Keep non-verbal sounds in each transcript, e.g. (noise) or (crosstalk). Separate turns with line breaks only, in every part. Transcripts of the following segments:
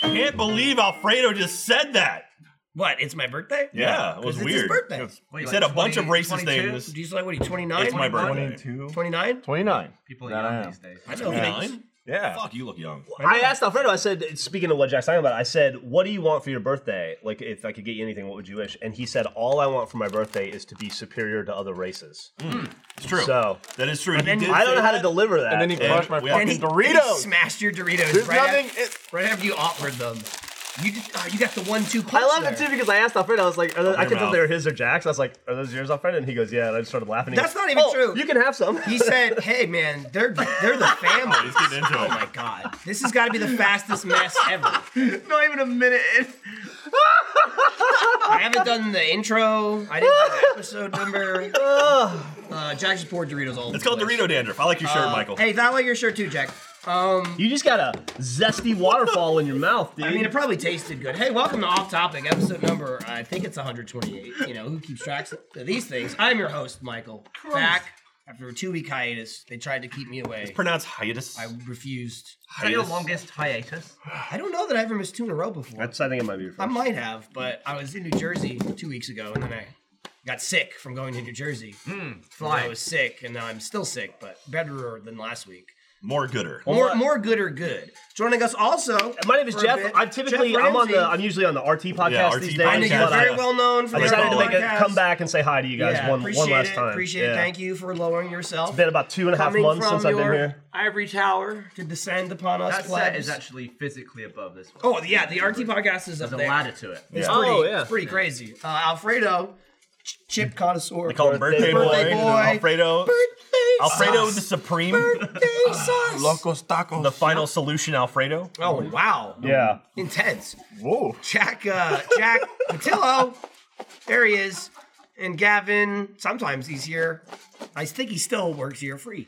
can't believe Alfredo just said that.
What? It's my birthday?
Yeah, it was
'cause
weird.
It's his birthday.
It's-
What,
he
like
said a bunch of
20,
racist
22?
things.
Do you like what? Are you 29?
It's my birthday.
22.
29?
29.
People
That I
are young
am.
these days.
I know.
Nine?
Yeah.
Fuck, you look young.
I asked Alfredo. I said, speaking of what Jack's talking about, I said, "What do you want for your birthday? Like, if I could get you anything, what would you wish?" And he said, "All I want for my birthday is to be superior to other races."
It's true.
So
That is true. He
then
did
I don't
say
know how
that.
to deliver that.
And then he crushed my
we-
And
fucking
he,
Doritos.
he smashed your Doritos
There's
right,
nothing.
after,
It,
right after you offered them. You just, oh, you got the one two punch.
I laughed
there.
it too because I asked Alfredo. I was like, are those, I
your
could tell
mouth.
they were his or Jack's. I was like, "Are those yours, Alfredo?" And he goes, "Yeah." And I just started laughing. He
That's
goes,
not even
"Oh,
true."
You can have some.
He said, "Hey man, they're
(laughs)
they're the family."
Let's get into it.
oh my god, this has got to be the fastest mess ever.
Not even a minute in.
I haven't done the intro. I didn't have the
(laughs)
episode number. Uh, Jack just poured Doritos all. over
It's called
the place.
Dorito dandruff. I like your shirt, Michael.
Hey, that like your shirt too, Jack. Um,
you just got a zesty waterfall in your mouth, dude.
I mean, it probably tasted good. Hey, welcome to Off Topic, episode number. I think it's 128. You know, who keeps track of these things? I'm your host, Michael. Back after a two-week hiatus, they tried to keep me away.
Pronounce hiatus.
I refused.
Is that your
Hiatus.
longest hiatus?
I don't know that I ever missed two in a row before.
That's, I think it might be your
I
first.
might have, but I was in New Jersey two weeks ago, and then I got sick from going to New Jersey.
Hmm.
Fly.
I was sick, and now I'm still sick, but better than last week.
More gooder.
More,
uh,
more good or good. Joining us also.
My name is
for a
Jeff.
bit,
I typically
Jeff
I'm on the
Ramsey.
I'm usually on the RT podcast
Yeah, RT
these
podcast.
days.
I know you're
but
very
I-
well known for
I
your
decided to make a
podcast.
comeback and say hi to you guys
Yeah,
one one
appreciate
last
it,
time.
Appreciate it.
Yeah.
Thank you for lowering yourself.
It's been about two and a half
Coming
months
from
since I've
your
been here.
ivory tower to descend upon us.
That set is
plebs.
actually physically above this one.
Oh yeah, the RT podcast is up
There's a
there.
ladder to it.
It's
Yeah.
pretty,
Oh, yeah.
it's pretty crazy. Uh, Alfredo, ch- chip connoisseur.
They call him birthday,
Birthday
boy.
boy.
Alfredo. Alfredo
sauce.
the supreme.
Birthday
(laughs)
sauce.
Locos tacos.
The final solution, Alfredo.
Oh wow.
Yeah.
Intense.
Whoa.
Jack uh Jack Patillo. There he is. And Gavin, sometimes he's here. I think he still works here free.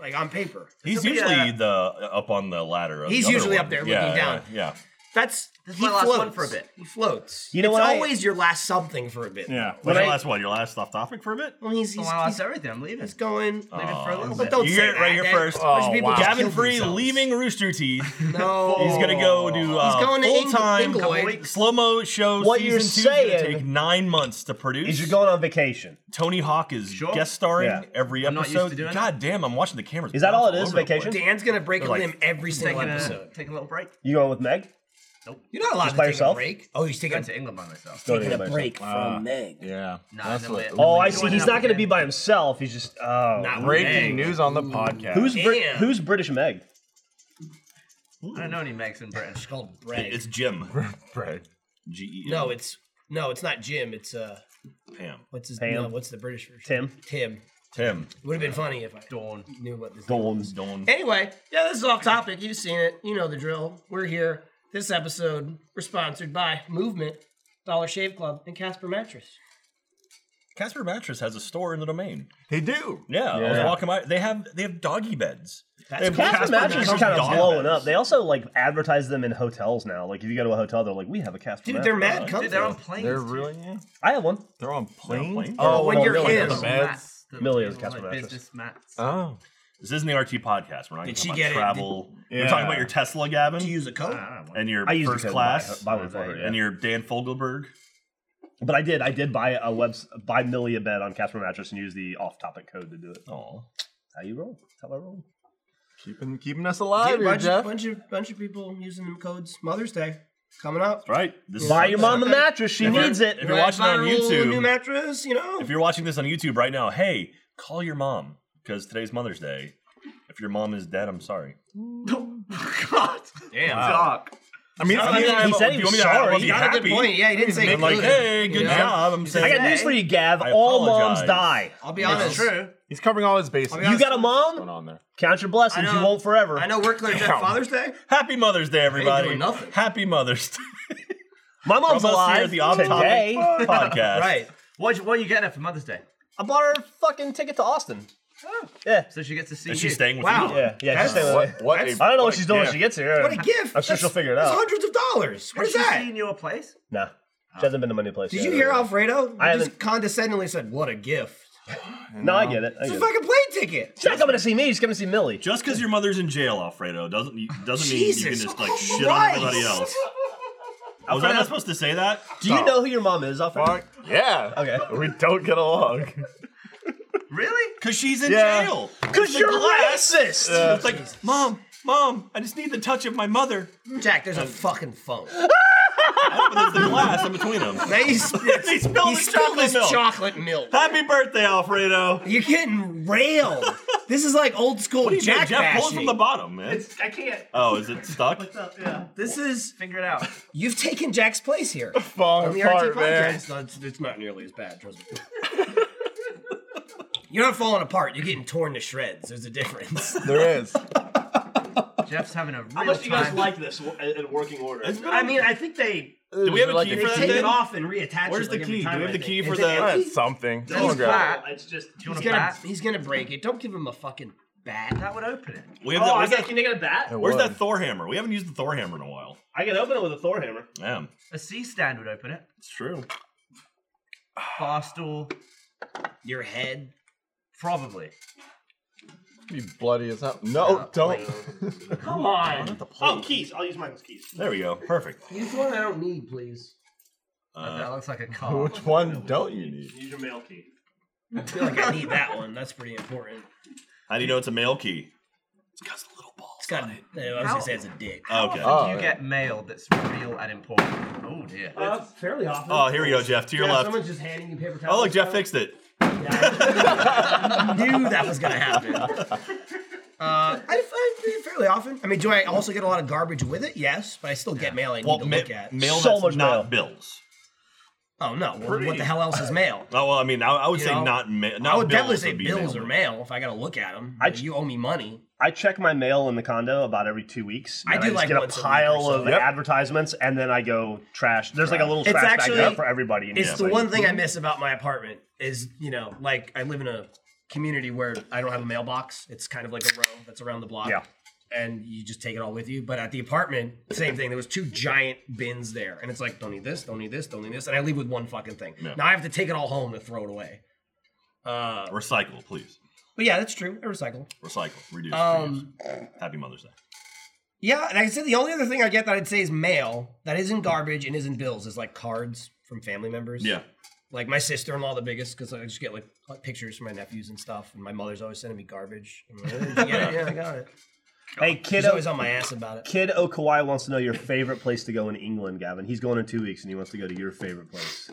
Like on paper. uh,
He's
This'll be
usually
a-
the up on the ladder. of
He's
the other
usually
one.
up there
yeah,
looking
yeah,
down.
Yeah.
That's
is
he
my last
floats.
one for a bit.
He floats.
You know
it's
what I-
always your last something for a bit.
Yeah.
What's
When
your
I-
last one? Your last off topic for a bit?
Well, he's,
Oh,
he's,
I lost
he's,
everything. I'm leaving.
he's going.
Leaving for a little
But
bit.
don't
Oh, You
say
heard it
that.
right here
That-
first.
a
Oh,
bunch of people
wow.
just
Gavin
killed
Free
themselves.
leaving Rooster Teeth.
No.
He's gonna go to uh,
going to
full time
Ing- Inglewood.
slow mo show.
What
season
you're
two. It's gonna
saying
take nine months to produce.
Is you're going on vacation.
Tony Hawk is
Sure.
guest starring
Yeah.
every
I'm not used to
episode.
doing
God damn, I'm watching the cameras.
Is that
bounce
all it
all
is,
over the place.
vacation?
Dan's gonna break a
like,
limb every single
Taking a,
episode.
taking a little break.
You going with Meg?
You're not allowed
Just
to
by
take
yourself?
a break. Oh, he's taking
Going to England by myself.
Going
a break from Meg.
Yeah.
Nah,
That's
no
what-
way.
Oh,
You're
I
doing
see. He's
that
not going to be
again.
by himself. He's just oh.
Not Meg.
Breaking news on the podcast.
Who's Brit-
Damn.
who's British Meg?
I don't know any Megs in Britain.
It's called Breg.
It's Jim.
Bread.
G E.
no, it's no, it's not Jim. It's uh,
Pam.
what's his
Pam.
no, what's the British version?
Tim.
Tim.
Tim.
Would have been funny if I
Dawn.
knew what this.
Dolan's.
Don't.
Anyway, yeah, this is off topic. You've seen it. You know the drill. We're here. This episode we're sponsored by Movement, Dollar Shave Club, and Casper Mattress.
Casper Mattress has a store in the domain.
They do.
Yeah, I was
Yeah.
walking by. They have they have doggy beds.
That's
They have
Casper
Casper Mattress is
Mattress
kind of
dog
blowing
beds.
up. They also like advertise them in hotels now. Like if you go to a hotel, they're like, "We have a Casper."
Dude, they're
mattress."
mad.
Dude, they're on
Comfy.
planes.
They're
dude.
really. Yeah.
I have one.
They're on planes.
planes?
Oh,
when
no,
you're
really,
in.
that's
Those
a bad-
mats, the-
Millio's
those,
got
like,
some mattress.
Business mats.
Oh.
This isn't the RT podcast. We're not
Did
Did talking
she
about
get it?
travel. We're
Yeah.
talking about your Tesla, Gavin,
Do you use a coat?
I don't know.
and your
I used
first
to
class,
Buy, buy one for her, yeah.
and your Dan Fogelberg.
But I did. I did buy a web buy Millie a bed on Casper Mattress and use the off topic code to do it.
Oh,
How you roll? That's how I roll.
Keeping keeping us
Dude,
alive here,
bunch,
Jeff.
bunch of bunch of people using them codes. Mother's Day coming up.
right. This is
Buy your
something.
mom a mattress. She
If you're-
needs it.
If you're watching on
Viral, new
YouTube,
mattress, you
(laughs)
know.
if you're watching this on YouTube right now, hey, call your mom because today's Mother's Day. If your mom is dead, I'm sorry.
God.
Damn.
Doc.
I mean,
I mean,
he
I-
said
do
he
you
was
want me to- I
sorry.
want
He
you to
got a good
happy?
point. Yeah, he didn't say
I'm like,
good.
hey, good
you know?
job. I'm
I
saying,
got news for you, Gav.
I
All moms
apologize.
die.
I'll be honest.
true.
he's covering all his bases.
You got a
going
mom?
on there?
Count your blessings.
I
You
know.
won't forever.
I know we're clear. Jeff, Father's Day.
Happy Mother's Day, everybody.
doing nothing.
Happy Mother's Day.
My mom's
From us here
alive
at the Off
today.
Topic (laughs) podcast.
Right.
What, what are you getting her for Mother's Day?
I bought her a fucking ticket to Austin. Yeah.
So she gets to see
Is
you.
she staying with
Wow.
you?
Yeah, yeah.
That's-
She's staying with
What?
me.
What?
That's-
a-
I don't know what
a
she's doing when
gift.
she gets here.
What a gift.
I'm sure she'll
That's-
figure it
that's
out.
hundreds of dollars. What
Has
is
she
that?
seen your place?
Nah, she hasn't been to my new place.
Did
yet.
you hear Alfredo? He
I
just
haven't-
condescendingly said, "What a gift."
No, I get it. I
It's
get
a
it.
fucking plane ticket.
She's not coming to see me. She's coming to see Millie.
Just because your mother's in jail, Alfredo, doesn't doesn't mean you
Jesus oh,
can just like shit on everybody
Christ.
else.
Was I not supposed to say that?
Do you know who your mom is, off
Fuck. Yeah.
Okay.
(laughs) We don't get along.
Really?
Because she's in
Yeah.
jail.
Because you're racist!
It's like, mom, mom, I just need the touch of my mother.
Jack, there's a fucking phone.
Oh, but there's the glass in between them.
They spilled,
They spilled
he
his
spilled
chocolate
his
milk.
chocolate milk.
Happy birthday, Alfredo.
You're getting railed. this is like old school
What do you
Jack
do? Jeff, pull it
bashing.
from the bottom, man.
It's, I can't.
oh, is it stuck?
Yeah.
This is
Figure it out.
you've taken Jack's place here
Fall
on the
apart,
RT
man.
podcast. It's, it's not nearly as bad, trust me. (laughs) You're not falling apart. You're getting torn to shreds. There's a difference.
There is.
Jeff's having a real
How much do you guys
time.
like this w- in in working order?
It's
(laughs)
been-
I mean, I think they
do we have a
like
key
a
they
for that
take
thing?
it off and reattach
Where's
it.
the
like,
key?
every
Do
time,
we have
I
the
think.
key for
Is
that?
it empty?
That's something.
That's
Someone grab
flat.
It's just.
Do you want
He's
a
gonna,
bat?
he's gonna break it. Don't give him a fucking bat.
That would open it.
We
Oh,
have that,
I
where's
got,
that,
can I get a bat?
it.
where's
It
that
was.
Thor hammer? We haven't used the Thor hammer in a while.
I can open it with a Thor hammer.
Yeah,
A C stand would open it.
it's true.
Bar stool,
Your head.
probably.
Be bloody as hell. No, don't. (laughs)
Come on.
Oh, keys. I'll use Michael's keys.
There we go. Perfect. Uh,
Use one I don't need, please.
that looks like a car.
Which one don't you need?
Use your mail key.
I feel like I need that one. That's pretty important.
How do you know it's a male key? It's got the little ball.
It's got. I was
How-
gonna say it's a dick.
Okay.
Oh.
Do you
yeah.
get mail that's real and important? Oh dear.
fairly often.
Oh, here we go, Jeff. To your left.
Someone's just handing you paper towels.
Oh, look, Jeff fixed it.
I (laughs) knew that was gonna happen. Uh, I, I do it fairly often. I mean, do I also get a lot of garbage with it? Yes, but I still get mail I need
Well,
to
ma-
look at.
mail
So
that's
much
not bills.
oh no! Well,
Pretty-
what the hell else is mail?
Oh, (laughs) well, I mean, I, I would
You
say
know,
not mail.
I would definitely say bills or mail if I gotta look at them.
I
If you owe me money.
I check my mail in the condo about every two weeks.
I
and
do
just
like
get a
once a week or
pile
so.
of
Yep.
advertisements, and then I go trash. There's like a little
It's
trash
actually-
bag up for everybody. and
It's
just
the
like-
one thing I miss about my apartment is, you know, like I live in a community where I don't have a mailbox. It's kind of like a row that's around the block.
Yeah.
And you just take it all with you. But at the apartment, same thing. There was two giant bins there. And it's like, don't need this, don't need this, don't need this. And I leave with one fucking thing.
Yeah.
Now I have to take it all home to throw it away. Uh,
Recycle, please.
but yeah, that's true. I recycle.
Recycle. Reduce.
Um,
reuse. Happy Mother's Day.
Yeah, and I said the only other thing I get that I'd say is mail that isn't garbage and isn't bills is like cards from family members.
Yeah.
like my sister in law the biggest because I just get like p- pictures from my nephews and stuff, and my mother's always sending me garbage. I'm like, "Oh, did you get it? Yeah, I got it.
Hey,
She's
kiddo.
always on my ass about it.
Kid Okawai wants to know your favorite place to go in England, Gavin. He's going in two weeks, and he wants to go to your favorite place.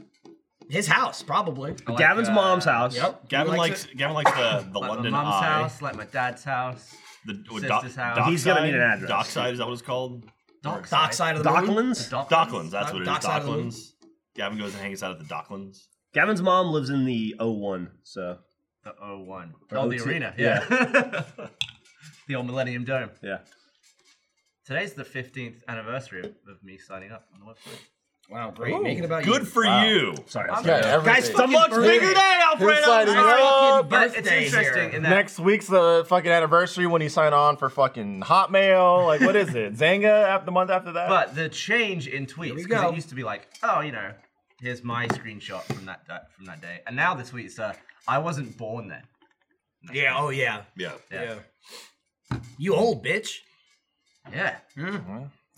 His house, probably.
I like,
Gavin's
uh,
mom's house.
Yep.
Gavin
He
likes,
it.
Gavin likes the, the
Like
London
my mum's
Eye.
house, like my dad's house.
The uh,
Sister's
dock,
house.
dockside,
He's gonna need an address.
Dockside is that what it's called?
Dockside.
Dockside of the moon.
Docklands.
Docklands. That's what it is.
Dockside of the moon.
Docklands. Gavin goes and hangs out at the Docklands.
Gavin's mom lives in the 01, so
The 01. Oh, the
O2.
arena. Yeah. (laughs) the old Millennium Dome.
yeah.
Today's the 15th anniversary of, of me signing up on the website.
Wow, great. Making about you.
Good for
Wow.
you.
Sorry.
I'm-
Yeah, everything.
guys. Fucking
Much
birthday.
bigger day, Alfredo.
Who's sliding
Fucking
up?
But it's
birthday
interesting
here.
in that
Next week's the fucking anniversary when you sign on for fucking Hotmail. Like, what is
(laughs)
it? Zanga after the month after that?
But the change in tweets
we
because
go.
it used to be like, oh, you know, here's my screenshot from that da- from that day, and now the tweet is, uh, I wasn't born then.
Yeah. Oh yeah.
Yeah.
Yeah. You old bitch.
Yeah,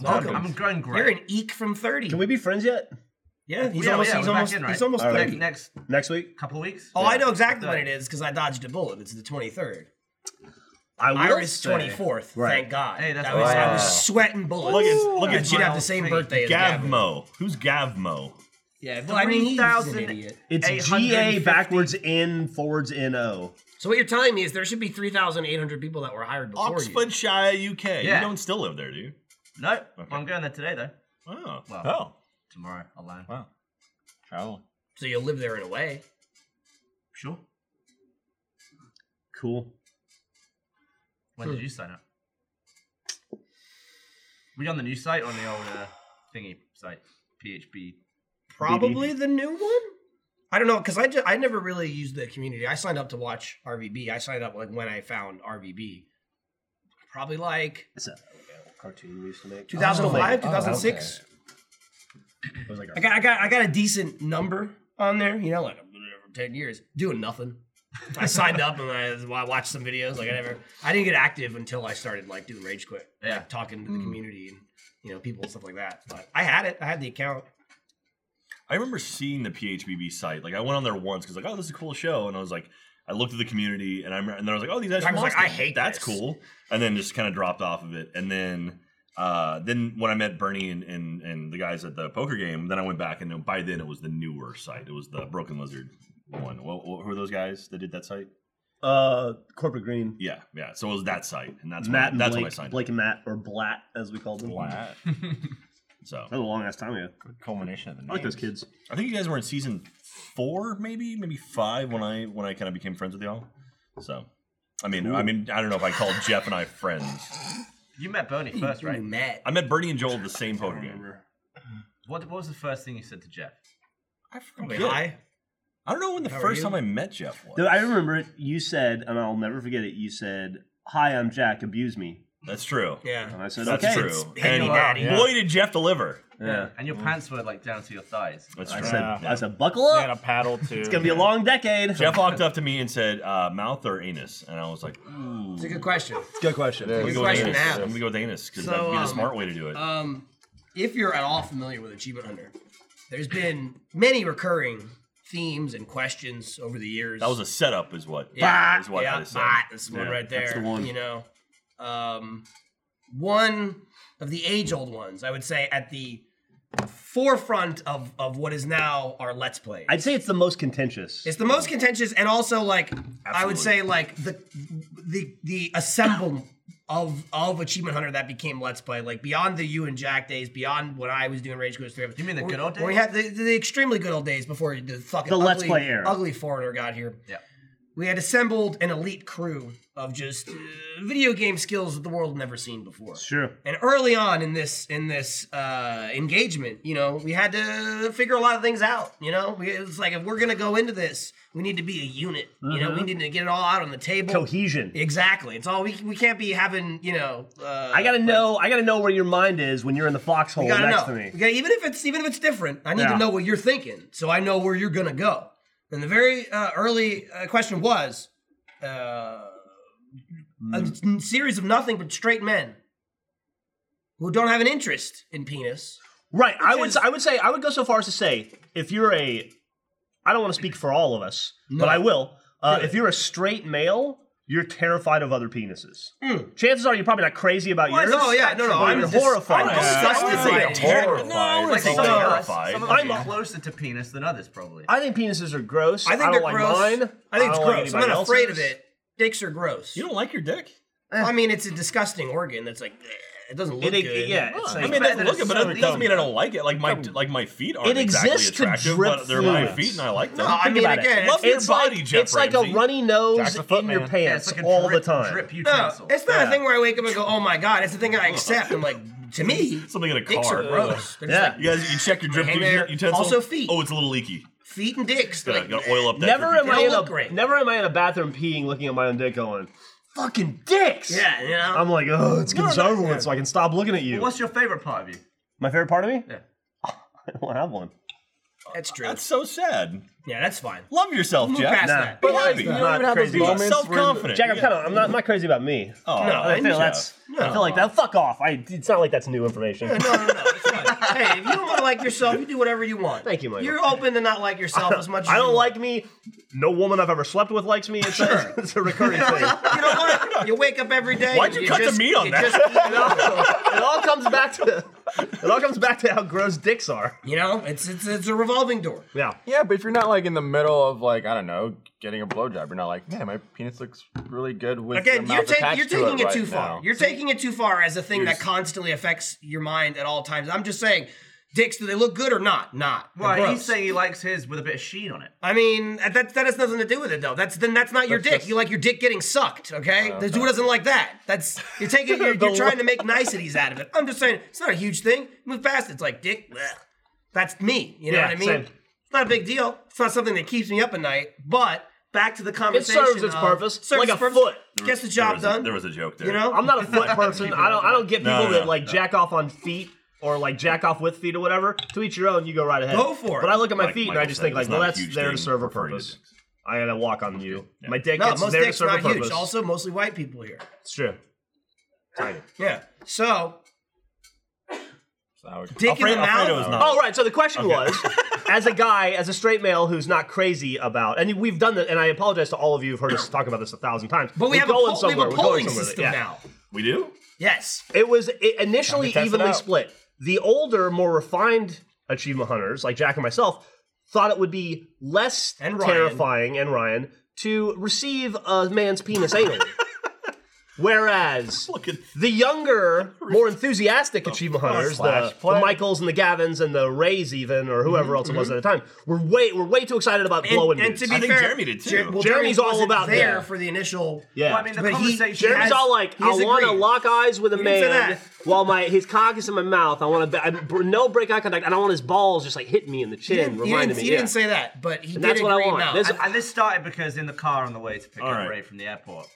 Welcome.
I'm growing great.
You're an eek from thirty.
Can we be friends yet?
yeah. He's
Yeah,
almost.
yeah,
he's
we're back
almost.
in, right?
He's almost
All right.
Like,
thirty.
next
Next week?
couple of weeks.
Oh, I know exactly when
Yeah.
it is because I dodged a bullet. It's the twenty third.
I will
Ira's
say-
twenty fourth.
Right.
Thank God.
Hey, that's
I, was, I
wow.
was sweating bullets.
Look at- look
And
at
she'd have the
Miles
same
Pete.
birthday as Gavin.
Gavmo. Who's Gavmo?
Yeah, well, I mean he's an
3,000
idiot.
It's GA
850.
backwards in, forwards in O.
So what you're telling me is there should be three thousand eight hundred people that were hired before you.
Oxfordshire, UK. You
Yeah.
don't still live there, do you?
Nope,
Okay.
I'm going there today though.
Oh.
Well,
oh,
tomorrow I'll land.
wow. Travel.
So you'll live there in a way.
Sure.
Cool.
When did you sign up? We on the new site or on the old uh, thingy site? PHP.
Probably the new one. I don't know because I just, I never really used the community. I signed up to watch RVB. I signed up like when I found RVB. Probably like
It's a cartoon we used to make. Oh,
2005,
Oh,
2006.
It was like
I
our-
got, I got, I got a decent number on there. You know, like I've been there for ten years doing nothing. I signed up and I, I watched some videos. Like I never, I didn't get active until I started like doing rage quit,
Yeah.
talking to the community and you know, people and stuff like that. But I had it. I had the account.
I remember seeing the PHBB site. Like I went on there once because like, oh, this is a cool show, and I was like, I looked at the community, and I remember, and then I was like, oh, these guys.
I
from
was like,
Austin.
I hate
that's
this.
cool. And then just kind of dropped off of it, and then. Uh, then when I met Bernie and, and, and the guys at the poker game, then I went back and by then it was the newer site. It was the Broken Lizard one. Well, who are those guys that did that site?
Uh, Corporate Green.
Yeah, yeah. So it was that site, and that's when,
Matt and
that's
Blake,
when I signed. up.
Blake and Matt, or Blat, as we called them.
Flat.
So
That was a long ass time ago.
Culmination of the
I like those
names.
kids.
I think you guys were in season four, maybe maybe five when I when I kind of became friends with y'all. So, I mean, I mean, I don't know if I called Jeff and I friends.
You met Bernie
Oh,
first, right?
You met.
I met Bernie and Joel at the same poker game.
What, what was the first thing you said to Jeff?
I
Wait,
forget.
hi.
I don't know when the
How are
first
you?
time I met Jeff was.
Dude, I remember it. You said, and I'll never forget it. You said, "Hi, I'm Jack. Abuse me."
That's true.
And
Yeah.
I said,
That's
"Okay."
true.
Hey,
And
Daddy.
Yeah.
boy, did Jeff deliver.
Yeah.
And your pants were like down to your thighs.
That's
I
true.
said,
Yeah.
"I said, buckle
They
up.
had a paddle
(laughs)
too.
it's gonna be a long decade."
Jeff walked up to me and said, uh, "Mouth or anus?" And I was like, "Ooh,
It's a good question.
good question.
It
I'm gonna
is.
go with
question
anus.
to
I'm
have.
gonna go with anus because
So,
that'd be the
um,
smart way to do it."
Um, if you're at all familiar with Achievement Hunter, there's been many recurring themes and questions over the years.
that was a setup, is what.
yeah,
is what
yeah,
I said.
bot, this one
Yeah,
right there.
that's the one.
You know, um, one of the age-old ones, I would say, at the forefront of of what is now our Let's Play.
I'd say it's the most contentious.
It's the most contentious, and also like I would
Absolutely.
say like the the the assemble of of Achievement Hunter that became Let's Play, like beyond the you and Jack days, beyond when I was doing Rage Quit Three.
You mean the
When-
good old
when We
days?
had the, the extremely good old days before the fucking
The
ugly,
Let's Play era.
ugly foreigner got here.
Yeah.
We had assembled an elite crew of just uh, video game skills that the world had never seen before.
Sure.
And early on in this in this uh, engagement, you know, we had to figure a lot of things out. You know, we, it was like if we're gonna go into this, we need to be a unit. You know, we
Mm-hmm.
need to get it all out on the table.
Cohesion.
Exactly. It's all we we can't be having. You know, uh,
I gotta know. I gotta know where your mind is when you're in the foxhole
You gotta
next
know.
to me.
You gotta- even if it's even if it's different, I need
Yeah.
to know what you're thinking, so I know where you're gonna go. And the very uh, early uh, question was uh, a
Mm.
n- series of nothing but straight men who don't have an interest in penis.
Right. I
Which
would.
is-
I would say. I would go so far as to say, if you're a, I don't want to speak for all of us,
No.
but I will. Uh,
Good.
if you're a straight male, you're terrified of other penises. Chances are you're probably not crazy about yours.
Hmm. no, Oh, yeah, no, no.
but
I'm
you're
dis-
horrified.
I'm
Yeah.
disgusted
I would say
by it.
terror-
Horrible.
No, I would
Like
say
some of us,
terrified.
some of us
I'm a-
are closer to penis than others, probably.
I think penises are gross.
I think
don't
they're
like
gross.
mine.
I think it's
don't like
gross. I'm
anybody
not afraid of
else's.
it. Dicks are gross.
You don't like your dick?
I mean, it's a disgusting organ. That's like bleh, it doesn't look
It,
good.
it, yeah, it's
I
like,
mean, it doesn't
that
look
it's
it, but it
so
doesn't mean I don't like it. Like my like my feet aren't
It exists to
exactly attractive,
drip
but they're my
fluids.
feet and I like them.
No, I
Think
mean
about it.
again,
Love
it's,
your
it's
body,
like
Jeff
it's like a
Ramsey.
runny nose
Jack the
in your
Footman.
pants
yeah, it's like a
all
drip,
the time.
Drip
no,
utensil.
it's not
Yeah.
a thing where I wake up and go, "Oh my god!" It's a thing I accept. I'm like, to me,
Something in a
dicks
car.
are gross. They're just
Yeah.
like
You guys, you check your drip
Hey,
ute-
there.
utensil.
Also feet.
Oh, it's a little leaky.
feet and dicks. They're
Gotta,
like,
gotta oil up that.
Never
drip
am
utensil.
I in
don't
a
look great.
never am I in a bathroom peeing, looking at my own dick, going, "Fucking dicks."
yeah, you know.
I'm like, oh, it's getting
no,
over with, so I can stop looking at you.
What's your favorite part of you?
my favorite part of me?
Yeah.
(laughs) I don't have one.
that's true.
That's so sad.
yeah, that's fine.
Love yourself,
Move
Jeff.
past
Nah.
that.
Be
But like,
happy.
you don't
Not
even have those
crazy.
moments.
Self
where the-
confident.
Jack, I'm kind of, I'm not, I'm not crazy about me.
Oh,
I feel
Jeff.
that's, I feel like that. Fuck off. I, it's not like that's new information.
No, no, no. It's
(laughs)
fine. hey, if you don't want to like yourself, you do whatever you want.
Thank you, Michael.
You're open to not like yourself as much. as
(laughs) I
you
don't
want.
like me. No woman I've ever slept with likes me. It's, a, it's a recurring thing. It
You know what? You wake up every day.
Why'd
and
you cut the
just,
meat on
you
that?
Just eat it up.
all comes back to, it all comes back to how gross dicks are.
(laughs) you know, it's it's it's a revolving door.
Yeah.
Yeah, but if you're not like in the middle of like I don't know, getting a blowjob, you're not like, man, my penis looks really good with
Again,
the
you're
mouth
taking
attached
you're
to
taking it,
right
too far.
now."
You're taking it too far as a thing that constantly affects your mind at all times. I'm just saying, dicks, do they look good or not? Not. They're
Right,
gross.
he's saying he likes his with a bit of sheen on it.
I mean, that that has nothing to do with it though. That's then that's not your dick. you like your dick getting sucked, okay?
Oh,
The dude doesn't like that. That's you're taking
(laughs)
you're, you're trying to make niceties out of it. I'm just saying it's not a huge thing. Move past it. It's like dick. bleh. That's me. You know
Yeah,
what I mean?
same.
It's not a big deal. It's not something that keeps me up at night. But back to the conversation.
serves its
of-
purpose,
serves
like
its
a
purpose.
foot.
Gets the job
there was a-
done.
there was a joke there.
you know,
I'm not a foot person. I don't. I don't get people
No, no,
that
no,
like
no.
jack off on feet or like jack off with feet or whatever. To each your own. You go right ahead.
Go for it.
But I look at my
Like
feet and
Michael
I just
said,
think like,
it's
well,
not a
that's
huge
there to
thing
serve a
referring to
purpose.
dicks.
I gotta walk on you. My dick
no,
gets
most
there to
dicks
serve a
not
purpose.
huge. Also, mostly white people here.
it's true. Tiny.
Yeah. So
Sour.
Taking
Alfredo-
them out.
Alfredo is not-
Oh, right. So the question was, as a guy, as a straight male who's not crazy about, and we've done that, and I apologize to all of you who've heard us talk about this a thousand times.
But we
We're
have, a
going
poll- we have a
somewhere, we're going
polling
somewhere with it,
system
yeah.
now.
We do?
Yes.
It was it initially
Time to test it
evenly
out.
split. The older, more refined achievement hunters, like Jack and myself, thought it would be less
And Ryan.
terrifying and Ryan to receive a man's penis anally. Whereas
Look at
the younger, more enthusiastic achievement hunters,
Slash
the,
play.
the Michaels and the Gavins and the Rays even, or whoever else it was at the time, were way were way too excited about
And,
blowing
and
dudes.
to be
I think
fair,
Jeremy did too.
well,
Jeremy's all
wasn't
about
there
that.
for the initial.
yeah.
Well, I mean, the
But he-
conversation.
Jeremy's
Jeremy's
all like,
He's
I want to
agreed.
lock eyes with a
didn't say
man
that.
while my his cock is in my mouth. I want to I, br- no break eye contact. I don't want his balls just like hitting me in the
He didn't,
chin,
he didn't-
reminding me.
he
yeah.
didn't say that, but he
And
did
that's what I
agree
want.
now.
This-
I-
all-
and this started because in the car on the way to pick
All
up
right.
Ray from the airport.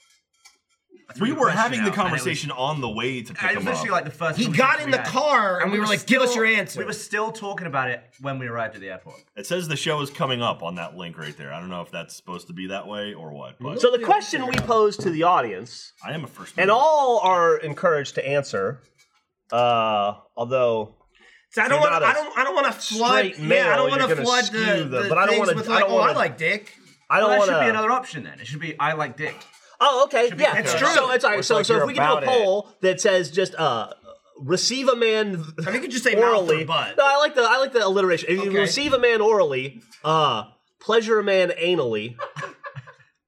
We were having
out, and
the
it was-
conversation on the way to pick
It was
him up.
literally like the first.
He
conversation
got in
we
the
had.
car, and we were like, "Give us your answer."
We were still talking about it when we arrived at the airport.
it says the show is coming up on that link right there. I don't know if that's supposed to be that way or what, but
So the question we posed to the audience,
I am a first.
and
mover.
all are encouraged to answer, uh, although
So I don't
You're
want.
not
I
a
don't. I don't want to flood.
straight
yeah, I
male,
don't want
you're
to
gonna
flood
skew
the,
the-
the
but I don't
things
wanna-
with
I
like,
don't
oh, I
wanna-
like dick.
I don't
Well, that
want
should be
to.
another option then. It should be I like dick.
Oh, okay,
be
yeah,
That's
true.
So it's all right.
It's
So,
like
so if
you're
we can do
about
a
it.
poll that says just uh, receive a man.
I mean, you could just say mouth or
orally.
butt.
No, I like the I like the alliteration. If you
Okay.
receive a man orally, uh, pleasure a man anally,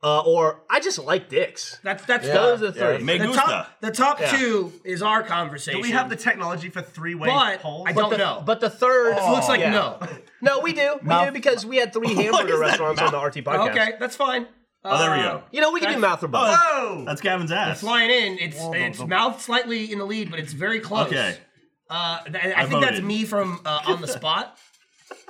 uh, or I just like dicks.
That's that's
Yeah.
Those are the
Yeah.
three.
Me
the, the
gusta.
top. The top
Yeah.
two is our conversation.
Do we have the technology for three-way
But
polls?
I don't
but the,
know.
But the third
It looks like
yeah. (laughs)
no.
No, we do. We do
Mouth-
because
(laughs)
we had three hamburger restaurants on the RT podcast.
Okay, Oh, that's fine. Uh,
Oh, there we go.
You know, we can do mouth or butt.
Whoa!
That's Gavin's ass.
Flying in, it's it's
double.
mouth slightly in the lead, but it's very close.
Okay.
Uh, th- I,
I
think that's
voted.
me from uh, on the spot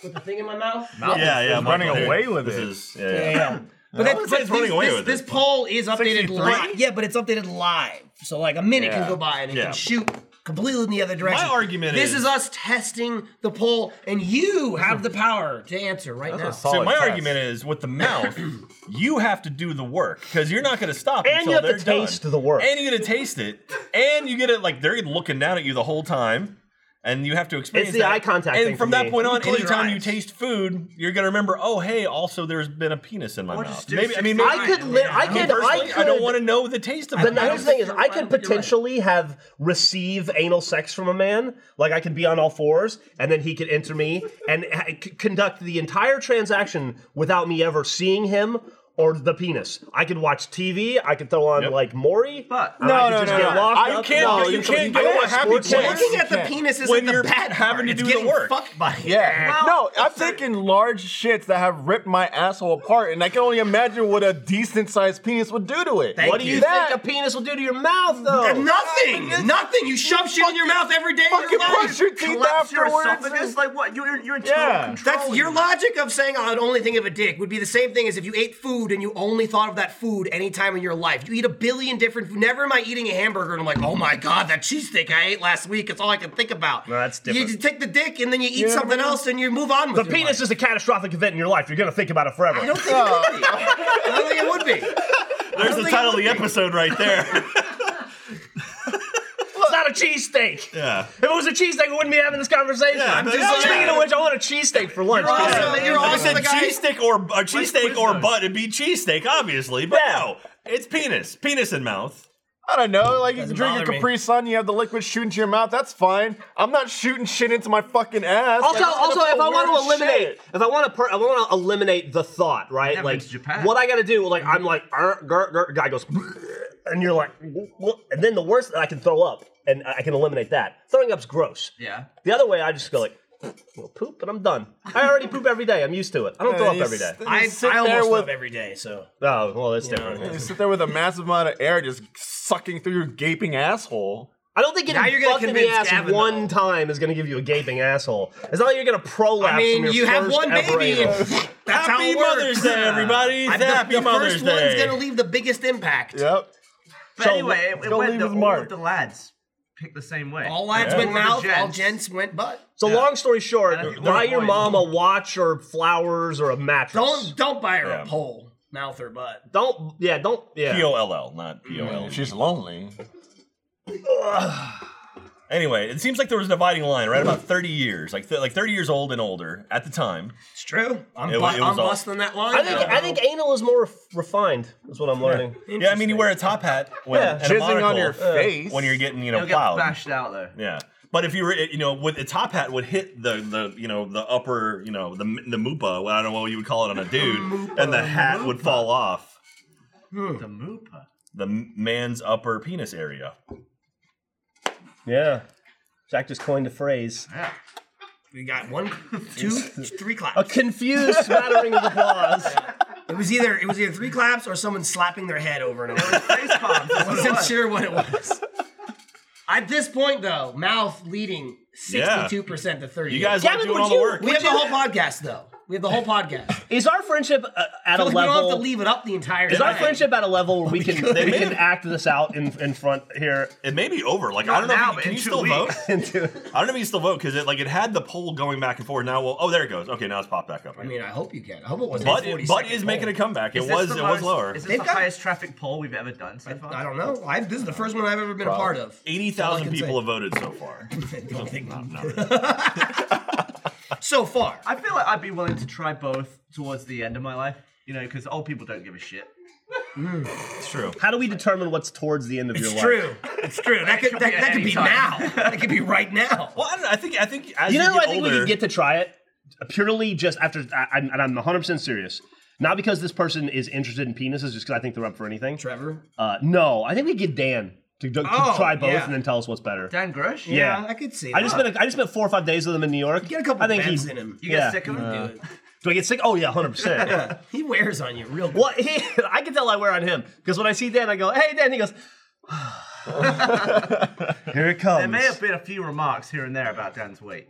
with the thing in my
(laughs)
mouth.
Yeah, yeah.
He's running
Michael,
away
dude,
with
this
it.
is- yeah, yeah.
But
I
that's
wouldn't
but
say it's running
this-
away
this,
with
this
it, but-
poll is updated
63?
live. Yeah, but it's updated live, so like a minute
Yeah.
can go by and it
Yeah.
can shoot completely in the other direction.
argument
this
is-
is us testing the poll, and you have the power to answer right now.
So my argument is with the (coughs) mouth, you have to do the work because you're not going to stop
And
until
you have
they're
to taste
done.
the work.
and you get to taste it, and you get it like they're looking down at you the whole time, and you have to experience
It's the
that.
eye contact
And
thing
from
for
that
me.
point on,
Close your
anytime you
eyes.
taste food, you're going to remember, oh hey, also there's been a penis in my
Or
mouth.
just do
Maybe I mean,
16
maybe,
I could. Li- I
I mean,
could. I
personally,
could.
I don't want to know the taste of
But
it.
now
don't
here's the thing: is
think
I
you're- I
could
don't think you're right.
potentially have receive anal sex from a man, like I could be on all fours, and then he could enter me and ha- c- conduct the entire transaction without me ever seeing him or the penis. I could watch TV. I could throw on
Yep.
like Maury.
But-
and
No,
I could
no,
just
no,
get
no.
locked
I
up.
can't
No,
get- you can't
I
get
don't
a
watch
happy
sports
place.
anymore.
Looking at the
can't.
penis isn't
When
the
you're
bad part.
having to
it's
do the
getting
work.
Fucked by it.
Yeah.
Well,
no, I'm thinking large shits that have ripped my asshole apart, and I can only imagine what a decent sized penis would do to it.
Thank
What do you
That-
think a penis will do to your mouth, though?
Nothing. Nothing. You shove shit in your mouth every day. of your
Fucking
life.
brush your teeth
Collapse your
afterwards.
esophagus? Like what? You're you're in total
Yeah.
control.
That's your logic of saying I'd only think of a dick would be the same thing as if you ate food and you only thought of that food any time in your life. You eat a billion different food. Never am I eating a hamburger and I'm like, oh my god, that cheesesteak I ate last week. It's all I can think about.
No, that's
You
different.
just take the dick and then you eat
Yeah.
something else and you move on with
The
your
penis
life.
is a catastrophic event in your life. You're gonna think about it forever.
I don't think it would be. I don't think it would be.
There's
don't
the
think
title of the episode right there.
It's not a cheesesteak.
yeah.
If it was a cheesesteak, we wouldn't be having this conversation.
Yeah, I'm
Speaking
just saying.
of which, I want a cheesesteak for lunch.
You're also-
Yeah.
you're
If I
also
said
the guy-
cheesesteak or
uh,
or cheesesteak
Quiznos.
or butt, it'd be cheesesteak, obviously. But
Yeah.
no, it's penis, penis and mouth.
I don't know. Like you
Doesn't
drink a
bother me.
Capri Sun, you have the liquid shooting to your mouth. That's fine. I'm not shooting shit into my fucking ass.
Also,
Like, I'm
also,
gonna
if
feel
I want
weird
to
as
eliminate,
shit.
if I want to, per- I want to eliminate the thought, right?
Never
Like,
been to Japan.
what I got to do? Like, I'm like, "Er, gur, gur," guy goes, and you're like, "Wh- wh-" and then the worst, I can throw up, and I I can eliminate that. Throwing up's gross.
Yeah.
The other way, I just go like, well, poop, and I'm done. I already poop every day. I'm used to it. I don't throw
And
up
you
every day.
s- and you
I,
sit
I
there
almost
with
love every day, so
Oh, well, that's different.
you sit there with a massive amount of air just sucking through your gaping asshole.
I don't think
Now
getting
you're gonna
fucked in the
convince
ass
Gavin,
one
though.
time is going to give you a gaping asshole. It's not like you're going to prolapse.
I mean,
from your
you have
first
one
ever
baby.
anal.
And that's how
Happy
it works.
Mother's Day, everybody!
I-
Happy
the, the
Mother's
first
Day.
one's gonna leave the biggest impact.
Yep.
But
So,
anyway, it,
go
it went
leave
that
his
all
mark.
of the lads picked the same way.
All lads
Yeah.
went
All the
mouth, all
gents.
gents went butt.
So long story short,
And I think
buy
we're
your
going.
mom a watch or flowers or a mattress.
Don't don't buy her
Yeah.
a pole, mouth or butt.
don't yeah, don't yeah.
Mm-hmm. P O L L, not P O L.
She's lonely.
Anyway, it seems like there was a dividing line right about 30 years, like th- like 30 years old and older at the time.
It's true. I'm,
It
bu-
was- it
I'm
was all-
busting that line.
I think
now.
I think anal is more ref- refined. Is what I'm learning.
Yeah, I mean, you wear a top hat when,
Yeah.
and a
Jizzing on
monocle uh,
your face.
when you're getting you know
He'll get
plowed.
bashed out though.
Yeah, but if you were you know with a top hat would hit the the you know the upper you know the the moopa. well, I don't know what you would call it on a dude, and the hat would fall off
The Moopa.
the m- man's upper penis area.
Yeah. Jack just coined a phrase.
Yeah.
we got one,
(laughs)
two, three claps.
A confused smattering
(laughs)
of applause.
It was either it was either three claps or someone slapping their head over and over.
Face palms. is
I
what
(laughs)
it
wasn't
was.
sure what it was. At this point, though, mouth leading sixty-two percent to thirty.
You guys
Gavin,
are doing
would
all the
you-
work.
we have the whole podcast, though. We have the whole podcast.
(laughs) Is our friendship uh, at
So
a
we don't have to
level?
leave it up the entire.
Is our
time.
friendship at a level where we can
good.
we can act this out in in front here?
It may be over. Like I
Not
don't know. if you,
now, but
can
in
you
two
still vote?
weeks.
Into
I don't know if you still vote because it like it had the poll going back and forth. Now, well, oh, there it goes. Okay, now it's popped back up.
I mean, I hope you can. I hope it wasn't.
But
a 40
Bud
second
is making a
poll.
comeback. It
Is this
was
the
it was
highest-
lower.
Is this
They've
the
got-
highest traffic poll we've ever done so far?
I don't know. I've, this is the first one I've ever been a part of.
Eighty
I
thousand
can
people
say.
have voted so far.
Don't think (laughs) not.
Not really.
So far,
I feel like I'd be willing to try both towards the end of my life. You know, because old people don't give a shit.
It's true.
How do we determine what's towards the end of your
it's
life?
true. It's true. That could
could
that,
be at
that could
any
be
time.
now. That could be right now.
Well, I don't know. I think I think as
You
you,
know,
get
I think
older,
we could get to try it purely just after, I, I'm, and I'm 100 percent serious. Not because this person is interested in penises, just because I think they're up for anything.
Trevor.
Uh, no, I think we get Dan to, to
Oh,
try both
yeah.
and then tell us what's better.
Dan Grush?
yeah.
I could see.
I just
that.
spent a, I just spent four or five days with him in New York.
get a couple
I think
bends
he,
in him.
You get
Yeah. Uh,
sick of him?
Dude,
Do I get sick? Oh yeah, 100. percent
he wears on you real good.
Well, he, (laughs) I can tell I wear on him because when I see Dan, I go, "Hey, Dan." He goes, (sighs) "Here (laughs) it comes."
There may have been a few remarks here and there about
(laughs)
Dan's weight.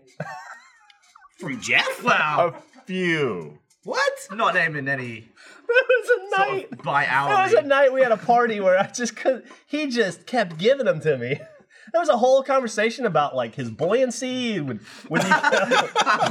From Jeff?
Oh,
Wow.
Few.
What?
I'm not naming any
There was a night.
sort of by
There
hour.
was a night we had a party where I just could. He just kept giving them to me. (laughs) There was a whole conversation about like his buoyancy when when you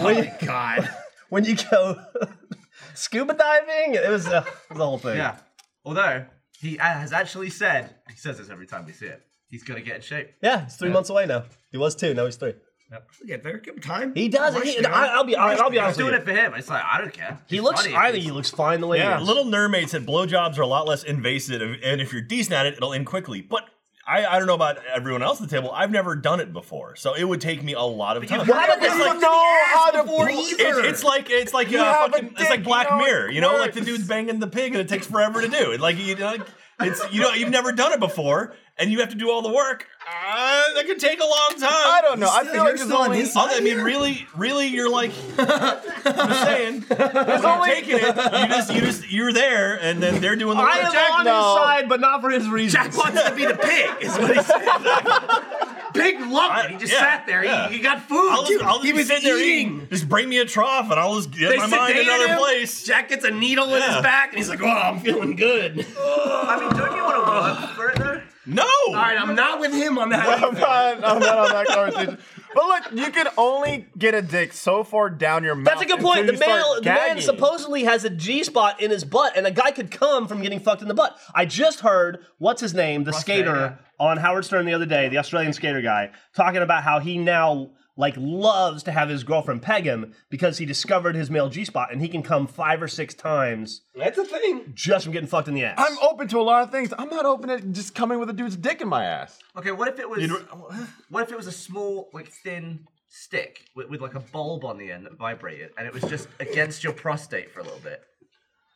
when you,
God.
(laughs) when you go (laughs) scuba diving. It was, uh, it was the whole thing.
Yeah. Although he a- has actually said he says this every time we see it. He's gonna get in shape.
yeah. It's three months away now. He was two. Now he's three.
We'll get there. Give him time.
He does.
Rush
He,
now.
I, I'll be. I, I'll be
I'm
honest with
doing
you.
it for him. It's like I don't care.
He
It's
looks.
funny if
I think
he's-
he looks fine the way
Yeah,
he is.
Little Mermaid said blowjobs are a lot less invasive, and if you're decent at it, it'll end quickly. But I, I don't know about everyone else at the table. I've never done it before, so it would take me a lot of time.
Why did
He
this
looked
look
in the
know
ass
how to
before
bl-
either.
It's, it's like it's like
You
uh,
have a
fucking, it's
dick,
like Black
you know it
Mirror, you know, like the
works.
dude's banging the pig and it takes forever to do. It like you know, like, it's you know you've never done it before and you have to do all the work. Uh, that could take a long time.
I don't know. I
Still-
feel like
you're
there's
still on
only
his-
Other- I mean, really, really, you're
(laughs)
like I'm just saying. There's
only-
taking it. You just, you just, you're there, and then they're doing the work.
I am
Jack,
on
no.
his side, but not for his reasons.
Jack wants to be the pig, is what he said. (laughs) pig loved it. He just
Yeah,
sat there. He-
yeah.
He, got food.
I'll just, I'll
he
just
was
sit there
eating.
eating. Just bring me a trough, and I'll just get
They
my mind
sedated
another
him.
place.
Jack gets a needle in his
Yeah.
back, and he's like, "Oh, I'm feeling good."
I mean, don't you want to work for it though?
No.
All right, I'm not with him on
I'm
that.
not, I'm not on that conversation. But look, you can only get a dick so far down your mouth.
That's a good point. The,
until you start
male, the man
gagging.
supposedly has a G spot in his butt, and a guy could come from getting fucked in the butt. I just heard what's his name, the skater
yeah.
on Howard Stern the other day, the Australian skater guy, talking about how he now like loves to have his girlfriend peg him because he discovered his male G spot, and he can come five or six times
That's a thing.
just from getting fucked in the ass.
I'm open to a lot of things. I'm not open to just coming with a dude's dick in my ass.
Okay, what if it was?
You know-
(sighs) What if it was a small, like thin stick with, with like a bulb on the end that vibrated, and it was just against your prostate for a little bit?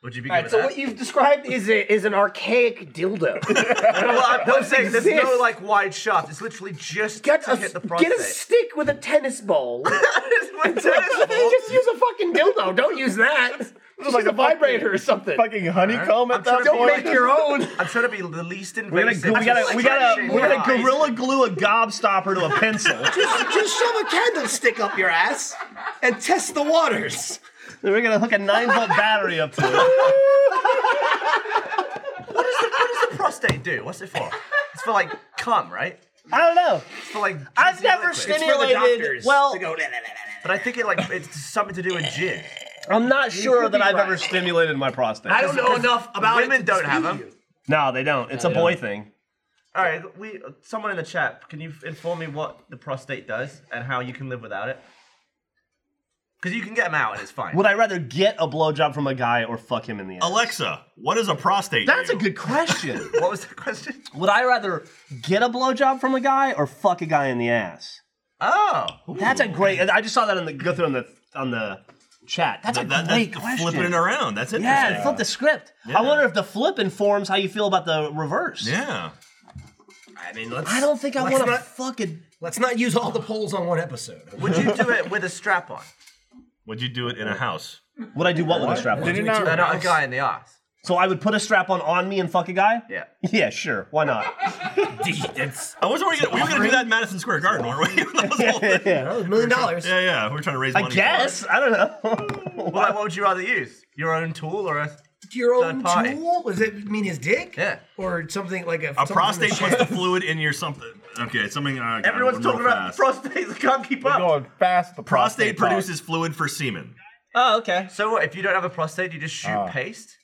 Would you be good with
so
that?
what you've described is a, is an archaic
(laughs)
dildo.
well, I'm, I'm saying there's no
exist.
like wide shaft. It's literally just
Get
to
a,
hit the
get
prostate.
a
(laughs)
stick with a tennis
(laughs)
ball.
It's
(laughs)
my tennis ball.
just use a fucking dildo. Don't use that. Use
like
a
a fucking-
vibrator or something.
Fucking honeycomb
I'm
at that
trying to
point.
Don't
like-
make your
(laughs)
own.
I'm trying to be the least invasive.
we gotta, gl- we gotta, we gotta, we gotta gorilla glue a gobstopper to a pencil.
(laughs)
Just, just shove a candlestick up your ass and test the waters.
then we're gonna hook a nine volt battery up to it.
What does, the, what does the prostate do? What's it for? It's for like cum, right?
I don't know.
It's for like.
I've
juicy
never
liquid.
stimulated.
For the doctors.
well,
to go, "La, la, la, la,
But I think it like it's something to do with jizz.
I'm not sure
could
that
be
I've
right.
ever stimulated my prostate.
I don't know enough about
women
it. to
don't have
dispute
them.
no, they don't. It's a boy thing.
All right, we someone in the chat, can you inform me what the prostate does and how you can live without it? Because you can get them out and it's fine.
Would I rather get a blowjob from a guy or fuck him in the ass?
Alexa, what is a prostate?
That's
do?
a good question. (laughs)
What was the question?
Would I rather get a blowjob from a guy or fuck a guy in the ass?
Oh,
That's a great. I just saw that on the go through on the on the chat. That's a
That- that-
great
that's
question.
flipping it around. That's interesting.
Yeah, flip the script.
Yeah.
I wonder if the flip informs how you feel about the reverse.
Yeah.
I mean, let's.
I don't think I
let's
want to
not-
fucking.
Let's not use all the polls on one episode.
would you do it with a strap on?
Would you do it in a house?
Would I do what with a strap
Did
on?
you not?
No, not a guy in the ass.
So I would put a strap on on me and fuck a guy.
Yeah.
Yeah, sure. Why not?
it's
I wasn't. We were going to do that in Madison Square Garden, weren't we? (laughs) (laughs) That was all-
(laughs)
yeah,
yeah.
a million dollars.
yeah. We were trying to raise money.
I
for
guess. I don't know.
(laughs)
Well, like, what would you rather use? Your own tool or a?
Your
Third
own
party.
tool? Does it mean his dick?
Yeah.
Or something like a,
it. A
something in
prostate
the
puts the
shaft?
fluid in your something. Okay, something. Uh, God,
Everyone's
I'm
talking
real
about
fast.
prostates. (laughs) Can't keep
We're
up.
going fast. The
prostate
prostate, talk.
produces fluid for semen.
oh, okay.
So what, if you don't have a prostate, you just shoot paste?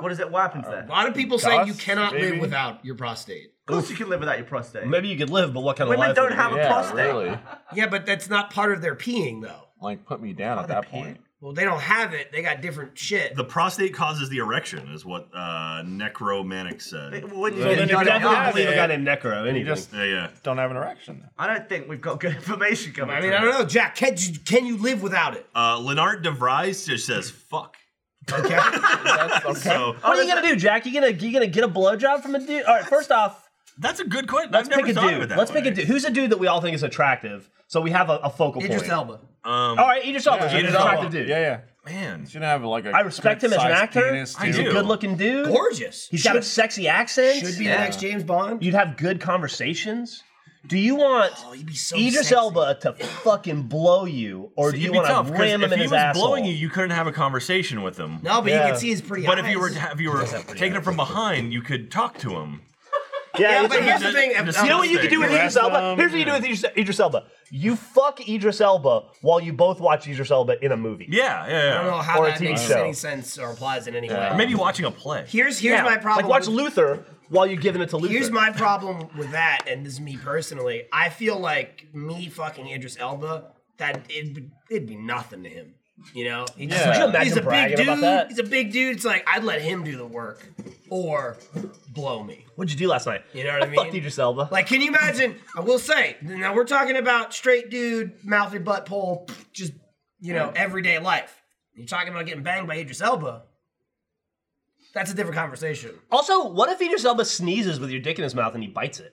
What is it? What happens there?
A lot of people say you
Dust,
cannot
maybe?
live without your prostate.
Of course, you can live without your prostate.
Maybe you could live, but what kind of
Women
life?
don't
would it
have
be?
a
Yeah,
prostate.
really.
Yeah, but that's not part of their peeing, though.
Like put me down at that point.
Well, they don't have it. They got different shit.
The prostate causes the erection, is what uh, Necromantic said.
It wouldn't
So
you?
then
You don't
if you don't
know.
have
believe a
it-
guy named Necro. Anything.
just-
Yeah, yeah.
Don't have an erection. then.
I don't think we've got good (laughs) information coming.
I mean,
through.
I don't know, Jack. Can you, can you live without it?
Uh, Lennart DeVries just says fuck.
Okay.
That's okay.
So
What are you gonna do, Jack? You gonna you gonna get a blowjob from a dude? All right, first off,
that's a good question.
let's
I've never
pick a
thought of it
dude.
that
Let's
way.
pick a dude. Who's a dude that we all think is attractive? So we have a, a focal point.
Idris Elba.
Um,
All right, Idris Elba.
Yeah,
an
Idris
attractive
Elba.
dude.
Yeah, yeah.
man.
Should have like a.
I respect him as an
good-sized
actor.
penis,
I
He's
too.
a
do.
good-looking dude.
Gorgeous.
He's got a sexy accent.
Should be the next James Bond.
You'd have good conversations. Do you want
oh, he'd be so
Idris
sexy.
Elba to fucking blow you, or do
It'd
you
be
want
tough,
to
'cause
ram
if
him in
he
his
was
asshole?
blowing you, you couldn't have a conversation with him.
No, but
Yeah.
you can see his pretty
But
eyes.
if you were if you were taking it from behind, you could talk to him.
yeah,
Yeah,
it's
but
a-
here's the thing.
Just-
You know what you could do with Idris Elba? Here's what you do with Idris, Idris Elba. You fuck Idris Elba while you both watch Idris Elba in a movie.
Yeah,
I
yeah,
don't know
yeah.
how
Or a
that
TV
makes
show.
any sense or applies in any way.
Maybe watching a play.
Here's here's
Yeah.
my problem.
Like watch
with-
Luther while you're giving it to Luther.
Here's my problem with that, and this is me personally. I feel like me fucking Idris Elba, that it'd be, it'd be nothing to him. You know, He's just
Yeah.
like-
Could you
imagine
he's a big
bragging
dude.
about that?
He's a big dude. It's like I'd let him do the work or blow me.
What'd you do last night?
You know what I mean?
Fucked Idris Elba.
Like, can you imagine? I will say, now we're talking about straight dude, mouth your butt pole, just you know, everyday life. You're talking about getting banged by Idris Elba. That's a different conversation.
also, what if Idris Elba sneezes with your dick in his mouth and he bites it?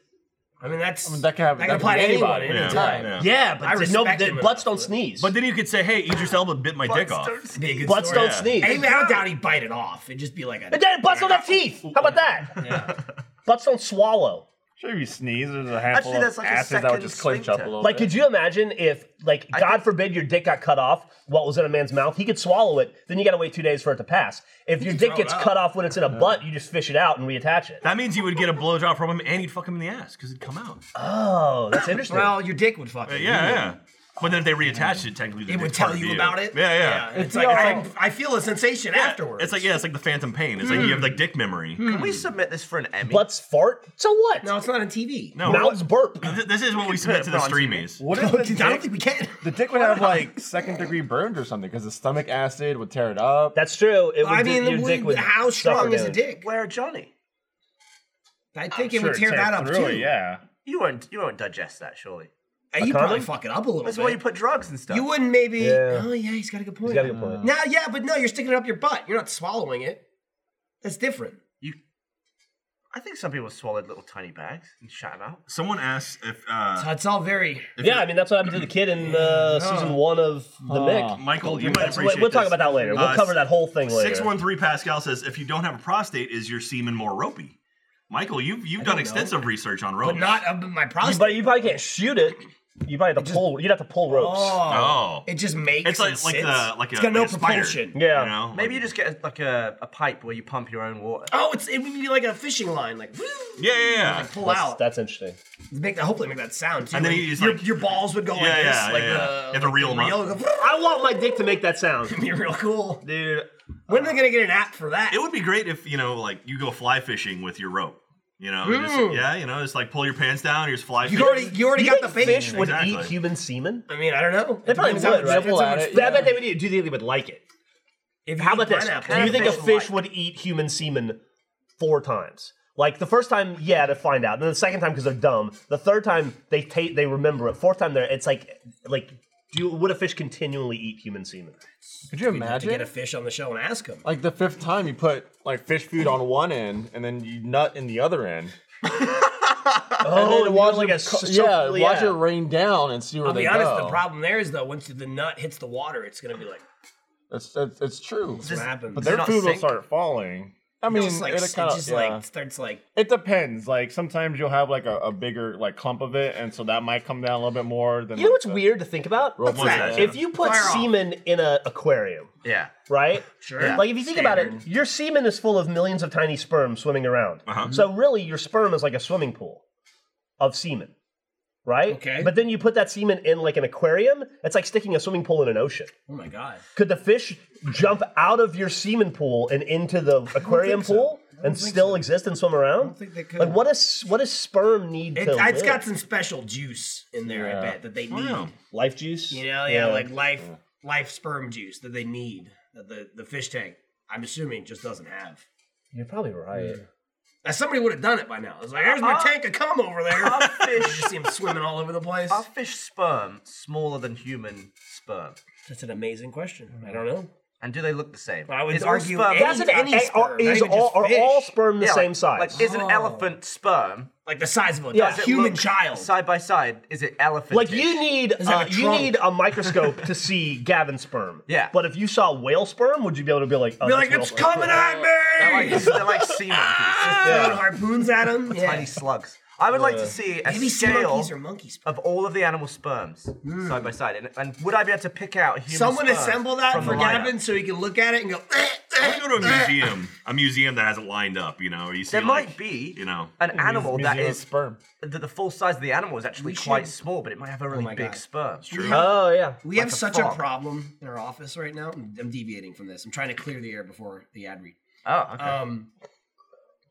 I mean, that's
mean, that could happen- that could
apply
be
to anyone
anybody.
at
Yeah,
any time.
yeah.
Yeah, but
I
th- no,
respect
th-
him
butts
enough
don't
for that.
sneeze.
But then you could say, "Hey, Idris Elba bit my dick off."
Be a good
butts
story.
don't
yeah.
sneeze.
I mean, I doubt he bite it off. It'd just be like a.
And then butts don't have teeth. How about that? Butts don't swallow.
Sure, if you sneeze, there's a handful
Actually, that's
of
like a
asses that would
second
just clinch up a
sphincter.
little
Like,
bit.
could you imagine if, like, God forbid, your dick got cut off? What was in a man's mouth? He could swallow it. Then you got to wait two days for it to pass. If your dick
throw it
gets
out.
cut off when it's in a butt, you just fish it out and reattach it.
That means you would get a blowjob from him, and he'd fuck him in the ass because it'd come out.
Oh, that's
(laughs)
interesting.
Well, your dick would fuck.
Uh, yeah,
it.
yeah. But then if they reattached it, technically, the
It would
dick's part
tell
of
you about it.
Yeah, yeah.
It's like I, I feel a sensation
Yeah,
afterwards.
It's like yeah, it's like the phantom pain. It's like you have like dick memory.
(laughs)
Can we submit this for an Emmy?
Butts fart. So what?
no, it's not on TV.
No,
Mouths burp.
th- this is what we submit to the
Put it on
streamies.
what (laughs)
I
if the
don't
dick,
think we can.
the dick would have like second degree burns or something because the stomach acid would tear it up.
That's true. It would,
I mean,
your dick would
how
suffer
strong is a
damage.
dick?
Where are Johnny?
I think
I'm
it would
sure
tear
it
that up
tears through
too.
it, yeah.
You won't. You won't digest that, surely.
You probably
condom?
fuck it up a little
That's
bit.
why you put drugs and stuff.
You wouldn't maybe.
Yeah.
Oh yeah, he's got a good point.
He's got a good point.
Now, yeah, but no, you're sticking it up your butt. You're not swallowing it. That's different.
I think some people swallowed little tiny bags and shut them out.
Someone asks if uh,
So it's all very.
Yeah, I mean, that's what happened to the kid in uh, season one of The Mick.
Michael, you might
We'll,
appreciate.
we'll talk
this.
about that later. We'll
Uh,
cover that whole thing later.
Six one three Pascal says, if you don't have a prostate, is your semen more ropey? Michael, you've you've done extensive research on ropes.
But not uh, my
You,
prostate.
but you probably can't shoot it. You probably have to pull. You'd have to pull ropes.
oh,
It just makes.
it's like
and
like
sits.
the like a,
it's got no
like a spider,
propulsion.
Yeah.
you
Oh
know?
Maybe you
Like-
just get a, like a, a pipe where you pump your own water.
Oh, it's it would be like a fishing line, like woo,
yeah yeah yeah.
pull
that's,
out.
that's interesting.
make that hopefully make that sound too.
And then
Like,
you just,
your,
like-
your balls would go
Yeah,
like this,
yeah,
like
yeah, yeah. You
the
have to reel 'em up.
reel, go,
I want my dick to make that sound.
(laughs) be real cool.
Dude,
When are they gonna get an app for that?
It would be great if you know, like you go fly fishing with your rope.
You know, and just-
Mm.
yeah, you know, just like pull your pants down, here's fly
You
fish.
already you already
You
got the
think
bait.
fish would
Exactly.
eat human semen?
I mean, I don't know. It
probably
depends
would,
how much-
right?
depends how
Well,
much-
at
I bet they would eat. Do you think they would like it?
If you
How
eat
about this?
pineapple,
Do you
you
think a
fish will
fish
like-
would eat human semen four times? Like the first time, yeah, to find out. And then the second time because they're dumb. The third time they ta- they remember it. Fourth time, they're it's like like do would a fish continually eat human semen?
Could you
We'd have to
imagine?
get a fish on the show and ask him.
like the fifth time you put like fish food on one end and then you nut in the other end.
Oh,
and
and
watch
like a
it co-
so-
yeah, watch
yeah.
it rain down and see where
I'll
they
be honest.
go.
The problem there is though, once the nut hits the water, it's gonna be like
It's, it's, it's true.
what happens.
But
Does it
their
not
food will
sink?
start falling. I mean,
just like
it'll
it
kinda-
just
yeah.
like starts like
it depends. Like sometimes you'll have like a, a bigger like clump of it, and so that might come down a little bit more than.
You know
like,
what's
the-
weird to think about?
What's
What's that? that?
If you put
Fire off.
semen in an aquarium,
Yeah.
right?
(laughs) Sure.
Yeah.
Like if you think about it, your semen is full of millions of tiny sperm swimming around.
Uh-huh.
So really, your sperm is like a swimming pool of semen, right?
Okay.
But then you put that semen in like an aquarium. It's like sticking a swimming pool in an ocean.
Oh my god.
Could the fish jump out of your semen pool and into the aquarium
so.
pool
I don't
and
think
still
so.
exist and swim around? I don't
think they could.
Like what is what does sperm need
It,
to?
it's
live?
got some special juice in there, I
Yeah.
bet, that they need.
Wow.
life juice.
You know, yeah, like life life sperm juice that they need. That the, the fish tank, I'm assuming, just doesn't have.
you're probably right.
Now, somebody would have done it by now. It's like, here's my tank of cum over there.
Are
(laughs) you
fish
just see him swimming all over the place.
are fish sperm smaller than human sperm?
That's an amazing question. I don't know.
And do they look the same?
I would
Is all
argue
sperm-
any-
That's an any
Any
are,
sperm,
is
not even
all,
just
are all
fish.
sperm the
Yeah,
same
like,
size?
Like, is an
Oh.
elephant sperm?
Like the size of a
Yeah.
a
does it
human
look
child.
Side by side, is it elephant?
Like you need
like
uh,
a
you
trunk.
need a microscope to see
(laughs)
Gavin sperm.
Yeah.
But if you saw whale sperm, would you be able to be like, oh,
Be
that's
like,
whale
it's
sperm."
coming at me!
They're
(laughs)
like, they're like sea monkeys,
Throwing harpoons at him.
just tiny slugs. I would like to see a
Maybe sea
scale
monkeys or monkeys.
of all of the animal sperms side by side, and, and would I be able to pick out human
Someone
sperm
assemble that
from
for
the lineup?
Gavin so he can look at it and go, (laughs) eh,
I go to a museum, a museum that has it lined up. You know, or you see
There
like,
might be
you know,
an animal
Museum
that
of
is
sperm.
that the full size of the animal is actually
We
quite
should-
small, but it might have a really
my
big
God.
sperm.
Oh yeah.
We
Like
have
a
such
frog.
a problem in our office right now. I'm, I'm deviating from this. I'm trying to clear the air before the ad read.
Oh, okay.
Um,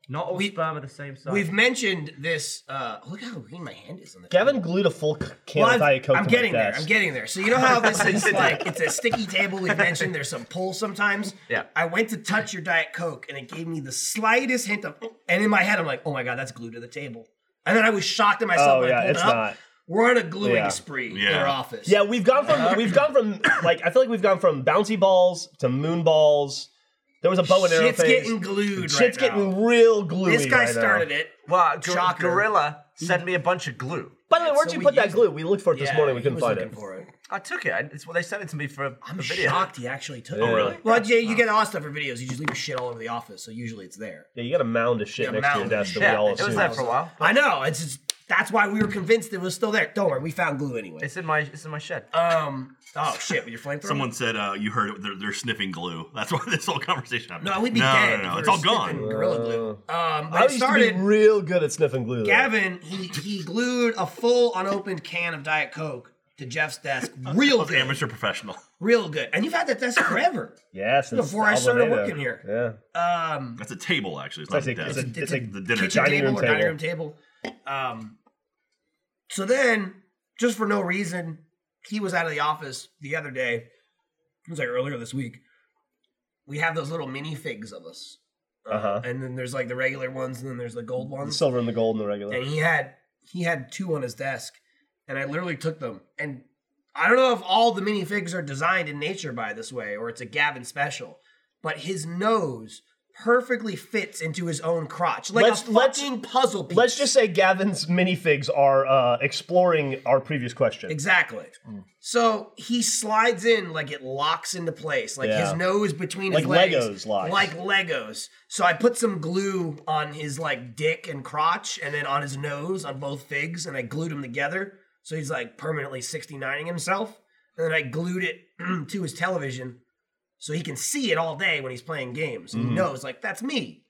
Not all
we-
sperm are the same size.
we've mentioned this. Uh, look how green my hand is on the.
Gavin glued a full c- can
Well,
of
I've-
Diet Coke
I'm
to
getting
my
there.
desk.
I'm getting there. So you know how this is like it's a sticky table. We've mentioned there's some pull sometimes.
Yeah.
I went to touch your diet coke and it gave me the slightest hint of, and in my head I'm like, oh my god, that's glued to the table. And then I was shocked at myself.
Oh,
when I
yeah,
pulled it
it's
up.
not.
We're on a gluing
Yeah.
spree in
Yeah.
our office.
Yeah, we've gone from we've
(laughs)
gone from like I feel like we've gone from bouncy balls to moon balls. There was a bow and arrow
Shit's
phase.
getting glued.
Shit's
right
getting
now.
real gluey.
This guy
right now.
started it.
well, gor-
Shocker.
gorilla sent me a bunch of glue.
By the way, where'd
So
you
we
put that
used
glue? We looked for it this
Yeah,
morning. We
he
couldn't
was
find
looking
it.
for it.
I took it. I- It's what they sent it to me for a,
I'm
a video. Oh,
shocked he actually took
Yeah.
it.
really?
Well, Jay, you get all stuff for videos. You just leave your shit all over the office, so usually it's there.
Yeah, you got a mound of shit
Yeah,
next to your
mound of
desk that we
Yeah,
all
it was there
assumed.
for a while.
I know. It's just, that's why we were convinced it was still there. Don't worry, we found glue anyway.
It's in my it's in my shed.
Um. Oh shit! With your flamethrower.
someone said uh, you heard it, they're, they're sniffing glue.
(laughs)
That's why this whole conversation happened.
No, we'd be
no,
dead. if
No, no,
we
it's
were
all gone.
sniffing Gorilla glue. Um. But
I
it
used to
started.
be real good at sniffing glue. though.
Gavin, he he glued a full unopened can of Diet Coke to Jeff's
(laughs)
desk. Real
Both
good.
amateur professional.
Real good. And you've had that desk forever.
Yeah, since
Before I started
Albaneda.
working here.
Yeah.
Um.
That's a table, actually. It's
It's
not a
like, it's,
desk.
a, it's, like
the dinner
kitchen
table.
dining
table,
room
or dining room table. Um, so then, just for no reason, he was out of the office the other day. It was like earlier this week. We have those little mini figs of us,
Uh-huh.
and then there's like the regular ones, and then there's the gold
the
ones.
silver and the gold and the regular.
and he had he had two on his desk, and I literally took them. And I don't know if all the mini figs are designed in nature by this way, or it's a Gavin special, but his nose perfectly fits into his own crotch like
Let's-
a
let's-
fucking puzzle piece.
Let's just say Gavin's minifigs are uh, exploring our previous question.
Exactly.
Hmm.
So he slides in like it locks into place, like
Yeah.
his nose between his
Like
legs,
Legos locks.
like Legos. So I put some glue on his like dick and crotch, and then on his nose on both figs, and I glued them together. So he's like permanently 69ing himself, and then I glued it (clears throat) to his television, so he can see it all day when he's playing games.
Mm-hmm.
He knows like that's me.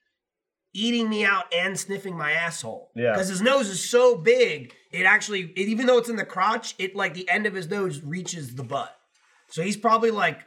Eating me out and sniffing my asshole.
Yeah.
Because his nose is so big, it actually, it, even though it's in the crotch, it like the end of his nose reaches the butt. So he's probably like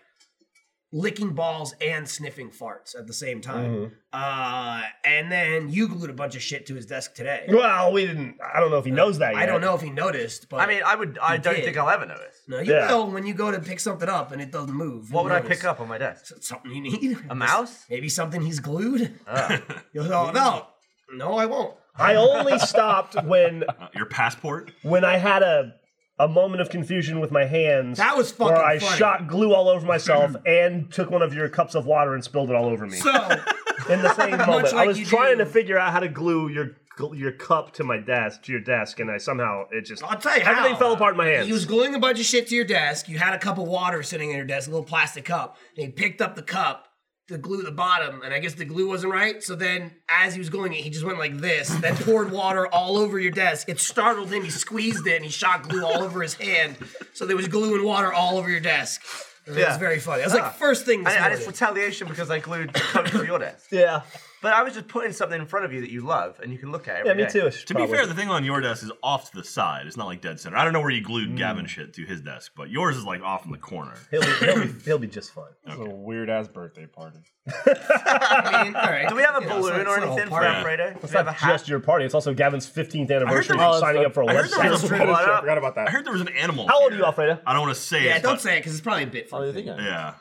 licking balls and sniffing farts at the same time.
Mm-hmm.
Uh, and then you glued a bunch of shit to his desk today.
Well, we didn't. I don't know if he knows that yet.
I don't know if he noticed, but
I mean, I would. I don't
did.
think I'll ever notice.
no, you
yeah.
know when you go to pick something up and it doesn't move.
What would I
you notice.
pick up on my desk?
Something you need?
A mouse?
Maybe something he's glued.
Ah.
(laughs) You'll go, no, no, I won't.
I only stopped when
Uh, your passport?
when I had a a moment of confusion with my hands.
That was fucking
where I
funny.
shot glue all over myself and took one of your cups of water and spilled it all over me.
So
in
(laughs)
the same moment. I
like
was
you
trying
do.
to figure out how to glue your gl- your cup to my desk to your desk, and I somehow it just
I'll tell you how.
everything fell apart in my hands.
He was gluing a bunch of shit to your desk. You had a cup of water sitting in your desk, a little plastic cup, and he picked up the cup to glue the bottom, and I guess the glue wasn't right. So then, as he was gluing it, he just went like this, then poured water all over your desk. It startled him. He squeezed it, and he shot glue all over his hand. So there was glue and water all over your desk. It was
Yeah. Ah.
very funny. That was like first thing this
And, and
morning.
it's retaliation because I glued coke to your desk.
yeah,
But I was just putting something in front of you that you love and you can look at every
yeah, me
day.
too.
To be fair, the thing on your desk is off to the side. It's not like dead center. I don't know where you
Hmm.
glued Gavin shit to his desk, but yours is like off in the corner.
he'll be, he'll be, he'll be just fine.
Okay.
a weird ass birthday party.
I mean, all right.
Do we have a
You know, it's not-
balloon or
it's not a whole
anything for
party.
Alfredo? Do we
It's
have a
not just
hat?
your party. It's also Gavin's 15th anniversary
there
for
was-
signing up for a
I heard there
website.
was a-
What
I
up?
forgot about that.
I heard there was an animal.
How old are you,
here.
Alfredo?
I don't want to say
Yeah,
it.
don't
but-
say it because it's probably a bit.
Oh,
Funny.
you think I am?
Yeah.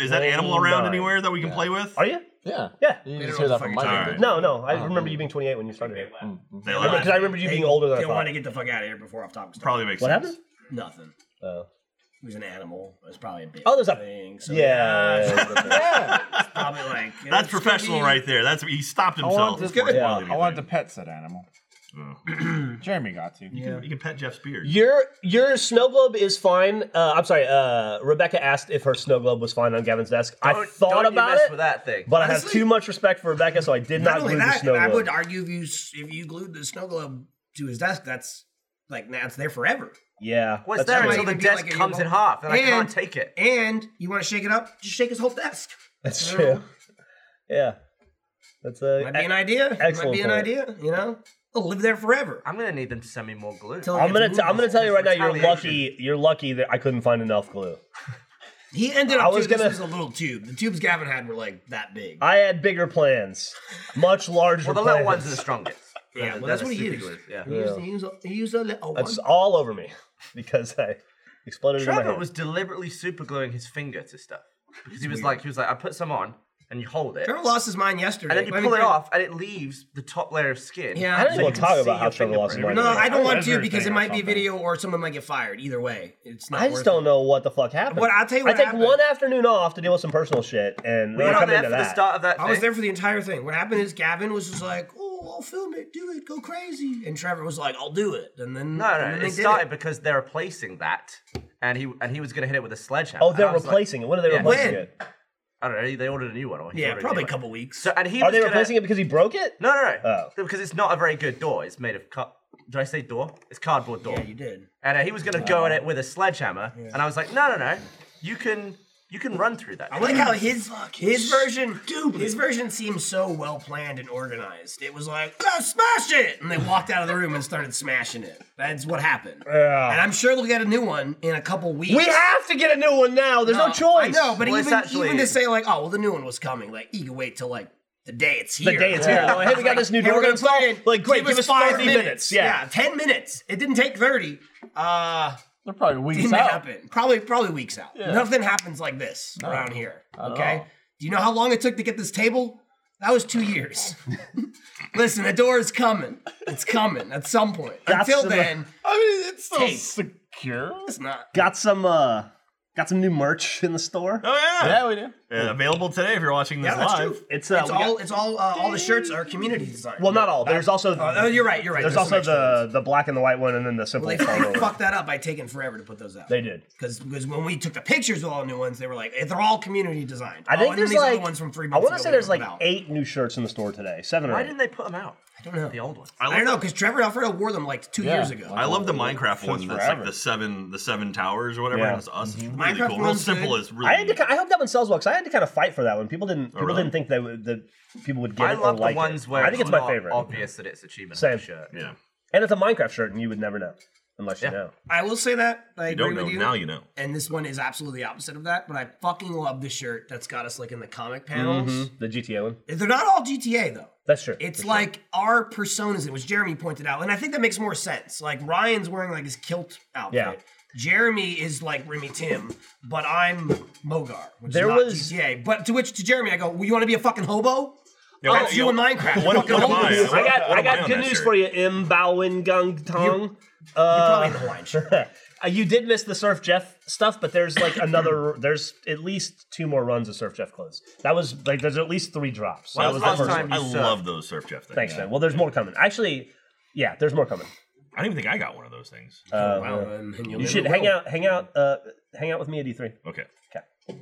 Is that animal around
29.
anywhere that we can play with?
Oh Are you?
Yeah.
Yeah.
You
They
just hear that
don't know the
from
fucking
Mike.
time.
I think.
No, no. I remember you being 28 when you started here.
Mm,
They
I remember-
laugh.
'cause I remember you being older than I
They
thought.
want to get the fuck out of here before off topic.
Probably makes
What
sense. (laughs)
happened?
nothing.
Oh.
He was an animal. It was probably a bit.
Oh, there's a-
thing. So
Yeah.
Yeah.
(laughs)
it's probably like it's
That's professional
gonna be-
right there. That's he stopped
I
himself.
wanted,
before
to,
he
yeah,
spoiled
I wanted to
anything.
pet said animal. Jeremy got to.
You can- You can pet Jeff's
(laughs)
beard.
Your your snow globe is fine. Uh, I'm sorry. Uh, Rebecca asked if her snow globe was fine on Gavin's desk. I
Don't-
thought
don't you
about
mess
it,
with that thing.
but I have
Honestly-
too much respect for Rebecca, so I did
Not
not
only
glue the
that,
snow
I would
globe.
argue if you s- if you glued the snow globe to his desk, that's like now it's there forever.
Yeah,
What's
that's
there
true.
until
Might
the
even be
desk
like a
comes in
yellow-
half and I
And-
can't take it.
And you want to shake it up? Just shake his whole desk.
That's
you
true.
know?
Yeah, that's a.
Might be an idea. Might
E-, Excellent
be an
point.
idea. You know, it'll live there forever.
I'm gonna need them to send me more glue.
Till it
I'm
gets
gonna
moved.
t- I'm gonna tell you right now. You're lucky.
Retaliation.
You're lucky that I couldn't find enough glue.
He ended
I
up.
was
too- This
gonna-
was a little tube. The tubes Gavin had were like that big.
I had bigger plans, much larger.
Well, the little
plans.
ones are the strongest.
Yeah,
They're the-
well, that's
they're the
what he
stupid
used.
ones, Yeah.
He used, he used, a- he used a little
That's
one.
all over me (laughs) because I exploded it in my
Trevor
hand.
was deliberately super gluing his finger to stuff because he was like, he was like, I put some on and you hold it,
Trevor lost his mind yesterday.
and then you
I mean,
pull it
Trevor-
off, and it leaves the top layer of skin.
Yeah.
I don't
So
even
you
want to
can
talk
see
about how
your
Trevor lost his
fingerprint.
mind.
No,
today.
I don't want to
Ezra
because it
thing or
might be a
something.
video or someone might get fired. Either way, it's not.
I
worth
just
it.
don't know what the fuck happened.
What- I'll tell you what
I take
happened.
one afternoon off to deal with some personal shit, and then
Were you
I
not
come
there
into
for the
that.
start of that?
I was
thing?
there for the entire thing. What happened is Gavin was just like, "Oh, I'll film it, do it, go crazy," and Trevor was like, "I'll do it," and then
No,
and then
no,
they
it
did
started because they're replacing that, and he and he was gonna hit it with a sledgehammer.
oh,
and I
they're
was like-
replacing it. When are they
Yeah.
replacing
When?
it?
I don't know. They ordered a new one. Or he
Yeah,
ordered
probably
new
a couple
One.
weeks.
So and he
Are
was
they
gonna,
replacing it because he broke it?
No, no, no.
Oh.
Because it's not a very good door. It's made of cut. Did I say door? It's cardboard door.
yeah, you did.
And uh, he was gonna go at it with a sledgehammer, and I was like, no, no, no. You can you can run through that.
I like how his his version his version seemed so well planned and organized. It was like, "Go smash it!" And they walked out of the room and started smashing it. That's what happened. And I'm sure they'll get a new one in a couple weeks.
We have to get a new one now. There's no,
I
choice.
know, but
Well, it's
even
actually-
even to say like, oh well, the new one was coming. Like you can wait till like the day it's
The
here.
day it's here. Like, hey, we got this new
Hey,
door
we're gonna
installed.
put it in.
Like, great, give us 30 minutes. Yeah.
ten minutes. It didn't take thirty. Uh,
They're probably
didn't
weeks out.
happen. Probably probably weeks out.
Yeah.
Nothing happens like this around here.
at
Okay.
all.
Do you know how long it took to get this table? That was two years. (laughs) Listen, the door is coming. It's coming at some point. Until
some-
then,
I mean, it's so
Tape.
Oh,
secure.
it's not.
Got some uh got some new merch in the store.
Oh yeah.
Yeah, we do.
Uh, available today if you're watching this
Yeah, that's
live.
true.
It's, uh,
it's
we got-
all it's all uh, all the shirts are community design.
Well, not all. There's also
Oh, you're right. You're right.
there's
some
also
extra ones.
the the black and the white one, and then the simple.
Well, they
one
fucking
over.
fucked that up by taking forever to put those out.
They did.
Because when we took the pictures of all the new ones, they were like, eh, they're all community designed.
I
Oh, and
think
then
there's
these other
like
ones from three
I
months
want to
ago
say
we
there's
put
like
out.
eight new shirts in the store today. Seven or
Why
eight.
didn't they put them out?
I don't know.
The old ones.
I don't know because Trevor and Alfredo wore them like two
Yeah.
years ago.
I love the
Oh,
Minecraft
since
one that's
forever.
like the seven the seven towers or whatever.
Yeah. Mm-hmm.
And it's us. It's really
Minecraft
cool. Real
one's
simple.
good.
It's really
I had to. ki- I hope that one sells well because I had to kind of fight for that one. People
Oh,
didn't. People
really?
didn't think they would, that people would get
I
it
love
or
the
like
ones
it.
where
I think it's
not
my favorite.
obvious that it's achievement
Same.
shirt.
yeah.
And it's a Minecraft shirt, and you would never know. unless you know.
I will say that I
You
agree
don't know.
with you.
Now you know.
and this one is absolutely the opposite of that. But I fucking love the shirt that's got us like in the comic panels.
The GTA one.
They're not all GTA though.
That's true.
It's like our personas, which Jeremy pointed out, and I think that makes more sense. Like Ryan's wearing like his kilt outfit.
Yeah.
Jeremy is like Remy Tim, but I'm Mogar, which
There
is not
was-
GTA. But to which to Jeremy, I go, well, "You want to be a fucking hobo?
Yeah,
That's
what-
you
yeah,
in Minecraft.
What,
fucking
what am
hobo.
I?
I got,
What am
I
on
got good
that
news
shirt?
for you, Im Bowen Gung Tong.
You're
Uh,
probably in Hawaiian shirt.
Uh, you did miss the Surf Jeff stuff, but there's like another. There's at least two more runs of Surf Jeff clothes. That was like there's at least three drops.
I
That was the
love-
first
time
one.
I
you
love those Surf Jeff things.
Thanks, man. Well, there's more coming. Actually, yeah, there's more coming.
I don't even think I got one of those things.
Uh,
Um, and you'll
You
never
should
know.
hang out, hang out, uh, hang out with me at E3.
okay.
Okay. Um,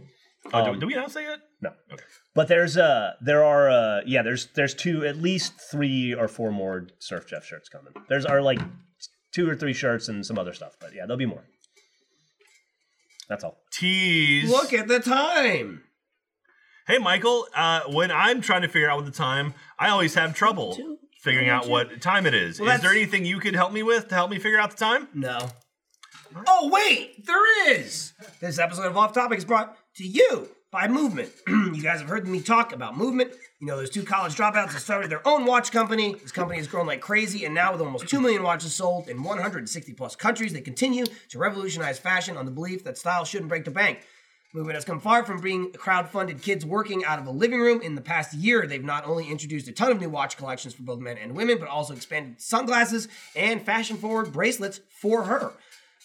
Uh, do, do we announce that yet?
No.
Okay.
But there's uh there are uh yeah there's there's two at least three or four more Surf Jeff shirts coming. There's are like two or three shirts and some other stuff, but yeah, there'll be more. That's all.
Tease.
(laughs) Look at the time.
Hey, Michael, uh, when I'm trying to figure out what the time, I always have trouble figuring out what time it is. is
that's-
there anything you could help me with to help me figure out the time?
No. Oh, wait, there is! This episode of Off Topic is brought to you by Movement. (clears throat) you guys have heard me talk about Movement. You know, those two college dropouts that started their own watch company. This company has grown like crazy, and now with almost 2 million watches sold in 160 plus countries, they continue to revolutionize fashion on the belief that style shouldn't break the bank. Movement has come far from being crowdfunded kids working out of a living room. In the past year, they've not only introduced a ton of new watch collections for both men and women, but also expanded sunglasses and fashion forward bracelets for her.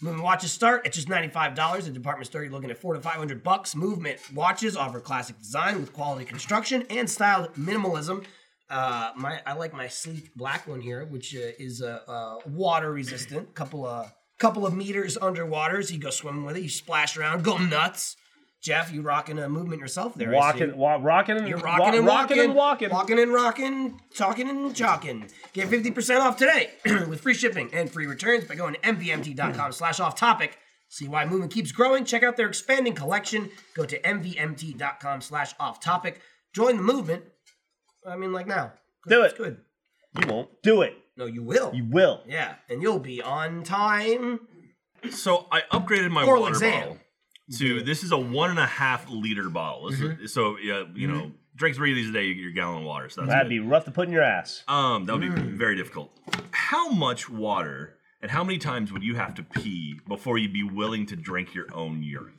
Movement watches start at just $95. At department store, you're looking at four to 500 bucks. Movement watches offer classic design with quality construction and styled minimalism. Uh, my I like my sleek black one here, which uh, is uh, uh, water resistant. Couple of couple of meters underwater, so you go swimming with it. You splash around, go nuts. Jeff, you rocking a movement yourself there. I see.
Walking, wa- rocking, and
You're
wa-
rocking and walking,
rocking and walking.
walking and rocking, talking and chalking. Get 50% off today (clears throat) with free shipping and free returns by going to mvmt.com slash off topic. See why movement keeps growing. Check out their expanding collection. Go to mvmt.com slash off topic. Join the movement. I mean, like now.
Do
It's
it.
good.
You won't do it.
No, you will.
You will.
yeah, and you'll be on time.
So I upgraded my
Or
water
Lexan.
bottle to
Mm-hmm.
this is a one and a half liter bottle. This is- so yeah, you
Mm-hmm.
know, drink three of these a day, you get your gallon of water. So that's
That'd
good.
be rough to put in your ass.
Um, that would be
Mm.
very difficult. How much water and how many times would you have to pee before you'd be willing to drink your own urine?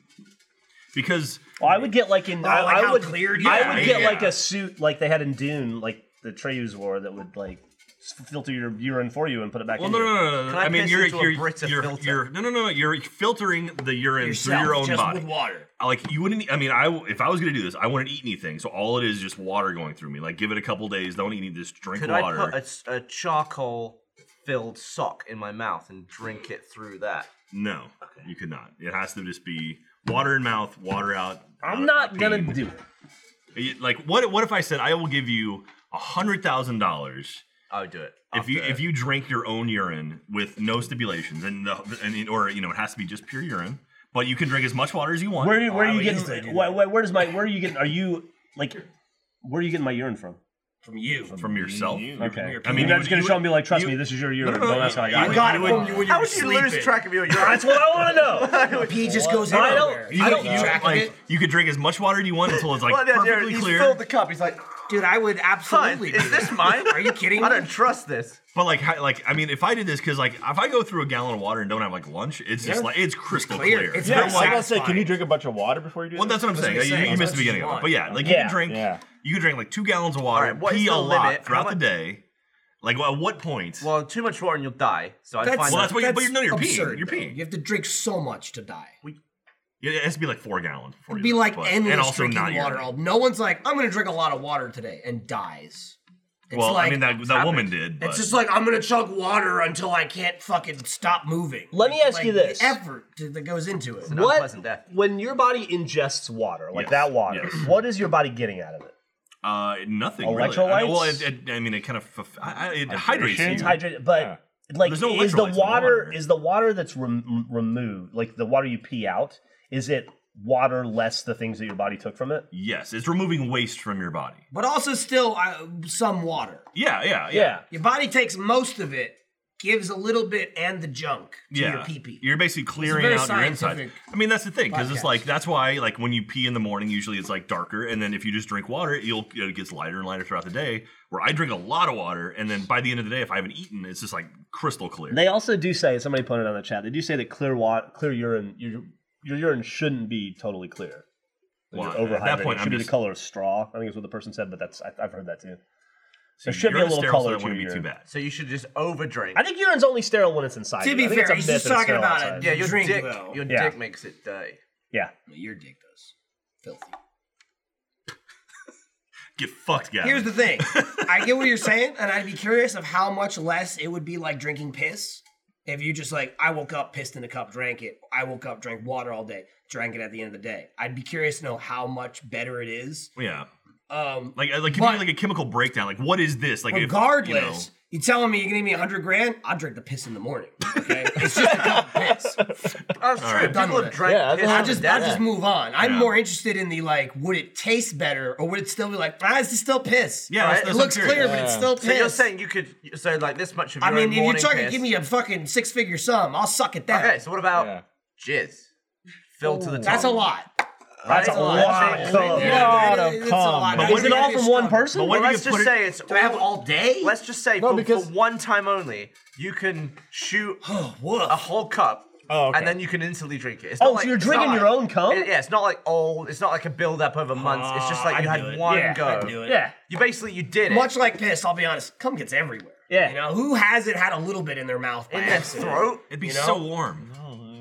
Because
Oh, I would get like in. I,
like
I
how
would.
cleared you
I
are.
would get
Yeah.
like a suit like they had in Dune, like the Treyus wore that would like s- filter your urine for you and put it back
well,
in.
no, no,
you.
no, no. no.
I
I mean,
piss
you're
into a
you're,
Brita
you're,
filter?
you're no, no, no. You're filtering the urine
Yourself,
through your own
just
body.
with water.
I like you wouldn't. e, I mean, I w- if I was gonna do this, I wouldn't eat anything. So all it is is just water going through me. Like give it a couple days. Don't eat anything. Just drink
Could
water.
I put a s- a, charcoal filled sock in my mouth and drink it through that?
No, you could not. It has to just be water in mouth, water out.
I'm not gonna do it.
You- Like what? What if I said I will give you a hundred thousand dollars
I would do it.
if you
after-
if you drink your own urine with no stipulations and the, and it- or you know it has to be just pure urine, but you can drink as much water as you want.
Where, where are you
I used to
getting?
do
Where,
that.
where, where does my? Where are you getting? Are you like? Where are you getting my urine from?
From you.
from yourself.
Okay.
I mean,
you're
you-
not just gonna
you-
show me like, trust
you-
me, this is your urine.
no, no,
Don't ask how I
you-
got
you
it.
got it
would-
from you when you
How
were
would you lose
sleeping.
track of your
(laughs)
urine?
That's what I want to know.
Your pee just goes
I don't-
everywhere.
You,
I
you,
don't keep track of
like,
it.
you could drink as much water as you want until it's like
Well, yeah, Jared,
perfectly
he's
clear.
filled the cup. He's like,
Dude, I would
"Fine,
absolutely. do
is this
that.
mine?
Are you kidding?
(laughs) I
me?
don't trust this.
But like, how, like I mean, if I did this, because like, if I go through a gallon of water and don't have like lunch, it's just
Yeah.
like it's crystal
clear.
clear.
It's
I'm
very
like,
I was gonna say,
satisfying.
can you drink a bunch of water before you do?
well, that's what I'm saying.
what I'm
You-
saying.
You, missed the
That's
beginning
what
of
you
it, but yeah, like you
Yeah,
can drink,
yeah.
you can drink like two gallons of water,
All right, what is
pee a
the
lot
limit? How
throughout the
much-
day. Like, well, at what point?
Well, too much water and you'll die. So I
That's,
find
Well,
that
that's what you- but you know you're peeing.
absurd,
You're
though.
peeing.
You have to drink so much to die.
Yeah, it has to be like four gallons. Before
It'd
you
be
do it,
like
but-
endless
and also
drinking
not
water.
urine.
All no one's like, I'm gonna drink a lot of water today and dies. It's
Well,
like,
I mean that that woman did, but
it's just like I'm gonna chug water until I can't fucking stop moving.
Let me
Like-
ask you
like,
this.
the effort to- that goes into it.
an
What
unpleasant death.
when your body ingests water like
Yes,
that water?
yes.
What is your body getting out of it?
uh, nothing. really. I mean, well, it, it, I mean, it kind of fulf- I, I, it hydrates
Hydration?
you.
It's hydrated, but
Yeah.
like,
There's no
is the
electrolytes in the
water,
water.
is the water that's rem- removed, like the water you pee out, is it water less the things that your body took from it?
yes, it's removing waste from your body.
But also, still uh, some water.
Yeah, yeah, yeah.
Yeah.
Your body takes most of it, gives a little bit and the junk to
yeah.
your pee-pee.
You're basically clearing
very
out your inside.
scientific
I mean, that's the thing because
podcast.
it's like that's why like when you pee in the morning, usually it's like darker, and then if you just drink water, you'll it gets lighter and lighter throughout the day. Where I drink a lot of water, and then by the end of the day, if I haven't eaten, it's just like crystal clear.
They also do say somebody put it on the chat. They do say that clear water, clear urine, your, your urine shouldn't be totally clear.
Well,
You're
at that
overhydrated.
point,
it
I'm
should be
just-
the color of straw. I think is what the person said, but that's I, I've heard that too.
So
there should be
you're
a little
sterile,
color
so that
to
wouldn't be
your-
too bad.
So you should just overdrink.
I think urine's only sterile when it's inside.
To
you.
be
I think it's
fair,
a
he's
myth
just
that it's
talking
sterile
about it.
outside.
yeah, your
Drink,
dick,
though.
your
Yeah.
dick makes it die.
Yeah,
Your dick does. Filthy.
Get fucked, guys.
Here's
(laughs)
the thing. I get what you're saying, and I'd be curious of how much less it would be like drinking piss if you just like I woke up, pissed in a cup, drank it. I woke up, drank water all day, drank it at the end of the day. I'd be curious to know how much better it is.
yeah,
Um,
like uh, like give
But-
me like a chemical breakdown. Like what is this? Like if, you know-
regardless, you telling me you can give me a hundred grand? I'll drink the piss in the morning.
(laughs)
Okay, it's just a cup of piss.
I'm sure
right.
Done
people
with
have
it.
drank
Yeah, I
piss
think-
I
on
just
their
I just
death.
move on. I'm
Yeah.
more interested in the like, would it taste better, or would it still be like, ah, it's still piss?
yeah, that's-
Right?
it
that's
looks
what I'm
clear,
curious.
but it's
Yeah.
still piss.
So you're saying you could so like this much of your
I mean,
own
if you're
morning
trying to
piss-
give me a fucking six figure sum, I'll suck at that.
Okay, so what about
Yeah.
jizz? Filled to the top.
That's a lot.
that's,
That's
a
a
lot,
lot.
of
Oh. Yeah,
cum.
yeah,
Lot
yeah,
of
it's a
cum,
lot.
man.
But
Is it all from one person?
But
Well,
when
let's
do you
just
put it-
say it's.
Do I have all day?
Let's just say
No,
for,
because-
for one time only, you can shoot
(laughs) Oh, woof.
a whole cup.
Oh, okay.
And then you can instantly drink it. It's
Oh,
not
so
like,
you're
it's not
drinking
like-
your own cum?
It- yeah, it's not like old. It's not like a build up over months. it's just like you
I'd
had
do Uh, it.
one
Yeah,
go.
I'd do it.
Yeah.
You basically you did it.
Much like piss, I'll be honest, cum gets everywhere.
Yeah.
You know, who hasn't had a little bit in their mouth by
in their
accident?
throat.
It'd be
You know?
so warm.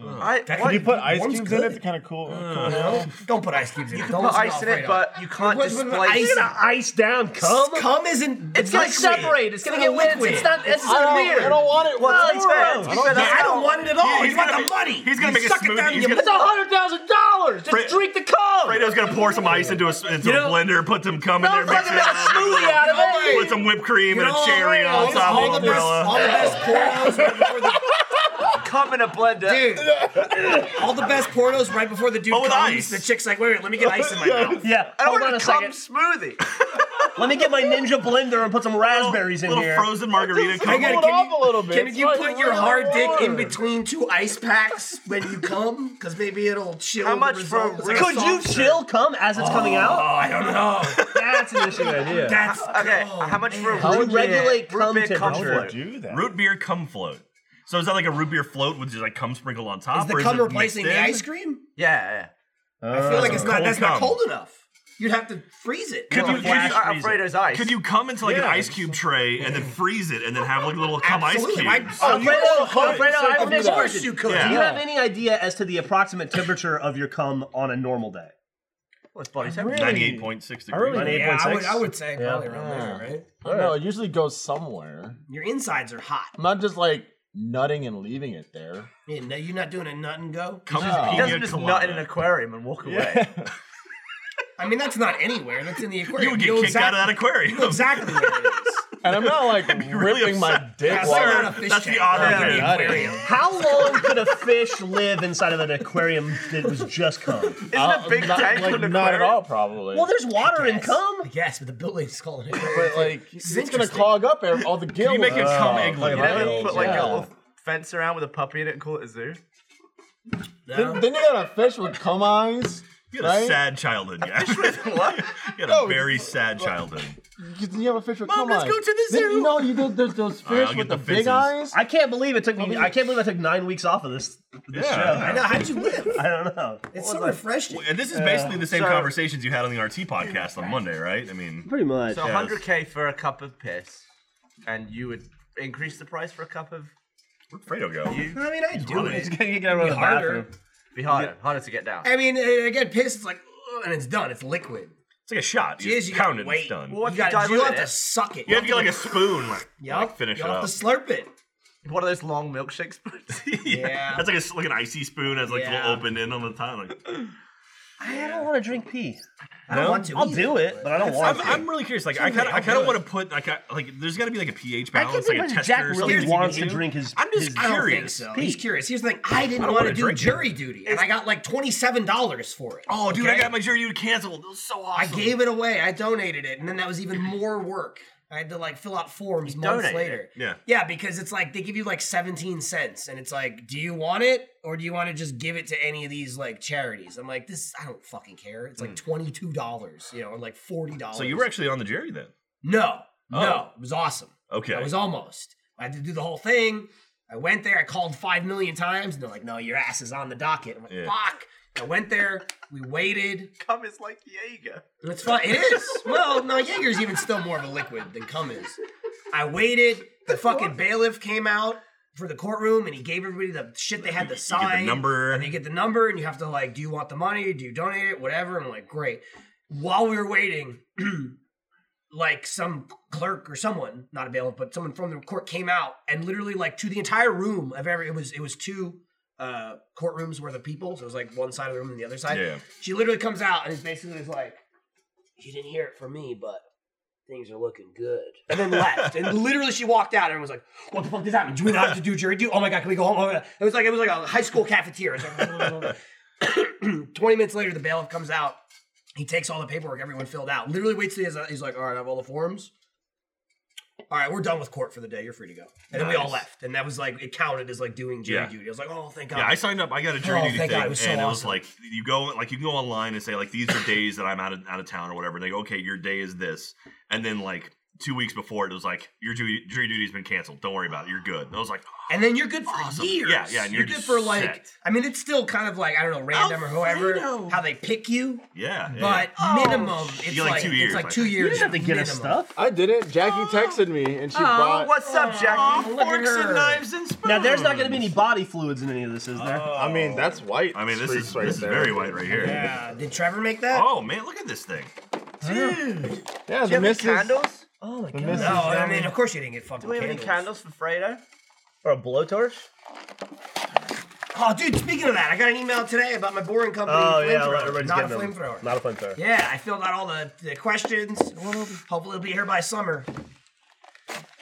I,
Could
what,
you put ice
One's
cubes in
good.
it to kind of cool?
You know? Don't put ice cubes in it.
you
Don't
put
listen to
ice in
Alfredo.
it, but you can't
What's with the
displace.
ice?
You're gonna ice down cum?
cum isn't.
It's gonna
liquid.
separate, it's gonna
not
get wet, it's-
liquid.
it's not-
It's
I
so
don't,
weird.
I don't want it.
Well, it's fair.
tomorrow.
It's
I
fair.
don't-
Yeah, I
That's
don't
not-
want it at all.
he's
you want
gonna
the
make-
money.
he's gonna
You
make a
suck it down
smoothie.
in
He's
your
gonna-
mouth.
hundred thousand dollars. Just
Fred-
drink the cum.
Fredo's gonna pour some ice into a, s- into
know-
a blender, put some cum in there, mix it up,
smoothie out of it.
put some whipped cream and
You know,
a cherry on
all-
top
all
of an
the best-
umbrella.
All the best pornos right before the
Cum in a blender.
Dude, all the best pornos right before the dude
But with
comes.
ice.
The chick's like, wait, wait, let me get ice in my mouth.
(laughs) Yeah.
I
Hold
ordered
on
a
a second.
cum smoothie. (laughs)
Let me get
(laughs)
my ninja blender and put some raspberries in
little
here.
frozen margarita
I
cum.
gotta-
Well,
it off a little bit.
Can
It's
you
like
put your
real
hard dick in
hard.
between two ice packs when you come? Because maybe it'll chill.
How
the
much for a
result. It's like a
Could you
soft serve.
chill cum as it's coming
Oh,
out?
I don't know.
That's an interesting idea.
That's
Okay,
oh,
how much for a
How
root
would
beer-
regulate
root
cum
beer
temperature?
culture?
How would you do
(laughs)
that?
Root beer cum float. So is that like a root beer float with just like cum sprinkled on top?
Is the
or
cum
it
replacing
mixed
the
in?
ice cream?
Yeah, yeah.
I feel like
Oh,
it's not.
Uh, cold
That's not
cum.
cold enough. You'd have to freeze it.
Could you, could you,
Flash Alfredo's ice.
could you cum into like an
Yeah.
ice cube tray and then freeze it and then have like little cum ice
Absolutely.
cubes?
Why-
Oh, you
Alfredo,
wanna cut it,
Alfredo,
so
I
you
have
can do
an
Of
that.
course you could.
Yeah.
Do you have any idea as to the approximate temperature of your cum on a normal day?
Well, it's body temperature.
Ninety-eight point six
I
degrees.
really-
Yeah, I would,
8.6.
I would say
Yeah.
probably around there, right?
I don't know. It usually goes somewhere.
Your insides are hot.
I'm not just like nutting and leaving it there.
Yeah, no, you're not doing a nut and go.
Cum is
No.
pina
He doesn't just
colada.
nut in an aquarium and walk away.
I mean, that's not anywhere. That's in the aquarium.
You would get
know
kicked out
exactly-
of that aquarium. (laughs)
you know exactly where it is.
and I'm not like
really
ripping my
upset.
dick.
That's
while-
not a fish
that's the
tank.
honor
Not
of
in
it.
the aquarium.
How long could a fish live inside of an aquarium that was just cum?
Isn't
Uh,
a big
not,
tank
like,
in an
Not at
aquarium?
all, probably.
Well, there's water in cum.
Yes, but the building's calling it.
but like it's gonna
interesting.
cog up ev- all the gills.
you make it cum egg layer?
like,
You never
right?
put like a
Yeah.
little fence around with a puppy in it and call it a zoo.
Then, then you got a fish with cum eyes.
You had a
Right?
sad childhood, guys. (laughs)
What?
You had
No,
a very sad childhood.
You, you have a fish with
Mom,
cum
let's
eyes.
go to the
Then,
zoo.
You know, you did there's those
All right,
fish
I'll
with
get
the,
the
big
fences.
eyes.
I can't believe it took me. I can't believe I took nine weeks off of this.
Yeah.
I know. How'd
(laughs)
you live?
I don't know.
It's so refreshing.
And this is basically the same
so-
conversations you had on the RT podcast on Monday, right? I mean,
Pretty much.
So 100k for a cup of piss, and you would increase the price for a cup of
where'd Fredo go?
you?
I mean, I do
running.
it.
you gotta run to the
harder.
bathroom.
Be harder, harder to get down.
I mean, uh, again, piss. It's like, ugh, and it's done. It's liquid.
It's like a shot. You
Jeez,
just
you
pound
gotta
it and
wait.
it's done.
What if
you
you
got. You
dilute
have to
it?
suck it.
You have to get like a spoon,
(laughs)
like, like finish
you
it
have
up. (laughs)
to slurp it.
One of those long milkshake spoons.
Yeah.
That's like a s like an icy spoon has like a
Yeah.
little open end on the top. Like,
I don't want to drink pee.
I don't want to.
I'll
either.
do it, but I don't want
I'm,
to.
I'm really curious. Like I kind of I kind of want to put like I, like there's got to be like a pH
I can't
balance,
think
like a
whether
tester.
Jack
or something
really
you
wants
can
to
do.
drink his.
I'm just
his-
I don't think
Curious.
so.
Pete.
He's curious. Here's the thing. I didn't
don't
want to
wanna
do
drink it.
jury duty, and I got like twenty-seven dollars for it.
Oh, dude,
okay?
I got my jury duty canceled. It was so
I
awesome.
gave it away. I donated it, and then that was even more work. I had to like fill out forms
You
months
donated
later.
Yeah.
Yeah, because it's like they give you like 17 cents and it's like, do you want it or do you want to just give it to any of these like charities? I'm like, this, I don't fucking care. It's like $22, you know, or like $40.
Oh,
So you were actually on the Jerry then.
No, no,
Oh.
it was awesome.
Okay.
I was almost. I had to do the whole thing. I went there. I called five million times, and they're like, "No, your ass is on the docket." I'm like,
Yeah.
"Fuck!" I went there. We waited.
Cum is like Jaeger.
It's fine. It is. Well, no, Jaeger's even still more of a liquid than cum is. I waited. The fucking bailiff came out for the courtroom, and he gave everybody the shit they had to
You
sign.
get the number.
And you get the number, and you have to like, do you want the money? Do you donate it? Whatever. And I'm like, great. While we were waiting, (clears throat) like some clerk or someone, not a bailiff, but someone from the court came out and literally like to the entire room of every. It was it was two uh courtrooms worth of people, so it was like one side of the room and the other side.
Yeah.
She literally comes out and is basically is like, "You didn't hear it from me, but." Things are looking good. And then left. and literally she walked out and was like, What the fuck does that mean? Do we not have to do jury duty? Oh my god, can we go home? Oh my God." It was like it was like a high school cafeteria. (laughs) It was like- Twenty minutes later the bailiff comes out. He takes all the paperwork everyone filled out. Literally waits till he has, he's like, all right, I have all the forms. All right, we're done with court for the day. You're free to go. And then we all
Nice.
left. And that was like, it counted as like doing jury
Yeah.
duty. I was like, oh, thank God.
Yeah, I signed up. I got a jury
Oh,
duty
thank
thing,
God, it was so
and it was
awesome.
like you go like you can go online and say like these are days that I'm out of out of town or whatever. And they go, okay, your day is this, and then like two weeks before it was like your jury, jury duty's been canceled. Don't worry about it. You're good. And I was like, "Oh,
and then you're good for
Awesome.
years.
Yeah, yeah, and
you're,
you're
good
just
for like.
set.
I mean, it's still kind of like I don't know, random or whoever
Alfredo.
how they pick you,
yeah, yeah,
but minimum it's
You get,
like,
like, two years,
it's like
I
two
think.
years.
You didn't have to get us
minimum.
stuff.
I did it. Jackie texted me and she
Oh,
brought.
what's up, Jackie?
look at
forks
her.
and knives and spoons.
Now there's not going to be any body fluids in any of this, is there?
I mean, that's white.
I mean, this
streaks
is
right
this is
there.
very white right here.
Yeah. Uh, Did Trevor make that?
Oh man, look at this thing.
Yeah,
Do you
the
have any
missus.
candles?
oh my
The
god!
missus.
No, I mean, of course you didn't get fucking
Do we have any
candles.
candles for Fredo?
Or a blowtorch?
Oh, dude, speaking of that, I got an email today about my boring company,
Oh yeah,
flamethrower.
everybody's
not a
getting them.
flamethrower.
Not a flamethrower.
yeah, I filled out all the, the questions. Hopefully, it'll be here by summer.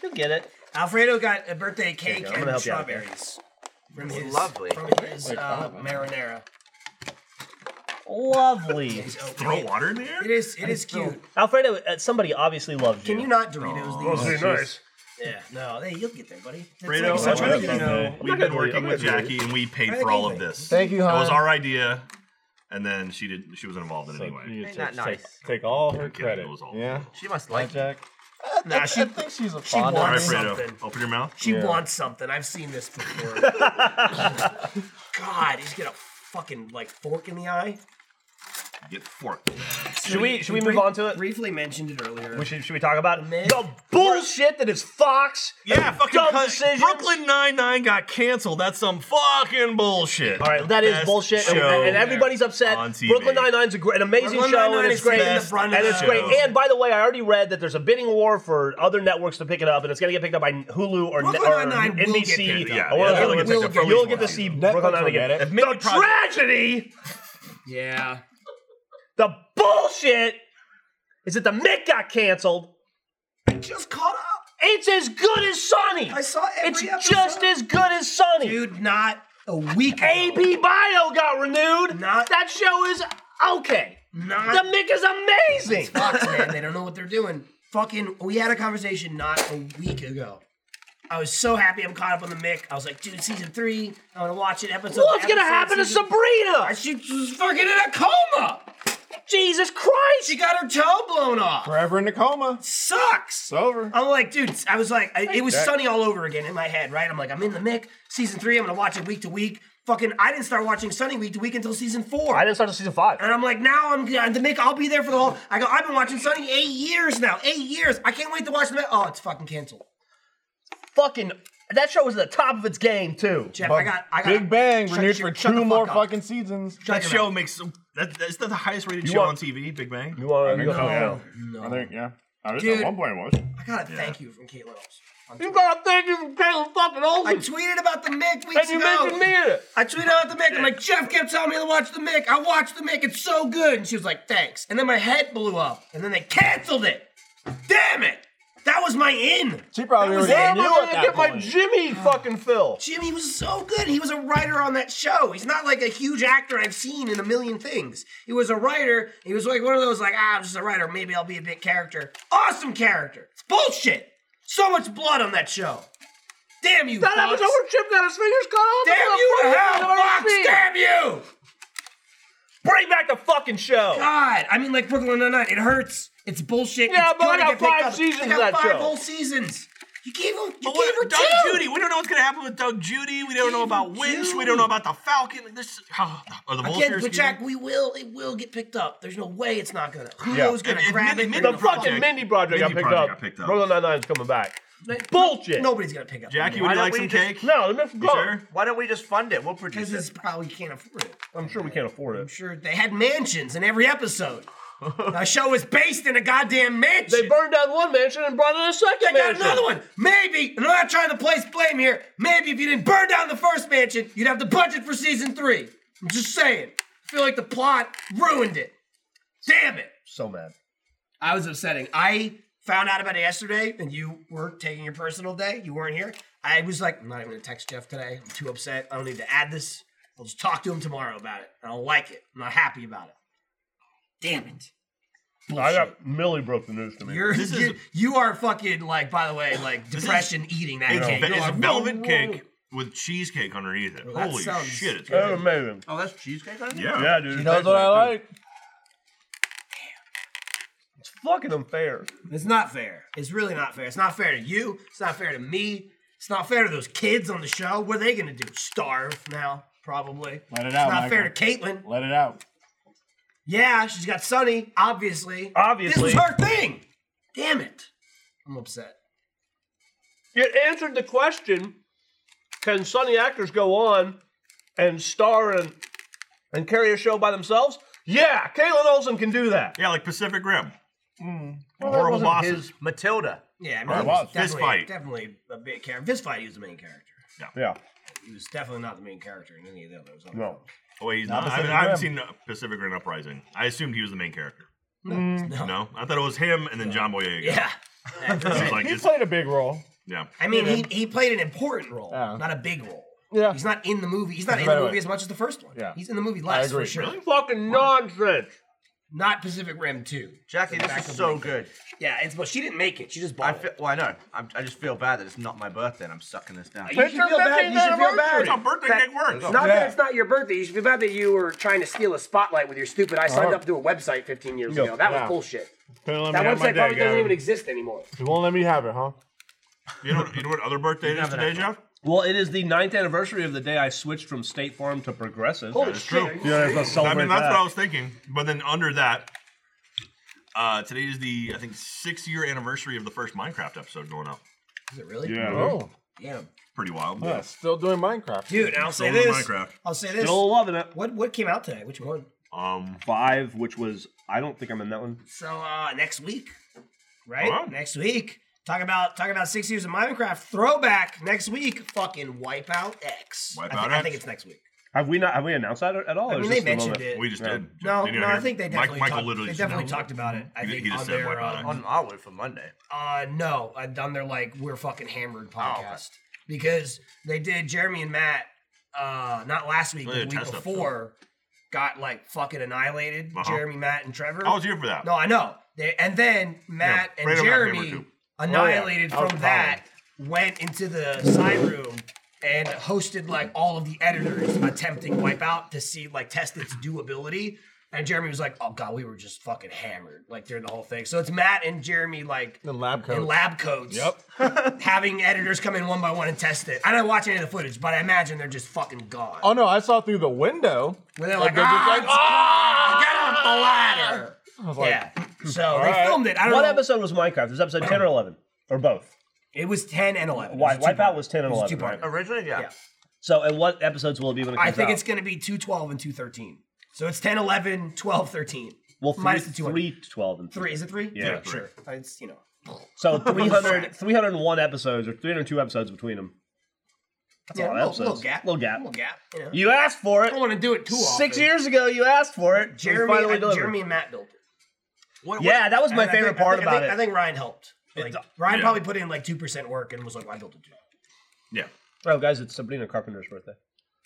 You'll get it.
Alfredo got a birthday cake
go. I'm gonna
and
help you out here.
strawberries from his
Lovely.
from his uh, marinara.
(laughs) Lovely.
His oat
Throw
cake.
water in there.
It is. It is cute.
Alfredo, uh, somebody obviously loves you.
Can you not Doritos these?
nice.
Yeah. No. Hey, you'll get there, buddy. It's like
Fredo, I
such
want
a-
you to know we've been working with Jackie, and we paid for all of this.
Thank you,
It
hon.
was our idea, and then she did. She was involved in it anyway.
Ain't that nice?
Take all her
kidding, credit. it was all-
Yeah.
She must like it.
Jack.
Nah, she,
I think she's a
she
fond
All right,
wants something.
Fredo, open your mouth.
She
Yeah.
wants something. I've seen this
(laughs)
before. God, he's gonna fucking like fork in the eye.
Get forked.
Should we should we move on to it?
Briefly mentioned it earlier.
We should, should we talk about
Man.
the bullshit that is Fox?
Yeah,
and
fucking
dumb
cut-
decisions?
Brooklyn Nine Nine got canceled. That's some fucking bullshit.
All right, that is
Best
bullshit, and,
show
and everybody's upset.
on TV.
Brooklyn Nine Nine's a great, an amazing
Brooklyn
show,
Nine-Nine
and
is
it's great,
the
and
best running
it's
show.
great. And by the way, I already read that there's a bidding war for other networks to pick it up, and it's going to get picked up by Hulu or,
Brooklyn
or
Nine-Nine will get
NBC.
picked
or
up.
one of the
Yeah, yeah, it'll
other ones.
get picked up for at
You'll
least
get to
one
see
season.
Brooklyn
will
Nine
get
again.
it.
If
The
Mindy Project-
tragedy,
yeah.
the bullshit, is that the Mick got canceled.
I just caught up.
It's as good as Sonny.
I saw every
It's
episode.
just as good as Sonny.
Dude, not a week. ago.
AB Bio got renewed.
Not-
that show is okay.
Not-
the Mick is amazing.
Fox, man. They don't know what they're doing. Fucking, we had a conversation not a week ago. I was so happy I'm caught up on the Mick. I was like, dude, season three. I want to watch it. Episode.
What's gonna
episode,
happen to
season-
Sabrina?
She was fucking in a coma.
Jesus Christ!
She got her toe blown off.
Forever in a coma.
Sucks.
It's over.
I'm like, dude, I was like, I, it was
Jack.
sunny all over again in my head, right? I'm like, I'm in the Mick. Season three, I'm gonna watch it week to week. Fucking, I didn't start watching Sunny week to week until season four.
I didn't start to season five.
And I'm like, now I'm the Mick. I'll be there for the whole. I go. I've been watching Sunny eight years now. Eight years. I can't wait to watch the Mick. Oh, it's fucking canceled.
Fucking that show was at the top of its game too.
Jeff, I got. I got.
Big Bang
Shut-
renewed
shut-
for
shut the
two
fuck
more
up.
fucking seasons.
Shut
That
your
show
mouth.
makes so- that. That's the highest rated show
are-
on TV. Big Bang.
You are you,
Oh, yeah.
No.
I think yeah. I was
Dude.
at one point it was.
I gotta thank you from Caitlin. Olsen. on Twitter.
gotta thank you for Caleb fucking
I
Olsen.
tweeted about the Mick weeks
And you
ago.
mentioned me in it.
I tweeted out the Mick. I'm like, Jeff kept telling me to watch the Mick. I watched the Mick. It's so good. And she was like, thanks. And then my head blew up. And then they canceled it. Damn it. That was my in.
She probably
was
already
it.
knew
I'm
at
gonna
that
get my
point.
Jimmy fucking fill.
Jimmy was so good. He was a writer on that show. He's not like a huge actor I've seen in a million things. He was a writer. He was like one of those like, ah, I'm just a writer. Maybe I'll be a big character. Awesome character. It's bullshit. So much blood on that show. Damn you,
That
Fox.
episode where Chip got his fingers cut off.
Damn
and got
you,
frozen
hell,
in our
Fox.
machine.
Damn you.
Bring back the fucking show.
God, I mean, like Brooklyn Nine-Nine, it hurts. It's bullshit.
Yeah,
It's
but I
gonna get
got
picked
five
up.
seasons
They
of
got
that
five
show.
whole seasons. You gave him. You
But
gave her
what, Doug
two.
Judy, we don't know what's going to happen with Doug Judy. We don't know about Winch. We don't know about the Falcon. Like, This (sighs) oh, or the
Again,
Vultures.
but Jack, we will. It will get picked up. There's no way it's not gonna. Who's gonna
If- if
grab
Mindy- Mindy
it? They're
The
gonna
fucking
fuck it.
Mindy project
Mindy
got picked
Project
up.
got picked up.
Brooklyn Nine-Nine's coming back.
Like,
Bullshit.
Nobody's gonna pick up.
Jackie,
Mindy.
would you
don't
like
we
some
just-
cake?
No, the Myth's
You
gone.
sure?
Why don't we just fund it? We'll produce
This is
it.
probably can't afford it.
I'm sure we can't afford
I'm
it.
sure they had mansions in every
(laughs)
episode. Our show is based in a goddamn mansion.
They burned down one mansion and brought in a second
I got
mansion.
another one. Maybe, and I'm not trying to place blame here. Maybe if you didn't burn down the first mansion, you'd have the budget for season three. I'm just saying. I feel like the plot ruined it. Damn it.
So mad.
I was upsetting. I found out about it yesterday, and you were taking your personal day. You weren't here. I was like, I'm not even gonna text Jeff today. I'm too upset. I don't need to add this. I'll just talk to him tomorrow about it. I don't like it. I'm not happy about it. Damn it.
I got Millie broke the news to me.
You're,
This is-
you you are fucking like, by the way, like depression eating that
It's,
cake.
ve-
You're
it's
like,
velvet
whoa, whoa.
cake with cheesecake underneath it.
that
Holy
sounds
shit! It's
That
good.
was amazing.
Oh, that's cheesecake on it?
Yeah.
Yeah, dude.
She
it
knows
tastes
what I
good.
like.
It's fucking unfair.
It's not fair. It's really not fair. It's not fair to you. It's not fair to me. It's not fair to those kids on the show. What are they gonna do? Starve now, probably.
Let it
It's
out,
not fair to
Michael.
Caitlin.
Let it out.
Yeah, she's got Sunny, obviously.
Obviously.
This was her thing. Damn it. I'm upset.
It answered the question: Can Sunny actors go on and star and and carry a show by themselves? Yeah, Caitlin Olsen can do that.
Yeah, like Pacific Rim.
that
Horrible
wasn't
bosses.
his-
Matilda.
Yeah, I mean, he
wow,
was definitely,
fistfight.
definitely a big character. Fist fight, he was the main character.
Yeah.
He was definitely not the main character in any of the others.
No.
Oh wait, he's
Not
not. I haven't,
Pacific
I haven't seen Pacific Rim Uprising. I assumed he was the main character.
No.
No, I thought it was him and then John Boyega.
Yeah.
It was
(laughs)
like,
He
it's-
played a big role.
yeah.
I mean, he, he played an important role,
Yeah.
not a big role.
Yeah.
He's not in the movie. He's not in
Right
the
away.
movie as much as the first one.
Yeah.
He's in the movie less, for
agree.
sure.
Fucking nonsense.
Not Pacific Rim 2.
Jackie,
Back
this
of the
is so
main
good.
Yeah, it's well, she didn't make it. She just
I
bought
feel,
it.
well, I know. I'm, I just feel bad that it's not my birthday and I'm sucking this down.
You should feel bad. You should feel bad.
That's how birthday
That-
cake works.
Not
Yeah.
that it's not your birthday. You should feel bad that you were trying to steal a spotlight with your stupid. I signed
Uh-huh.
up to a website 15 years
Yeah.
ago. That was
Yeah.
bullshit.
Couldn't let
That
me have my
website
day,
probably doesn't
Gavin.
even exist anymore.
You won't let me have it, huh?
You know, you know what other birthday it is
have
today,
that.
Jeff?
Well, it is the ninth anniversary of the day I switched from State Farm to Progressive.
Holy
That's
shit!
true.
are you-
Yeah, there's no
I mean,
celebrate
that's
that.
what I was thinking. But then under that, uh, today is the I think six year anniversary of the first Minecraft episode going up.
Is it really?
Yeah. Oh,
Damn.
Pretty wild.
yeah. Still doing Minecraft.
Dude, and I'll say
Still in
this.
Minecraft.
I'll say this.
Still loving it.
What what came out today? Which one?
Um,
Five, which was I don't think I'm in that one.
So uh next week, right?
Huh?
Next week, talk about talk about six years of Minecraft throwback. Next week, fucking Wipeout X. I
Wipeout
think, I
X.
think it's next week.
Have we not? Have we announced that at all?
I
Or
mean,
is
they
this the
mentioned
moment?
it.
we just did.
no,
You didn't
no,
hear
I
it?
think they
Mike-
definitely
Michael
talked,
literally
they
just
definitely
announced
talked about it. I
He-
think
he just
on
said
their
Wipeout
uh,
X.
on,
On our way for Monday.
uh, no, I've done their like we're fucking hammered
Oh,
okay.
podcast because they did Jeremy and Matt uh not last week,
They
but the
did a
week
test episode.
before got like fucking annihilated.
Uh-huh.
Jeremy, Matt, and Trevor.
I was here for that.
No, I know. They, and then Matt
Yeah,
and
Fredo got hammered,
Jeremy
too.
annihilated
Oh, yeah. That was
from
a
that, went into the side room and hosted like all of the editors attempting Wipeout to see like test its doability. And Jeremy was like, "Oh God, we were just fucking hammered like during the whole thing." So it's Matt and Jeremy like
In lab
in
coat.
lab coats,
Yep.
(laughs) having editors come in one by one and test it. I didn't watch any of the footage, but I imagine they're just fucking gone.
Oh no, I saw through the window.
Where they're like,
they're just
"Ah,
like,
it's gone! get off the ladder."
I was like,
yeah. So they
right.
filmed it. I don't
hmm, What
know.
episode was Minecraft? Was episode ten or eleven or both?
It was 10 and 11.
Wi-
It was two
Wipeout
part-
was 10 and
it was
11,
two-part.
right?
Originally, yeah.
Yeah.
So, and what episodes will it be when it comes
I think
out?
it's going to be 212 and 213. So it's 10, 11, 12, 13.
well, three,
minus the two hundred.
three, 12, and
Three, is it three?
Yeah,
three.
sure. Uh, It's, you know. (laughs)
So 300, 301 episodes or 302 episodes between them.
That's
a lot
little,
of
little
episodes.
gap.
Little gap.
Little gap. You know.
You asked for
I
it.
don't want to do it too often.
Six years ago, you asked for it. We
Jeremy,
finally
uh,
delivered.
Jeremy and Matt built it.
What,
Yeah, that was
And
my
I
favorite
think- I
part
think- I
about
think- I
it.
think Ryan helped. Like Ryan
yeah.
probably put in like two percent work and was like, well, I built a dude.
Yeah.
Oh, guys, it's Sabrina Carpenter's birthday.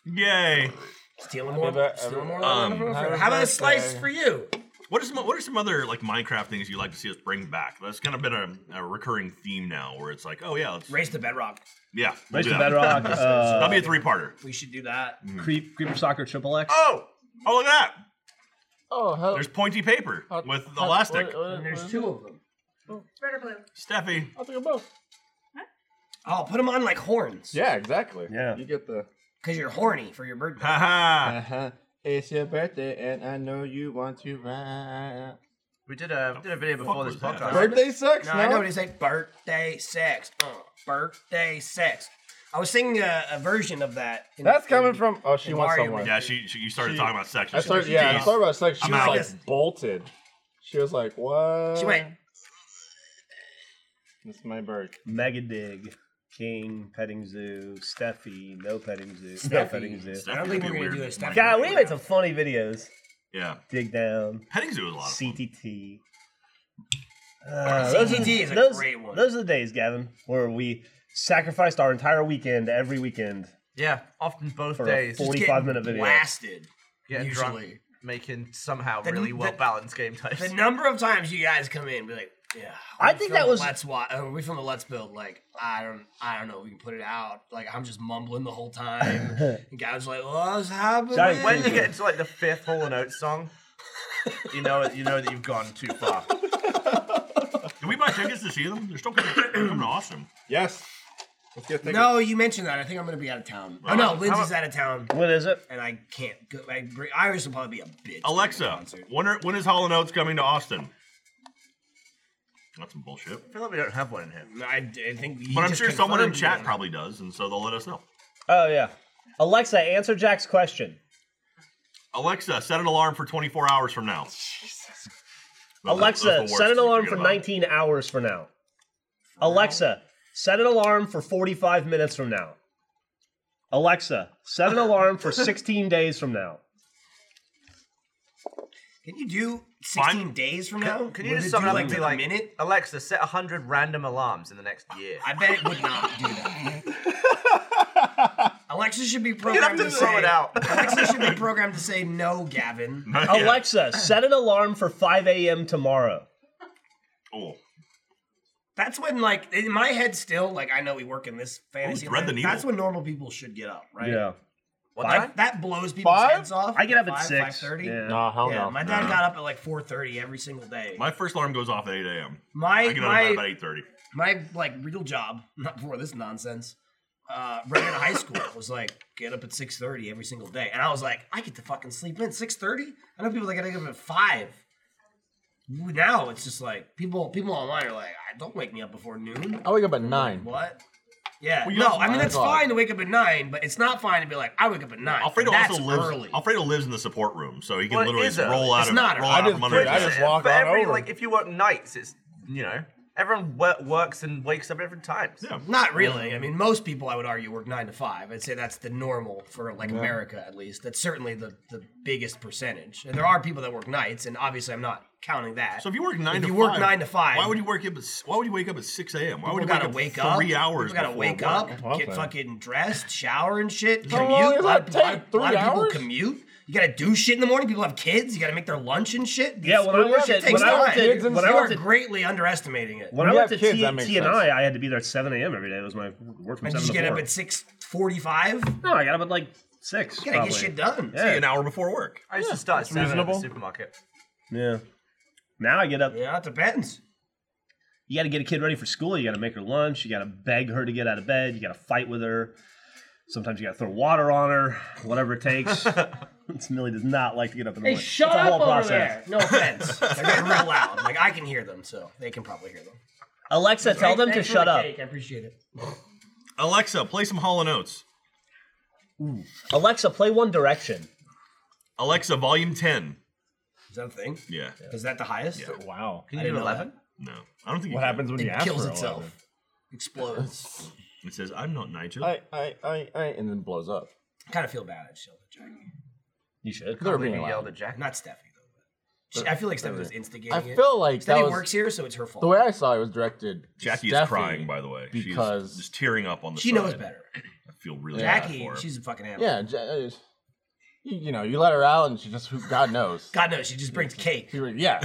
Yay.
Stealing more,
birth-
stealing more.
um,
than-
happy
How about a slice
birthday.
for you?
What is what are some other like Minecraft things you like to see us bring back? That's kind of been a, a recurring theme now, where it's like, oh yeah, let's,
Raise the bedrock.
yeah, we'll
Race
do
to
that. (laughs)
(laughs)
Bedrock, uh,
That'll be a three-parter.
We should do that.
Creep, Creeper Soccer Triple X.
Oh, oh look at that!
Oh, hell.
There's pointy paper
Uh,
with elastic.
And there's two of them.
Red or blue?
Steffi,
I'll take them both.
Oh, put them on like horns.
Yeah, exactly.
Yeah.
You get the.
Because you're horny for your bird. Ah.
haha.
Uh-huh. It's your birthday, and I know you want to ride.
We did a we did a video
fuck
before this
was that?
podcast.
Birthday sex,
No, I know what he's saying. Birthday sex. Uh, birthday sex. I was singing a, a version of that. in-
That's coming
in-
from. Oh, she
in
wants
Mario
someone.
Land.
Yeah, she, she you started
She-
talking about sex.
I started. Yeah, I
Jeez.
started about sex. She
I'm
was
out.
like bolted. She was like, "What?"
She went.
"This is my bird."
Megadig, King, Petting Zoo, Steffi, No Petting Zoo, No
Steffi.
Petting Zoo.
Steffi
I don't
would
think
be
we're gonna
weird
do a
with
Steffi.
Minecraft.
God, we made some funny videos.
Yeah,
Dig down,
petting zoo is a lot. Of fun.
CTT.
Uh,
Uh,
CTT is a
those,
great one.
Those are the days, Gavin, where we sacrificed our entire weekend every weekend
Yeah, often both
for
days.
a
Just
45
getting
minute video.
Blasted.
Getting
usually.
drunk, making somehow
The-
really
the-
well balanced game types.
The number of times you guys come in, and be like, yeah.
I
we
think that
filmed
was-
Let's watch. Uh, we filmed a Let's Build. Like, I don't, I don't know. if We can put it out. Like, I'm just mumbling the whole time. and guys like, what's happening?
Sorry,
(laughs) when you get into like the fifth Hall and Oates song, you know you know that you've gone too (laughs) far.
Can we buy tickets to see them? They're still coming, they're coming to Austin.
Yes. Let's get (laughs) tickets.
no, you mentioned that. I think I'm gonna be out of town. Oh no, Lindsay's out of town,
What is it?
and I can't go. I, Iris will probably be a bitch.
Oh, Alexa, when are, when is Hall and Oates coming to Austin? That's some bullshit.
I feel like we don't have one in here.
I, I think. he
But I'm
just
sure someone in
confirmed
chat
it.
probably does, and so they'll let us know.
Oh, yeah. Alexa, answer Jack's question.
Alexa, set an alarm for 24 hours from now. Jesus.
Alexa, set an alarm
(laughs)
for 19 hours from now. Alexa, set an alarm for 45 minutes from now. Alexa, set an alarm
(laughs)
for 16 days from now.
Can you do 16
Fine.
days from now?
Oh, Can you
Would it
just sum
do,
it up
like
and be
to
like,
the minute?
Alexa, set hundred random alarms in the next year.
I bet it would not do that. Alexa should be
(laughs) You'd have
programmed to,
to
say.
throw it out. (laughs)
Alexa should be programmed to say no, Gavin.
Alexa, set an alarm for 5 a.m. tomorrow.
Oh,
That's when, like, in my head, still, like, I know we work in this fantasy.
thread the
land,
needle.
that's when normal people should get up, right?
Yeah.
What
Five?
time?
That blows people's
Five?
heads off.
I get up at
Five,
6.
5:30.
Yeah.
No, hell
Yeah,
no.
my dad got up at like 4:30 every single day.
my first alarm goes off at 8 a.m. I
My
get out of bed
my
about 8:30.
my like real job, not before this nonsense. Uh, right out of high school, was like get up at 6:30 every single day, and I was like, I get to fucking sleep in 6:30. I know people that gotta get up at five. Now it's just like people people online are like, I don't wake me up before noon.
I wake up at nine.
What? Yeah,
Well, you
no,
also- uh,
I mean that's
Oh, God.
fine to wake up at nine, but it's not fine to be like I wake up at nine.
Alfredo
that's
also lives.
early.
Alfredo lives in the support room, so he can
Well, it
literally
is
just roll
early.
out
It's
of
not
roll
early.
out
I
from
just-
under his
I just
desk.
walk
For
on
every
over.
like, if you work nights, it's you know everyone wor- works and wakes up at different times.
Yeah.
Not really. I mean, most people, I would argue, work nine to five. I'd say that's the normal for like America, at least. That's certainly the, the biggest percentage. And there are people that work nights, and obviously, I'm not counting that.
So if you work nine
If
to
you
five,
work nine to five-
why would you wake up? At, s- why would you wake up at six a.m.? Why would
people
you
gotta
wake
wake
up
up.
three hours?
People gotta
before
wake
work?
up, get
Okay.
fucking dressed, shower and shit. Commute.
long does
a lot,
that
of, a lot of-
take? Three
a lot of
hours?
people commute. You gotta do shit in the morning. People have kids. You gotta make their lunch and shit.
Yeah, when I
It
worked at-
takes
when I worked
time.
at-
You
when I worked
are
at-
greatly underestimating it.
When I
You
went to
have kids,
T,
that makes
T and
sense.
I, I had to be there at 7 a.m. every day. It was my work from
I
7
just
to
get
4.
up at six forty-five.
no, I got up at like 6.
Gotta
probably.
get shit done.
Yeah.
an hour before work.
I used to start at seven at
reasonable.
the supermarket.
Yeah. Now I get up.
Yeah, it depends.
You got to get a kid ready for school. You got to make her lunch. You got to beg her to get out of bed. You got to fight with her. Sometimes you got to throw water on her, whatever it takes. (laughs) Millie does not like to get up in the
Hey,
morning.
shut
it's a
up
whole
over
process.
there.
(laughs)
No offense. They're getting real loud. Like I can hear them, so they can probably hear them.
Alexa, tell them to shut up.
I appreciate it.
Alexa, play some Hall and Oates.
Alexa, play One Direction.
Alexa, volume ten.
Is that a thing?
Yeah.
Is that the highest?
Yeah.
Wow.
Can
I
you
didn't
do
know
eleven?
No, I don't think.
What
you can.
happens when you
It
ask
kills
for
itself.
11?
Explodes.
It says, "I'm not Nigel."
I, I, I, I, and then blows up.
kind of feel bad at Sheldon Jack.
You should.
They're
You
being
yelled
loud.
at Jack.
Not Steffi though. She- I feel like Stephanie was instigating
I
it.
feel like that
Stephanie
was
works here, so it's her fault.
the way I saw it was directed.
Jackie
Steffi.
is crying, by the way. She is
because-
just tearing up on the
she knows
side.
better.
I feel really bad
Jackie,
for her.
she's a fucking animal.
Yeah, Ja- uh, you, you know, you let her out, and she just who- God knows.
God knows, she just brings cake.
She,
(laughs)
would- yeah,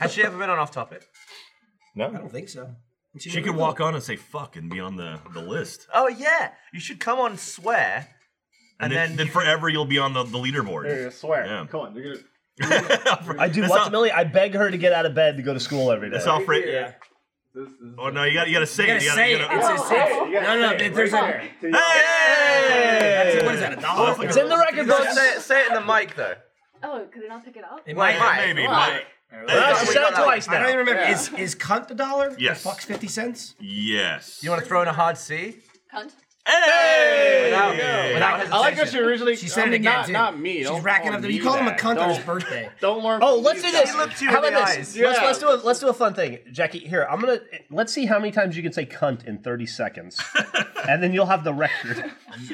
Has she ever been on off topic?
I
no,
don't think so. She,
she could walk on and say fuck and be on the, the list.
Oh yeah, you should come on swear.
And,
And
then,
then-
then forever you'll be on the, the (laughs) leaderboard.
swear.
Yeah.
Come on, you're gonna.
I do
That's
what
not-
to Millie? I beg her to get out of bed to go to school every day.
That's all Fred.
Yeah.
This,
Oh no, you got you got to say
You
it.
gotta say it. It's a six. No, no, if there's a.
Hey!
That's a- What is that, a dollar?
It's in the record
No,
books.
say, it, say it in the mic though.
Oh, could it not pick it up?
It
Wait,
might-
Maybe.
Why?
but-
Ah, she said it twice
I don't even
now.
remember. Is is cunt a dollar?
Yes.
Or fuck's fifty cents?
Yes.
You want to throw in a hard C?
Cunt.
Hey!
Without-
Hey!
without
I like how she
hesitation.
originally.
She said it
I mean,
again
Not,
too.
not me.
She's
don't
racking up.
call
The,
me
you called him a
that.
cunt on his
Don't-
birthday. (laughs)
Don't learn.
Oh,
from
let's
you
do this.
guys.
He looked you
how
in the
about this?
eyes.
Let's,
Yeah.
let's do a let's do a fun thing, Jackie. Here, I'm gonna let's see how many times you can say cunt in 30 seconds, and then you'll have the record.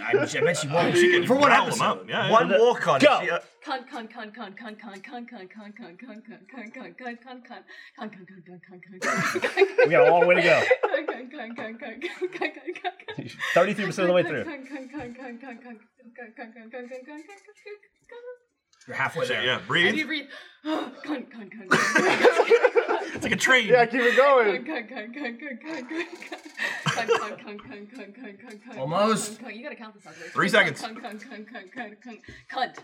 I, I bet she won't.
She can
For what
growl them
episode?
up. Yeah, yeah.
One walk on.
Go.
She, uh,
Cunt, cunt, cunt, cunt, cunt, cunt, cunt, cunt, cunt, cunt, cunt, cunt, cunt, cunt, cunt, cunt, cunt, cunt, cunt, cunt, cunt, cunt, cunt, cunt, cunt,
We got a long way to go.
cunt, cunt, cunt, cunt, cunt, cunt, cunt, cunt, cunt, cunt.
33 percent of the way
(laughs)
through.
Cunt, cunt, cunt, cunt, cunt, cunt, cunt, cunt, cunt, cunt, cunt, cunt, cunt, cunt, cunt.
You're halfway there.
Yeah,
And you
breathe.
read, cunt, cunt, cunt, cunt, cunt,
It's like a train.
Yeah, keep it going.
cunt, cunt, cunt, cunt, cunt, cunt, cunt, cunt, cunt, cunt, cunt, cunt, cunt, cunt, cunt,
Almost.
cunt, cunt. You gotta count this out. later.
Three
Cunt,
seconds.
Cunt, cunt, cunt, cunt, cunt, cunt, cunt, cunt.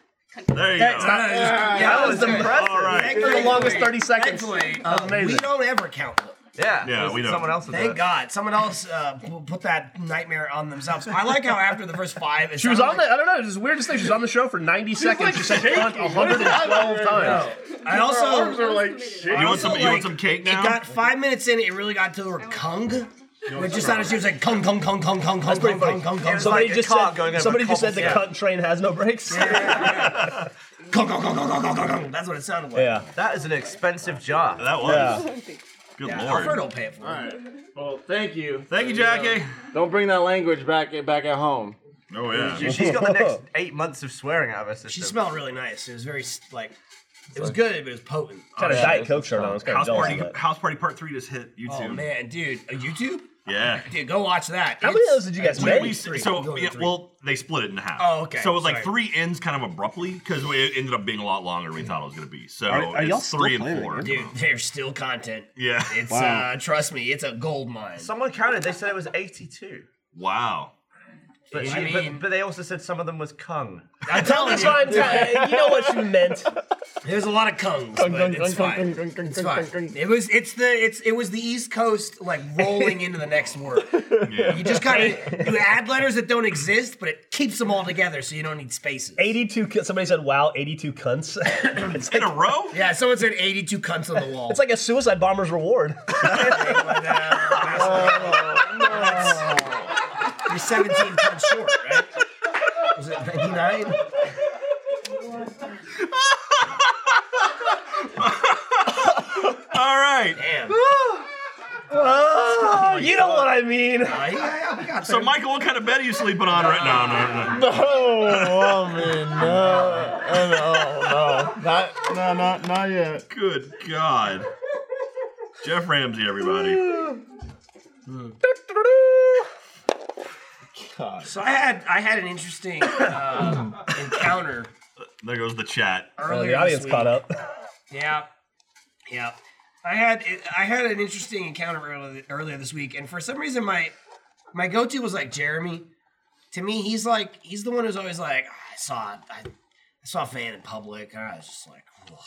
There you
That's
go.
not- it's- yeah,
that was
good.
impressive.
All right.
For the
Thankfully-
longest 30 seconds.
Thankfully, um, we
amazing.
don't ever count them.
Yeah.
Yeah,
was
we don't.
Someone else was
Thank
there.
God. Someone else uh, p- put that nightmare on themselves. I like how after the first five,
She was on the I don't know. It was the weirdest thing. She was on the show for 90 seconds. she said cunt 112 times.
I
(laughs) Her arms
also
are like
You
shaking.
want some?
Also,
You want
like,
some cake
it
now?
got five minutes in. It really got to her kung. It just sounded she was like kung kung kung kung kung kung kung
pretty funny.
kung kung kung
was
Somebody
like a
just
car
said,
going over
somebody just said the
cobbles, yeah.
cunt train has no brakes.
(laughs) kung kung kung kung kung kung kung. That's what it sounded like.
yeah.
That is an expensive jar.
that was. Good lord.
Alfredo will pay it for.
All
it.
right. Well, thank you.
Thank you, Jackie.
Don't bring that language back back at home.
Oh yeah.
She- She's got the
(laughs)
next eight months of swearing out of her system.
She smelled really nice. It was very like, it was good, but it was potent.
Got a
yeah,
Diet
this
Coke
is
shirt
fun.
on. I was kind
House
of jealous of
party.
that.
House party part three just hit YouTube.
Oh man, dude, Uh, YouTube,
Yeah.
dude, go watch that.
How many of those did you guys
We,
make?
we,
Three.
so
Go to
yeah,
three.
well, they split it in half.
Oh, okay.
So it was like
Sorry.
three ends kind of abruptly because it ended up being a lot longer than we thought it was going to be. So
Are- are
it's
y'all still
three and
playing
four.
that
dude? There's still content.
Yeah.
It's
Wow.
uh, trust me, it's a gold mine.
Someone counted. They said it was 82.
(laughs) Wow.
But,
I
she- but-
mean-
but they also said some of them was Kung.
I'm telling
So I'm
you,
tell- you know
(laughs)
what she meant.
there's a lot of kungs, but it's fine. It's fine. It was it's the it's it was the East Coast like rolling into the next
(laughs)
word. You just kind of you add letters that don't exist, but it keeps them all together, so you don't need spaces.
82. cu- Somebody said, "Wow, 82 cunts." (laughs) it's,
In
like,
a (laughs) row.
Yeah, someone said 82 cunts on the wall.
it's like a suicide bomber's reward.
But,
Oh,
uh, You're 17 cunts short, right? Was it 99?
All right.
Damn.
(laughs) Oh, you know what I mean.
Uh, yeah, yeah, we got
So Michael, what kind of bed are you sleeping on right now? No, no, no.
Oh, woman, no, no, no, not, no, not, not yet.
Good God. Jeff Ramsey,
(laughs)
everybody.
So I had I had an interesting um,
(coughs)
encounter
There goes the chat.
Oh,
earlier.
the
this
audience
week.
caught up.
Yeah, yeah. I had I had an interesting encounter earlier, earlier this week, and for some reason my my go to was like Jeremy. To me, he's like he's the one who's always like "Ah, I saw I, I saw a fan in public. And I was just like, ugh."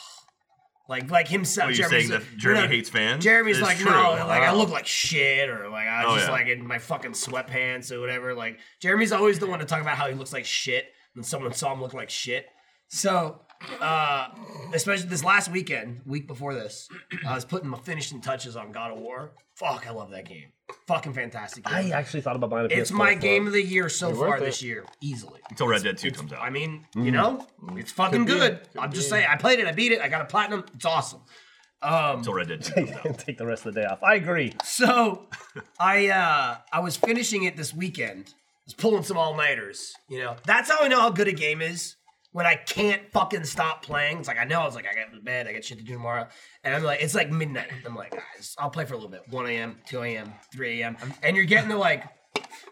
like like himself.
Oh, you're
Jeremy's
saying that
like,
Jeremy
no,
hates fans?
Jeremy's
It's
like,
true.
no, like I
Wow.
look like shit, or like I was
Oh,
just
yeah.
like in my fucking sweatpants or whatever. Like Jeremy's always the one to talk about how he looks like shit, and someone saw him look like shit. So, uh, especially this last weekend, week before this, I was putting my finishing touches on God of War. Fuck, I love that game. Fucking fantastic. Game.
I actually thought about buying a PS4.
it's my
for
game
it.
of the year so
worth
far
it.
this year, easily.
Until Red Dead 2 comes out.
I mean,
Mm-hmm.
you know, it's fucking good. I'm just saying, I played it, I beat it, I got a platinum. It's awesome.
Until Red Dead 2 comes out.
(laughs) Take the rest of the day off. I agree.
So I uh I was finishing it this weekend. I was pulling some all nighters, you know. That's how I know how good a game is when I can't fucking stop playing. It's like I know I was like I got to bed, I got shit to do tomorrow, and I'm like it's like midnight. I'm like guys, I'll play for a little bit, 1 a.m., 2 a.m., 3 a.m., and you're getting to like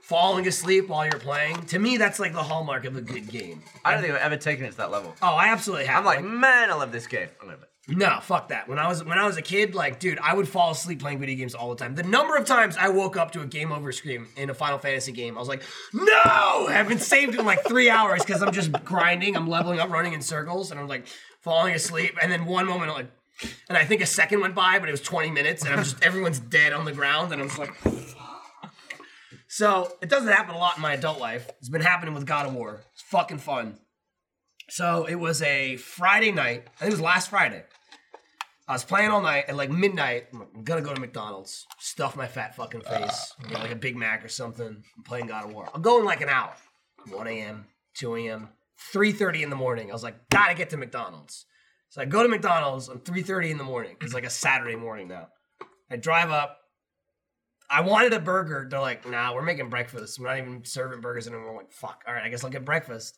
falling asleep while you're playing. To me, that's like the hallmark of a good game.
I don't think I've ever taken it to that level.
Oh, I absolutely have.
I'm like, man, I love this game. I love it.
No, fuck that. When I was when I was a kid, like, dude, I would fall asleep playing video games all the time. The number of times I woke up to a game over scream in a Final Fantasy game, I was like, no, (laughs) I haven't saved in like three hours because I'm just grinding, I'm leveling up, running in circles, and I'm like falling asleep. And then one moment, I'm like, and I think a second went by, but it was 20 minutes, and I'm just everyone's dead on the ground, and I'm just like. (sighs) So it doesn't happen a lot in my adult life. It's been happening with God of War. It's fucking fun. So it was a Friday night. I think it was last Friday. I was playing all night at like midnight. I'm like, I'm gonna go to McDonald's, stuff my fat fucking face, get like a Big Mac or something. I'm playing God of War. I'll go in like an hour. 1 a.m., 2 a.m., 3:30 in the morning. I was like, gotta get to McDonald's. So I go to McDonald's on 3:30 in the morning. It's like a Saturday morning now. I drive up. I wanted a burger. They're like, nah, we're making breakfast. We're not even serving burgers anymore. I'm like, fuck. All right, I guess I'll get breakfast.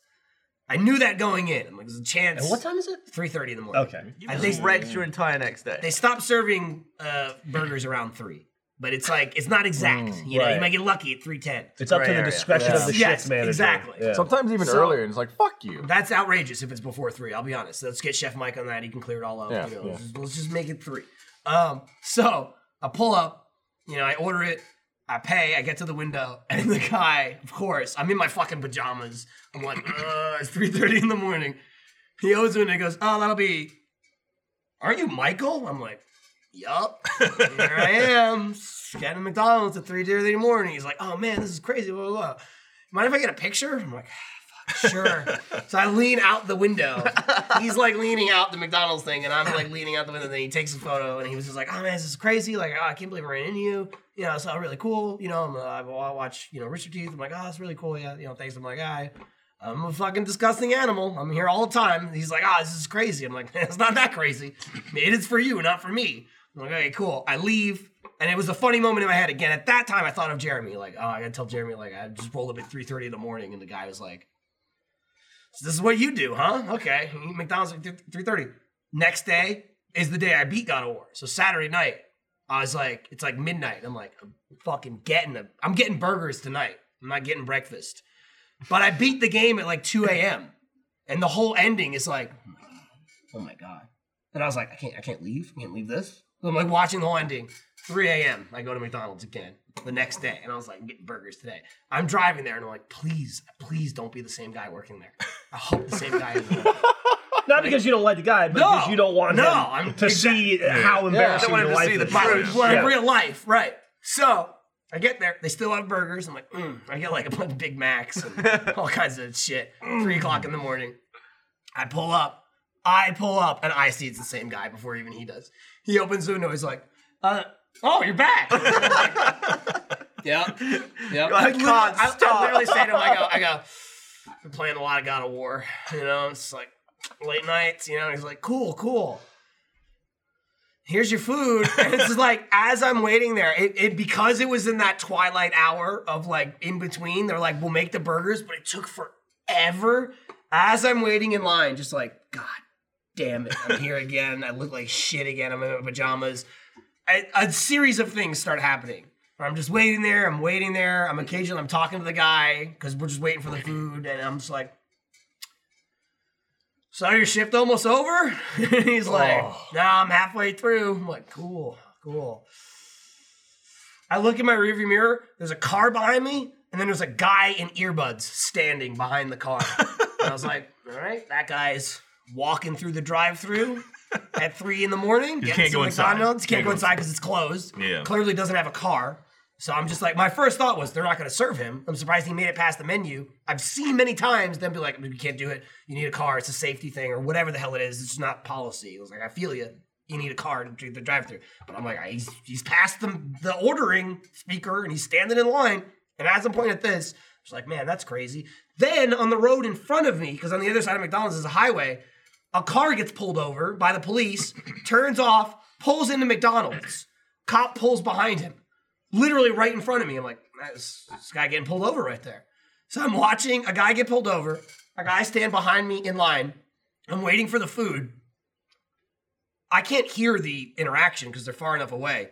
I knew that going in. I'm like, there's a chance.
And what time is it?
3:30 in the morning. I think
Just wrecked your entire next day.
they stop serving uh, burgers around three, but it's like it's not exact. you know, you
Mm, right.
might get lucky at three ten.
It's up to
Gray
the
area.
discretion of the
Yes,
shift manager.
exactly.
Yeah.
Sometimes even
So-
earlier, and it's like, fuck you.
That's outrageous if it's before three. I'll be honest. Let's get Chef Mike on that. He can clear it all up.
Yeah,
you know,
yeah.
let's, just, let's just make it three. Um, so I pull up. You know, I order it. I pay. I get to the window, (laughs) and the guy, of course, I'm in my fucking pajamas. I'm like, uh, it's three thirty in the morning. He owes me, and he goes, "Oh, that'll be." Aren't you Michael? I'm like, Yup. (laughs) Here I am, getting McDonald's at 3 30 in the morning. He's like, oh man, this is crazy, blah, blah, blah. Mind if I get a picture? I'm like, "Ah, fuck, sure. so I lean out the window. He's like leaning out the McDonald's thing, and I'm like leaning out the window. Then he takes a photo, and he was just like, oh man, this is crazy. Like, oh, I can't believe I ran into you. You know, so really cool. You know, I'm, uh, I I watch, you know, Richard Teeth. I'm like, oh, that's really cool. Yeah, you know, thanks. I'm like, I. I'm a fucking disgusting animal. I'm here all the time. He's like, ah, this is crazy. I'm like, (laughs) it's not that crazy. It is for you, not for me. I'm like, okay, cool. I leave. And it was a funny moment in my head. Again, at that time, I thought of Jeremy. Like, oh, I gotta tell Jeremy, like, I just rolled up at 3.30 in the morning, and the guy was like, so this is what you do, huh? Okay. You eat McDonald's at 3.30. Next day is the day I beat God of War. So Saturday night, I was like, it's like midnight. I'm like, I'm fucking getting, a, I'm getting burgers tonight. I'm not getting breakfast. But I beat the game at like 2 a.m. And the whole ending is like, oh my god. And I was like, I can't, I can't leave. I can't leave this. So I'm like watching the whole ending. 3 a.m. I go to McDonald's again the next day. And I was like, I'm getting burgers today. I'm driving there and I'm like, please, please don't be the same guy working there. I hope the same guy is there.
Not because you don't like the guy, but
No.
because you don't want
No,
him
I'm-
to see how embarrassing
I don't want him
your
to
life
see the
is.
pro-
But
Yeah.
well, in
Yeah.
real life, right? So I get there, they still have burgers. I'm like, mm. I get like a bunch of Big Macs and all kinds of shit. Three o'clock in the morning, I pull up, I pull up, and I see it's the same guy before even he does. He opens the window, he's like, uh, "Oh, you're back." Yep. Yep.
I
literally-
can't
I, I
stop.
literally say to him, I go, I go, been playing a lot of God of War. You know, it's like late nights, you know, and he's like, cool, cool. Here's your food. And it's just like as I'm waiting there, it, it because it was in that twilight hour of like in between, they're like, we'll make the burgers, but it took forever. As I'm waiting in line, just like, God damn it, I'm here again. I look like shit again. I'm in my pajamas a, a series of things start happening. Where I'm just waiting there. I'm waiting there. I'm occasionally I'm talking to the guy because we're just waiting for the food, and I'm just like, "So your shift almost over?" (laughs) And he's like,
Oh.
"No, I'm halfway through." I'm like, "Cool, cool." I look in my rearview mirror. There's a car behind me, and then there's a guy in earbuds standing behind
(laughs)
the car. and I was like, "All right, that guy's walking through the drive-through." At three in the morning,
You
getting
can't
some
go inside.
McDonald's, Can't,
Can't
go
go
inside because it's closed.
Yeah.
Clearly doesn't have a car. So I'm just like, my first thought was they're not going to serve him. I'm surprised he made it past the menu. I've seen many times them be like, we can't do it. You need a car. It's a safety thing or whatever the hell it is. It's just not policy. It was like, I feel you. You need a car to do the drive through. But I'm like, "Ah, he's, he's past the, the ordering speaker and he's standing in line. And as I'm pointing at this, I was like, man, that's crazy. Then on the road in front of me, because on the other side of McDonald's is a highway, a car gets pulled over by the police, (coughs) turns off, pulls into McDonald's. Cop pulls behind him, literally right in front of me. I'm like, "That's- this guy getting pulled over right there. So I'm watching a guy get pulled over. A guy stand behind me in line. I'm waiting for the food. I can't hear the interaction because they're far enough away.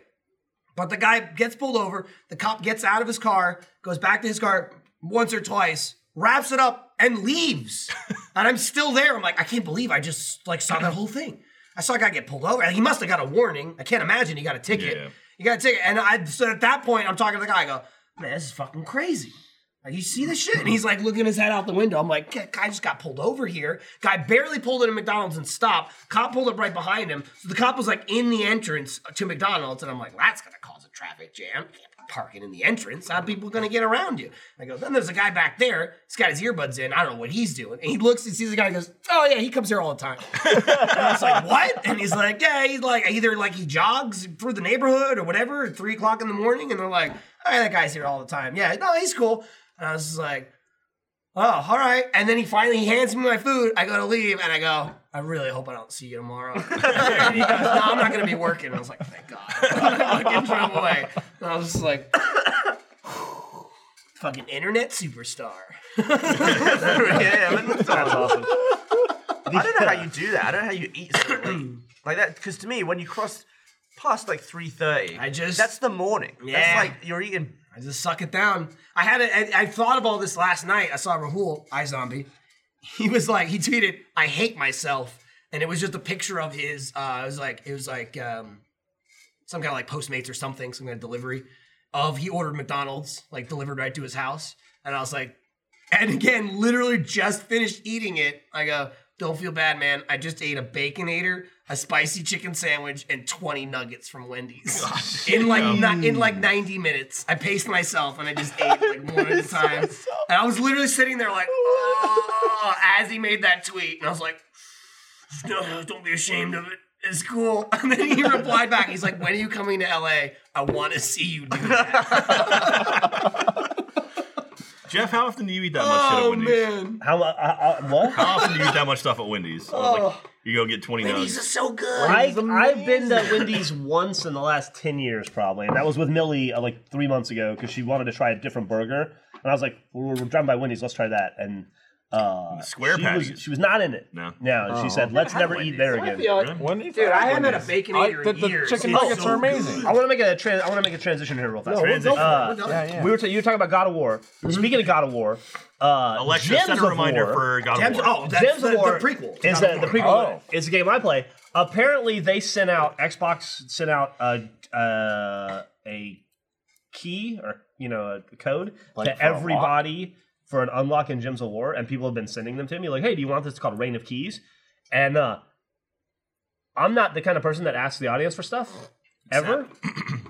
But the guy gets pulled over. The cop gets out of his car, goes back to his car once or twice, wraps it up, and leaves. and I'm still there. I'm like, I can't believe I just like saw that whole thing. I saw a guy get pulled over. He must have got a warning. I can't imagine he got a ticket.
Yeah.
He got a ticket. And I so at that point, I'm talking to the guy. I go, man, this is fucking crazy. Like, you see this shit? And he's like looking his head out the window. I'm like, "Guy- guy just got pulled over here. Guy barely pulled into McDonald's and stopped. Cop pulled up right behind him. So the cop was like in the entrance to McDonald's. And I'm like, that's going to cause a traffic jam. Can't park it in the entrance. How are people going to get around you? I go, then there's a guy back there. He's got his earbuds in. I don't know what he's doing. And he looks and sees the guy and goes, oh, yeah, he comes here all the time. And I was like, what? And he's like, yeah, he's like, either like he jogs through the neighborhood or whatever at three o'clock in the morning. And they're like, oh, yeah, that guy's here all the time. Yeah, no, he's cool. And I was just like, oh, all right. And then he finally he hands me my food. I go to leave and I go, I really hope I don't see you tomorrow. (laughs) and he goes, no, I'm not going to be working. And I was like, thank God. (laughs) fucking drove away. And I was just like, (laughs) fucking internet superstar.
yeah, I, mean, that's all.
That's awesome.
I don't know how you do that. I don't know how you eat so late. like that. Because to me, when you cross past like three thirty,
I just-
that's the morning.
Yeah.
That's like you're eating.
I just suck it down. I had a, I, I thought of all this last night. I saw Rahul iZombie. (laughs) He was like, he tweeted, "I hate myself," and it was just a picture of his. Uh, it was like, it was like um, some kind of like Postmates or something, some kind of delivery. Of he ordered McDonald's, like delivered right to his house, and I was like, and again, literally just finished eating it. I go, don't feel bad, man. I just ate a baconator, a spicy chicken sandwich, and 20 nuggets from Wendy's (laughs) in like ni- in like 90 minutes. I paced myself and I just ate like one at a time. And I was literally sitting there like, oh, as he made that tweet, and I was like, no, don't be ashamed of it. It's cool. (laughs) And then he replied back. He's like, when are you coming to LA? I want to see you do that.
(laughs) Jeff, how often do you eat that much shit at
oh
Wendy's?
(laughs) man,
How lo- I, I, what?
How often do you eat that much stuff at Wendy's? I was like, you go get 20
these are
nugs.
so good.
I, I've been to Wendy's once in the last 10 years, probably. And that was with Millie uh, like three months ago because she wanted to try a different burger. And I was like, we're, we're driving by Wendy's, let's try that. And uh,
Square
she was,
patties.
she was not in it.
No.
No, she said, let's never eat there
I
again.
feel like,
When do you
Dude,
find
I haven't had a
Wendy's?
bacon
I-
eater
the,
in
the
years.
chicken
It's
nuggets
so
are amazing.
I want to make a trans. I want to make a transition here real fast.
No, we'll go for
Uh,
it. yeah, yeah.
We were. T- you were talking about God of War. Speaking of God of War, uh,
Mm-hmm. Alexa,
Gems
set a
of
reminder
War-
for God of
Gems-
War.
oh, that's
Gems
the,
of
the
War
prequel. God
is the,
of
the
War.
prequel.
Oh.
It's a game I play. Apparently, they sent out Xbox sent out a uh, a key or you know a code
Like
to
for a lock?
everybody for an unlock in Gems of War, and people have been sending them to me like, "Hey, do you want this?" It's called Reign of Keys, and uh, I'm not the kind of person that asks the audience for stuff ever.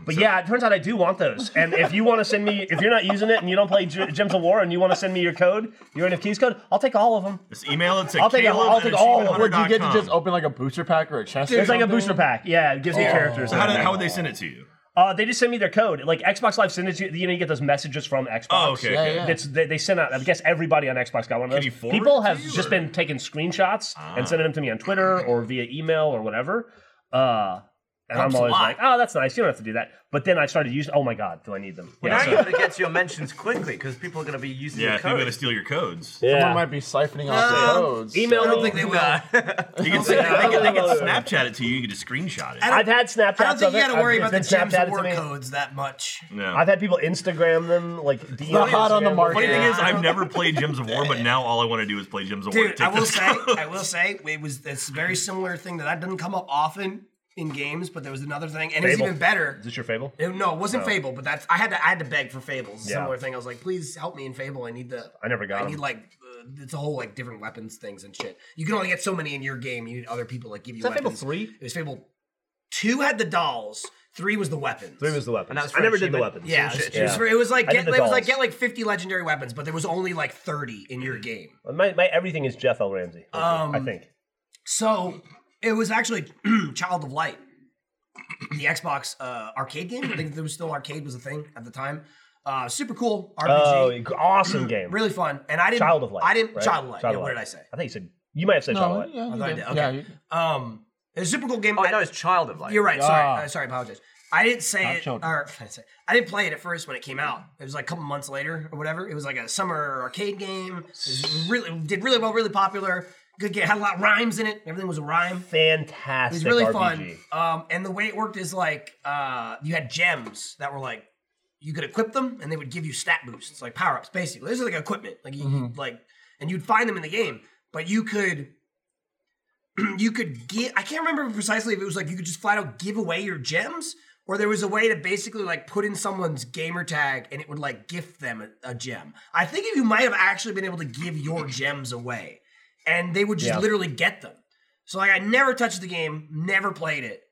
But yeah, it turns out I do want those. And if you want to send me, if you're not using it and you don't play G- Gems of War and you want to send me your code, your NFTs code, I'll take all of them.
Just email it to
I'll take a-
Caleb
I'll
at
take all of it.
Would you get to
achievementhunter.com.
just open like a booster pack or a chest? or
It's like a
something?
booster pack. Yeah, it gives me characters.
So how, did, how would they send it to you?
uh, they just send me their code. Like Xbox Live sends it to you. You know, you get those messages from Xbox.
Oh, okay.
Yeah,
okay.
yeah.
It's, they, they sent out. I guess everybody on Xbox got one of
you
those.
forward
People
it to
have
you,
just
or-
been taking screenshots and sending them to me on Twitter or via email or whatever. Uh, and
Helps
I'm
a
always
lot.
like, oh, that's nice. You don't have to do that. But then I started using. Oh my god, do I need them?
Now
Yeah, so-
you got to get to your mentions quickly because people are going to be using
Yeah,
your
people are going to
code.
steal your codes.
Someone
yeah.
might be siphoning off the
Um,
codes.
email
I
me.
don't think they will. I
You can send, they, can, they can Snapchat it to you. You can just screenshot it.
I've had Snapchats.
don't think
of
you
it.
got to
I've-
worry
it's
about the
been
Gems
Snapchatted
of
to
War
me.
codes that much.
No.
I've had people Instagram them, like DM
not hot on the
Instagram.
market.
Funny thing
Yeah.
is, I've never played Gems of War, but now all I want to do is play Gems of War.
Dude, I
Take
will
those
say,
codes. (laughs)
I will say, it was this very similar thing that that doesn't come up often in games, but there was another thing, and it's
Fable.
even better.
Is this your fable?
It- no, it wasn't Fable, but that's I had to I had to beg for Fables.
Yeah.
Similar thing. I was like, please help me in Fable. I need the
I never got
I
'em.
need like uh, it's a whole like different weapons things and shit. You can only get so many in your game. You need other people like give you.
that Fable
weapons.
three?
It was Fable. Two had the dolls. Three was the weapons.
Three was the weapon.
And that's
I never
for
did the
achievement?
weapons.
Yeah, it was,
Bullshit.
it was
Yeah.
for- it was like
I
get,
did
it
the
was like
dolls. Mm-hmm.
get like fifty legendary weapons, but there was only like thirty in your game.
My, my everything is Jeff L. Ramsey.
Um,
I think.
So it was actually (clears throat) Child of Light, (clears throat) the Xbox uh, arcade game. I think there was still arcade was a thing at the time. Uh, super cool
Oh,
RPG, (clears throat)
awesome game.
really fun. And I didn't
Child of Light.
I didn't
right?
Child of Light. yeah, what
Light.
did I say?
I think you said you might have said Child
No,
of Light.
yeah, you
I
did.
did, okay.
Yeah, you-
Um, it's a super cool game.
Oh,
I-
no, it's child of life.
You're right. Sorry.
Ah.
Uh, sorry. Apologize. I didn't say it.
children.
Or, (laughs) I, say, I didn't play it at first when it came out. It was like a couple months later or whatever. It was like a summer arcade game. It was really did really well, really popular. Good game. Had a lot of rhymes in it. Everything was a rhyme. It
Fantastic.
was really fun.
RPG.
Um, and the way it worked is like uh, you had gems that were like you could equip them, and they would give you stat boosts, like power ups, basically. This is like equipment, like you like, and you'd find them in the game, but you could. (clears throat) You could get, I can't remember precisely if it was like you could just flat out give away your gems, or there was a way to basically like put in someone's gamer tag and it would like gift them a, a gem. I think if you might have actually been able to give your gems away, and they would just
Yeah.
literally get them. So like I never touched the game, never played it,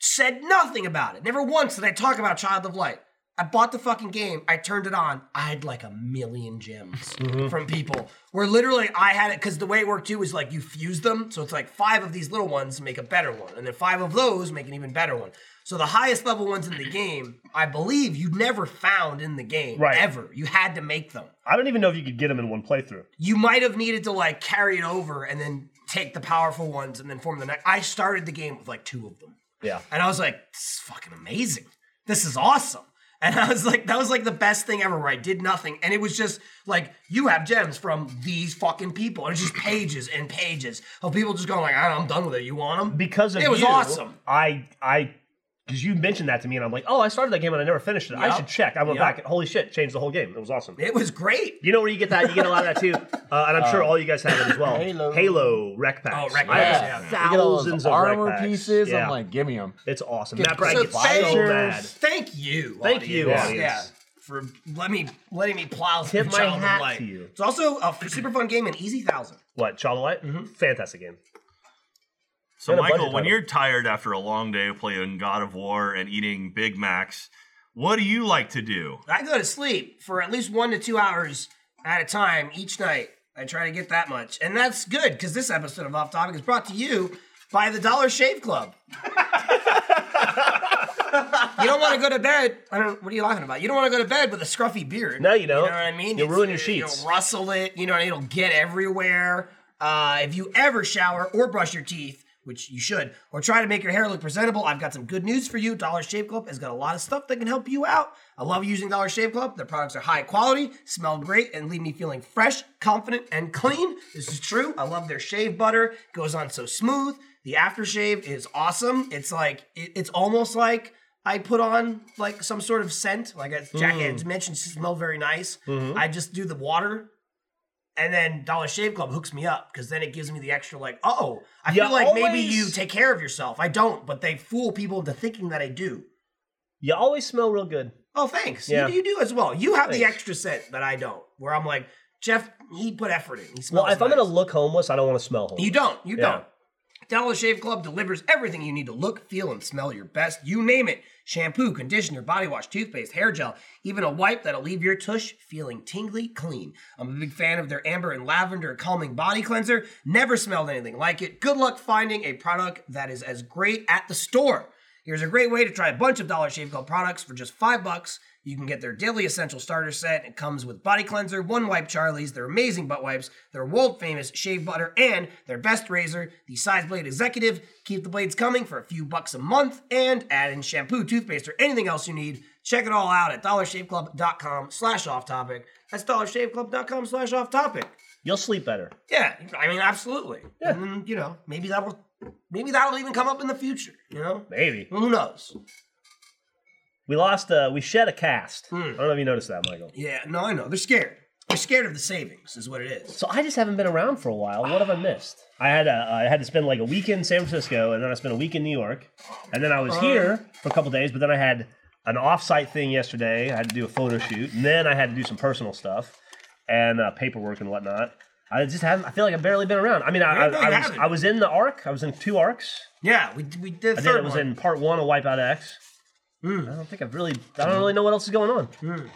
said nothing about it. Never once did I talk about Child of Light. I bought the fucking game, I turned it on, I had like a million gems from people. Where literally I had it because the way it worked too is like you fuse them, so it's like five of these little ones make a better one, and then five of those make an even better one. So the highest level ones in the game, I believe you never found in the game
Right.
ever. You had to make them
I don't even know if you could get them in one playthrough.
you might have needed to like carry it over and then take the powerful ones and then form the next. I started the game with like two of them.
Yeah.
And I was like, this is fucking amazing. This is awesome. And (laughs) I was like, that was like the best thing ever where I did nothing. And it was just like, you have gems from these fucking people. And it's just pages and pages of people just going like, I- I'm done with it. You want them?
Because of
It was
you,
awesome.
I I because you mentioned that to me and I'm like, oh, I started that game and I never finished it. I
Yep.
should check. I went
Yep.
back and holy shit, changed the whole game. It was awesome.
It was great.
You know where you get that? You get a lot of
(laughs)
that too, uh, and I'm sure all you guys have it as well. Halo, rec packs.
Oh, rec
I have
packs,
You get all those
Thousands of
armor
rec packs.
pieces.
Yeah.
I'm like, give me them.
It's awesome.
Get
Matt Bragg
so
gets so
thank-
mad.
Thank you.
Thank you,
audience.
audience.
Yeah. For let me letting me plow
Tip
through
my
Child of
hat
Light.
to you.
It's also a f- super fun game and easy thousand.
What? Child of Light?
Mm-hmm.
Fantastic game.
So,
And a budget
Michael, when
title.
you're tired after a long day of playing God of War and eating Big Macs, what do you like to do?
I go to sleep for at least one to two hours at a time each night. I try to get that much. And that's good because this episode of Off Topic is brought to you by the Dollar Shave Club. you don't want to go to bed. I don't, what are you laughing about? You don't want to go to bed with a scruffy beard.
No, you don't.
You know what I mean?
You'll
It's-
ruin your
it-
sheets.
You'll rustle it. You know, it'll get everywhere. Uh, if you ever shower or brush your teeth, which you should, or try to make your hair look presentable, I've got some good news for you. Dollar Shave Club has got a lot of stuff that can help you out. I love using Dollar Shave Club. Their products are high quality, smell great, and leave me feeling fresh, confident, and clean. This is true. I love their shave butter. It goes on so smooth. The aftershave is awesome. It's like it- it's almost like I put on like some sort of scent, like as Jack
Mm.
had mentioned, smell very nice.
Mm-hmm.
I just do the water, and then Dollar Shave Club hooks me up because then it gives me the extra like, oh, I
You
feel like maybe
always-
you take care of yourself. I don't, but they fool people into thinking that I do.
You always smell real good.
Oh, thanks.
Yeah.
You, you do as well. You have the
Thanks.
extra scent that I don't, where I'm like, Jeff, he put effort in. He smells.
Well, if I'm
nice."
gonna look homeless, I don't want to smell homeless.
You don't. You
Yeah.
don't. Dollar Shave Club delivers everything you need to look, feel, and smell your best. You name it shampoo, conditioner, body wash, toothpaste, hair gel, even a wipe that'll leave your tush feeling tingly clean. I'm a big fan of their amber and lavender calming body cleanser. Never smelled anything like it. Good luck finding a product that is as great at the store. Here's a great way to try a bunch of Dollar Shave Club products for just five bucks. You can get their daily essential starter set. It comes with body cleanser, one wipe Charlie's, their amazing butt wipes, their world famous shave butter, and their best razor, the Size Blade Executive. Keep the blades coming for a few bucks a month, and add in shampoo, toothpaste, or anything else you need. Check it all out at dollarshaveclub.com/off-topic. That's dollarshaveclub.com/off-topic.
You'll sleep better.
Yeah, I mean, absolutely. And then, you know, maybe that will, maybe that'll even come up in the future. You know,
Maybe.
who knows?
We lost. Uh, we shed a cast.
Hmm.
I don't know if you noticed that, Michael.
Yeah, no, I know. They're scared. They're scared of the savings, is what it is.
So I just haven't been around for a while. What have I missed? I had a, I had to spend like a week in San Francisco, and then I spent a week in New York, and then I was
Uh-huh.
here for a couple days. But then I had an off-site thing yesterday. I had to do a photo shoot, and then I had to do some personal stuff and uh, paperwork and whatnot. I just haven't. I feel like I've barely been around. I mean,
Yeah, no,
I, I,
you
I, was,
haven't.
I was in the arc. I was in two arcs.
Yeah, we, we did the
I did.
third
I was
one. Mm.
in part one of Wipeout X. I don't think I've really. I don't really know what else is going on.
Um,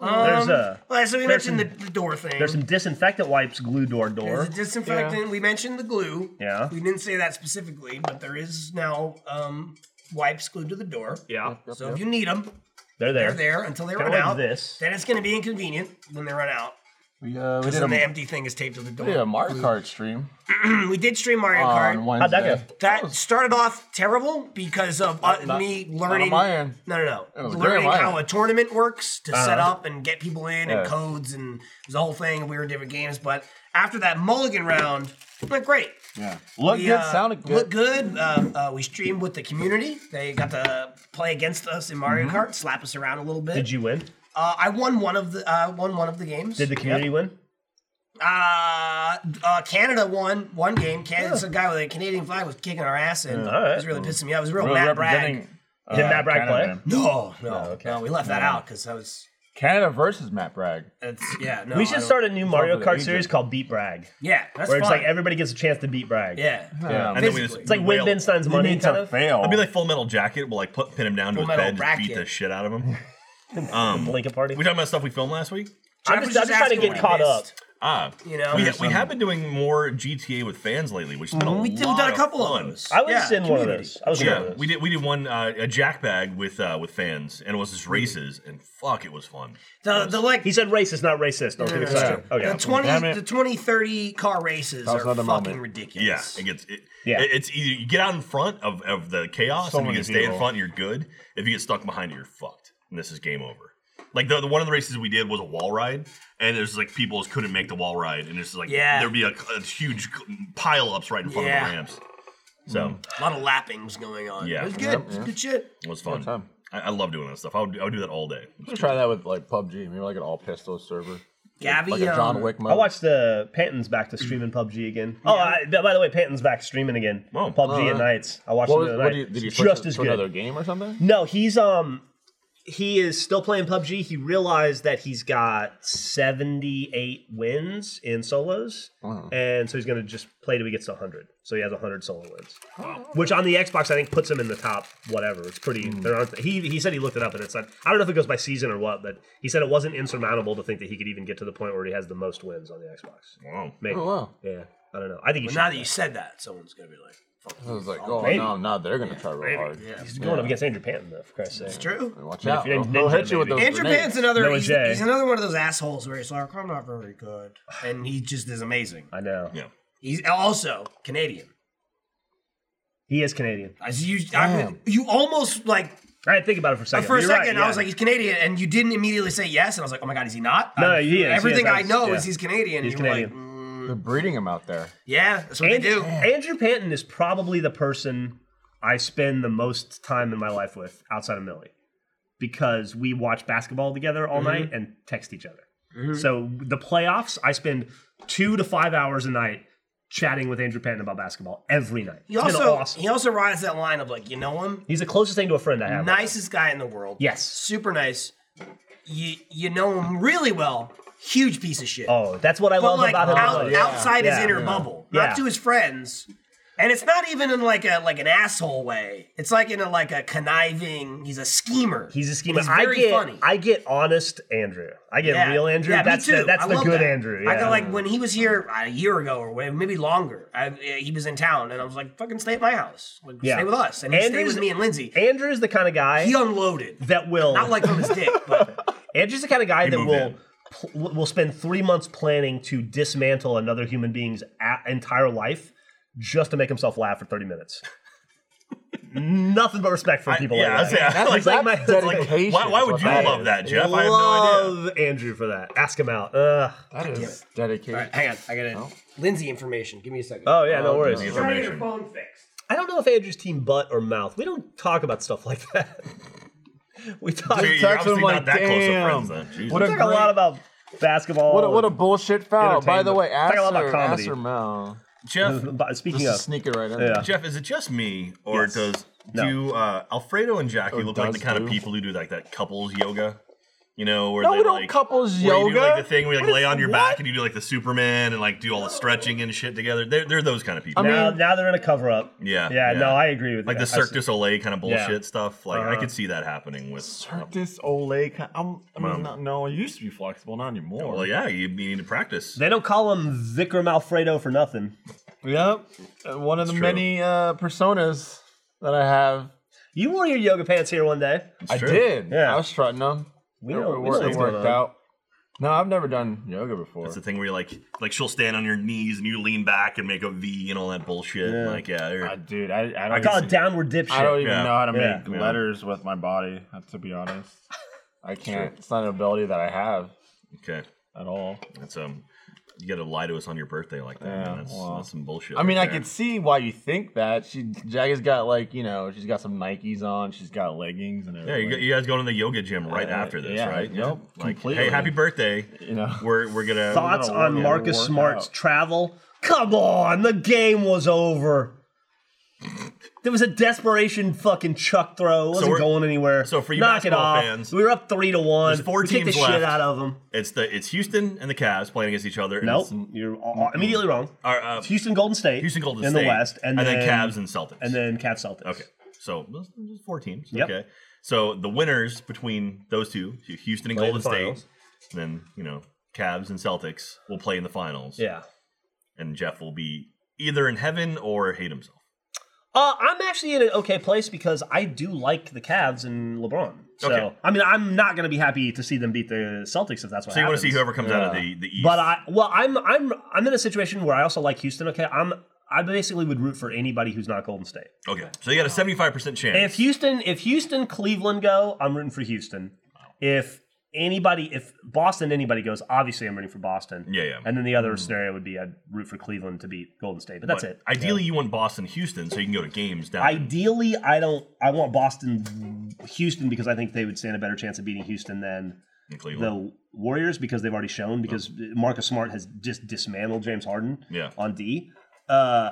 There's a.
Well, so we
there's
mentioned the, the door thing.
There's some disinfectant wipes glued to our door.
There's a disinfectant. We mentioned the glue.
Yeah.
We didn't say that specifically, but there is now um, wipes glued to the door.
Yeah,
So if you need them,
they're there.
they're there until they
Kinda
run
like
out.
this.
Then it's going to be inconvenient when they run out.
We uh we
Because
did
then the
a,
empty thing is taped to the
we
door.
did a Mario Kart stream
we did stream Mario
on
Kart.
Wednesday.
that
That started off terrible because of uh, me learning.
my end.
No, no,
It
Oh,
no.
was
Learning
great on my
how a
end.
tournament works
Uh-huh.
to set up and get people in
Yeah.
and codes and it was a whole thing. And we were in different games, but after that Mulligan round, it went great.
Yeah. Looked
We,
good,
uh,
sounded good.
Looked good. Uh, uh, we streamed with the community. They got to play against us in Mario Kart, slap us around a little bit.
Mm-hmm. Did you win?
Uh, I won one of the uh, won one of the games.
Did the community win?
Uh, uh, Canada won one game. Canada, some guy with a Canadian flag was kicking our ass, and
alright.
it was really pissing me off. It was real
Really
Matt Bragg.
representing uh,
Did Matt Bragg
Canada,
play?
man.
No, no,
okay.
no. We left that out because that was.
Canada versus Matt Bragg.
That's, yeah, no.
we
I
should
don't-
start a new Mario
for the
Kart
Egypt.
series called Beat Bragg,
Yeah, that's fine.
where it's like everybody gets a chance to beat Bragg.
yeah,
Yeah.
And then we just,
Physically.
It's like
wail-
Wittgenstein's
You
money
need
kind
to
of.
fail.
I'd be like Full Metal Jacket. We'll like put, pin him down to
Full
his
Metal
bed, just beat
Bracket.
the shit out of him. (laughs) Um, we
Blanket party.
talking about stuff we filmed last week.
I'm
Jeff was
just, I'm just trying to
asking
get
what he
caught up.
missed,
Ah,
You know,
we, ha- we have been doing more GTA with fans lately, which has been a
we
lot
did, we've done a couple
of
of
fun.
those.
I was
Yeah,
in one of
community.
those. I was in one
Yeah,
of those.
we did. We did one uh, a jack bag with uh, with fans, and it was just races, and fuck, it was fun.
The the like
He said racist, not racist. Okay,
that's
sorry.
true.
okay.
the twenty
Oh, Damn it.
the 20, 30 car races
was
are
another
fucking
moment.
Yeah,
ridiculous.
it gets it,
Yeah.
it- It's either you get out in front of, of the chaos,
So
and you can
many
stay in
people.
front, you're good. If you get stuck behind it, you're fucked, and this is game over. Like the, the one of the races we did was a wall ride, and there's like people just couldn't make the wall ride, and it's like
Yeah.
there'd be a, a huge pile ups right in front of
Yeah.
the ramps. So
a lot of lappings going on.
Yeah.
it was good. It was good shit.
it was fun.
time.
I, I love doing that stuff. I would, I would do that all day.
Let's try that with like PUBG, maybe like an all pistol server.
Gabby,
Like a John
um,
Wick mode.
I watched the Panton's back to streaming PUBG again. Oh, I, by the way, Panton's back streaming again.
Oh.
PUBG
Oh,
at
yeah.
nights. I watched
what
him
was,
the other night.
what did you, did you switch
Just
to
as good.
another game or something?
No, he's um he is still playing PUBG. He realized that he's got 78 wins in solos. And so he's going to just play till he gets to 100. So he has 100 solo wins. Which on the Xbox I think puts him in the top whatever. It's pretty there aren't he he said he looked it up and it's like I don't know if it goes by season or what, but he said it wasn't insurmountable to think that he could even get to the point where he has the most wins on the Xbox.
Wow.
Maybe.
Oh wow.
Yeah. I don't know. I think he
But
should.
now that you said that, someone's gonna be like, "Fuck."
I
you.
was like, oh
maybe.
no, no, they're gonna try real hard.
he's going up against Andrew Panton though, for Christ's sake.
True.
Watch
Man, if
out.
your
They'll,
name's
they'll
Ninja,
hit you with
maybe.
those
Andrew
grenades.
Pan's another.
Noah
He's,
Jay.
he's another one of those assholes where he's like, "I'm not very good," and he just is amazing.
I know.
Yeah.
He's also Canadian.
He is Canadian.
As you, I
Damn.
you almost like
All right, think about it for a second.
Uh, for a
You're right,
second, I
yeah.
was like, "He's Canadian," and you didn't immediately say yes, and I was like, "Oh my god, is he not?"
No,
I-
he is,
Everything
yes, I
I
was-
know
yeah.
is he's Canadian.
He's
and you're
Canadian.
Like, mm,
They're breeding them
(laughs)
out there.
yeah, that's what they
Andrew,
do.
Andrew Panton is probably the person I spend the most time in my life with outside of Millie because we watch basketball together
Mm-hmm.
all night and text each other. So the playoffs, I spend two to five hours a night chatting with Andrew Panton about basketball every night.
He
It's been
also
awesome.
he also rides that line of like, you know him,
He's the closest thing to a friend I have.
nicest guy in the world.
Yes.
super nice. You you know him really well. Huge piece of shit.
Oh, that's what I
but
love
like
about him.
out-
the most.
outside his
Yeah.
inner
Yeah.
bubble,
Yeah.
not to his friends. And it's not even in like a like an asshole way. It's like in a like a conniving. He's a schemer.
He's a schemer.
He's
I
very
get,
funny.
I get honest Andrew. I get
Yeah.
real Andrew.
Yeah, me
that's the,
too.
that's
I
the
love
good
that.
Andrew.
I
yeah.
got like when he was here a year ago or whatever, maybe longer. I, he was in town, and I was like, "Fucking stay at my house. Like,
Yeah.
Stay with us." And he stayed
Andrew's-
with me and Lindsay.
Andrew's the kind of guy
He unloaded.
that will
Not like from his
(laughs)
dick, but
Andrew's the kind of guy that
moved
will
in.
pl- will spend three months planning to dismantle another human being's a- entire life just to make himself laugh for thirty minutes. (laughs) Nothing but respect for people
yeah, I
like
was-
that.
yeah, (laughs)
That's
That's
like my
dedication.
Why, why
is
would
what
you love
is.
that, Jeff? I have no idea.
love Andrew for that. Ask him out. Ugh.
That is dedication.
All right, hang on, I gotta Lindsay information. Give me a second.
Oh yeah, no
Oh,
worries.
no.
Information.
I don't know if Andrew's team butt or mouth. We don't talk about stuff like that. (laughs) we talk,
So
we
you're
Text
obviously
him like,
not that close of
damn.
friends then. Jesus.
What a
talk a lot
great-
about basketball.
What a, what a
and-
bullshit foul. By the way,
Entertainment.
ass
Talk a lot about
or, ass
comedy.
or mouth?
Jeff,
(laughs) But Speaking
Just
of,
sneak it right in.
Yeah.
Jeff, is it just me, or
Yes.
does
No. Oh,
do uh, Alfredo and Jackie
Or
look like the
does
kind
do.
of people who do like that couples yoga? You know, where
No,
they
we don't
like,
couples
where You do, like
yoga.
the thing where you like
What
lay
is-
on your
what?
back and you do like the Superman and like do all the stretching and shit together. They're they're those kind of people.
I mean-
now, now they're in a cover up.
yeah,
Yeah, no, I agree with
like
that.
the Cirque
I
du
see-
Soleil kind of bullshit
Yeah.
stuff. Like I
Uh-huh.
could see that happening with.
Cirque du Soleil. kind- I'm, I mean,
Um,
not, no, it used to be flexible, not anymore.
Well, yeah, you, you need to practice.
They don't call him Vikram Alfredo for nothing.
Yep. Uh, One of the
It's true.
many uh, personas that I have.
You wore your yoga pants here one day.
It's
I
true.
did.
Yeah.
I was strutting them.
We
it,
know- we know
wor- it
what's going on.
worked out. No, I've never done yoga before.
It's the thing where you like, like she'll stand on your knees and you lean back and make a V and all that bullshit.
Yeah.
Like, yeah, they're-
Uh, dude, I, I don't.
I call
even-
it downward dip
I don't
shit.
even
Yeah.
know how to
Yeah.
make
Yeah.
letters with my body. uh, To
(laughs)
be honest, I can't. It's not an ability that I have
okay.
at all.
That's um, you got to lie to us on your birthday like that. man.
Yeah,
That's,
well.
that's some bullshit.
I
(laughs)
mean,
right
I
there.
could see why you think that. She Jagger's got like you know, she's got some Nikes on. She's got leggings and
Yeah,
everything.
you, you guys going to the yoga gym right
Uh,
after this,
yeah,
right?
yep,
Like, hey,
completely.
happy birthday.
You know.
We're we're gonna
Thoughts
gonna
on
work-
Marcus
work
Smart's
out.
travel? Come on, the game was over. There was a desperation fucking chuck throw. It wasn't
we're-
going anywhere.
so for you
knock it
basketball
off.
fans,
we were up three to one.
there's four
we kicked
teams
the shit
left.
out of them.
It's the it's Houston and the Cavs playing against each other. and
Nope,
it's-
you're all, all- immediately wrong.
Or, uh,
It's Houston, Golden State,
Houston Golden
in
State
the West, and,
then, Cavs and Celtics.
and then Cavs Celtics.
okay, so those, those four teams.
Yep.
Okay, so the winners between those two, Houston and
Play in
Golden
the finals.
State, and then you know Cavs and Celtics will play in the finals.
Yeah.
and Jeff will be either in heaven or hate himself.
Uh, I'm actually in an okay place because I do like the Cavs and LeBron. So
Okay.
I mean, I'm not going to be happy to see them beat the Celtics if that's what.
So you want
happens.
to see whoever comes out of the the East.
But I well, I'm I'm I'm in a situation where I also like Houston. Okay, I'm I basically would root for anybody who's not Golden State.
okay, so you got a seventy five percent chance.
If Houston, if Houston, Cleveland go, I'm rooting for Houston. If anybody, if Boston, anybody goes, obviously I'm rooting for Boston.
Yeah, yeah. Mm-hmm.
And then the other scenario would be I'd root for Cleveland to beat Golden State. But that's
But
it.
Ideally, you want Boston, Houston, so you can go to games down.
Ideally, I don't. I want Boston, Houston, because I think they would stand a better chance of beating Houston than
in Cleveland.
the Warriors because they've already shown because Marcus Smart has just dismantled James Harden
Yeah.
on D. Uh,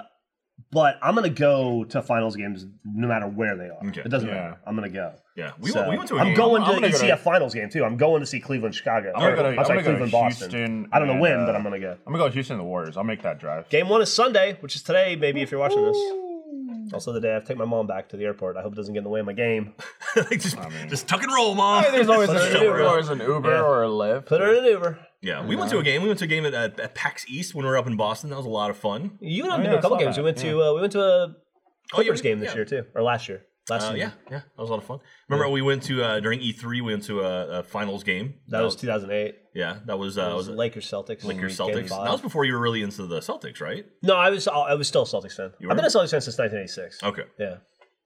but I'm gonna go to finals games no matter where they are.
Okay.
It doesn't
Yeah.
matter. I'm gonna go.
yeah, we,
So,
went, we went to a
I'm
game.
going
I'm
to
gonna go
ECF
to-
finals game too. I'm going to see Cleveland, Chicago.
I'm gonna go to-
I'm
I'm
sorry,
gonna go to
Cleveland, Boston.
Houston
I don't know
and,
when,
uh,
but I'm gonna go.
I'm gonna go with Houston and the Warriors. I'll make that drive.
Game one is Sunday, which is today, maybe if you're watching this. Also, the day I have to take my mom back to the airport. I hope it doesn't get in the way of my game.
(laughs) (laughs) like just, just tuck and roll, mom.
(laughs) There's always,
Let's
an,
go,
there's
bro.
always an Uber
Yeah.
or a Lyft.
Put her in an Uber.
(laughs) yeah, we went to a game. We went to a game at, at, at PAX East when we were up in Boston. That was a lot of fun.
You and I've
Oh,
been
yeah,
to a
I
couple
saw
games. We
that,
went to uh, we went to a
Oh, you
Clippers
were-
game this
yeah.
year too, or last year. Last
Uh,
season.
yeah, yeah, that was a lot of fun. Remember, we went to uh, during E3, we went to a, a finals game.
that was 2008.
yeah, that was uh,
It was
was
Lakers Celtics.
Lakers
Game
Celtics.
five.
That was before you were really into the Celtics, right?
no, I was I was still a Celtics fan.
You
I've been a
were? Oh.
Celtics fan since 1986.
Okay,
Yeah,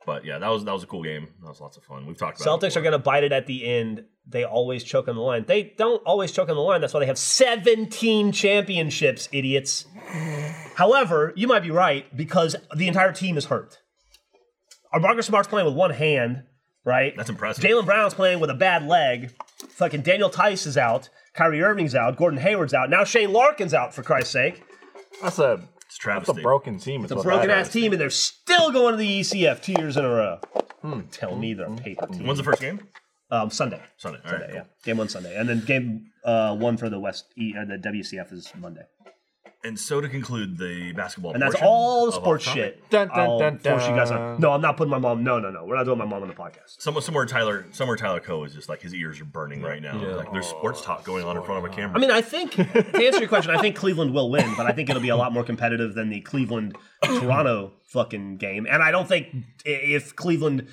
but yeah, that was that was a cool game. That was lots of fun. We've talked about
Celtics
it
are going to bite it at the end. They always choke on the line. They don't always choke on the line. That's why they have 17 championships, idiots. However, you might be right because the entire team is hurt. Our Marcus Smart's playing with one hand, right?
That's impressive.
Jalen Brown's playing with a bad leg. Fucking Daniel Tice is out. Kyrie Irving's out. Gordon Hayward's out. Now Shane Larkin's out, for Christ's sake.
That's a
It's
that's a
travesty.
broken team. It's
It's a broken ass team, and they're still going to the ECF two years in a row. Hmm, Tell me they're a paper team.
Hmm. When's the first game?
Um, Sunday.
Sunday. All right,
Sunday,
cool.
yeah. Game one Sunday, and then game uh, one for the West E or the WCF is Monday,
And so to conclude the basketball,
and that's
portion
all the
of our
sports
topic,
shit.
Dun, dun,
I'll
dun,
force you guys
dun.
on. No, I'm not putting my mom. No, no, no. We're not doing my mom on the podcast.
Somewhere, somewhere Tyler, somewhere Tyler Coe is just like his ears are burning right now. Like there's sports talk going on in front of a camera.
I mean, I
(laughs)
think to answer your question, I think Cleveland will win, but I think it'll be a lot more competitive than the Cleveland Toronto fucking game. And I don't think i- if Cleveland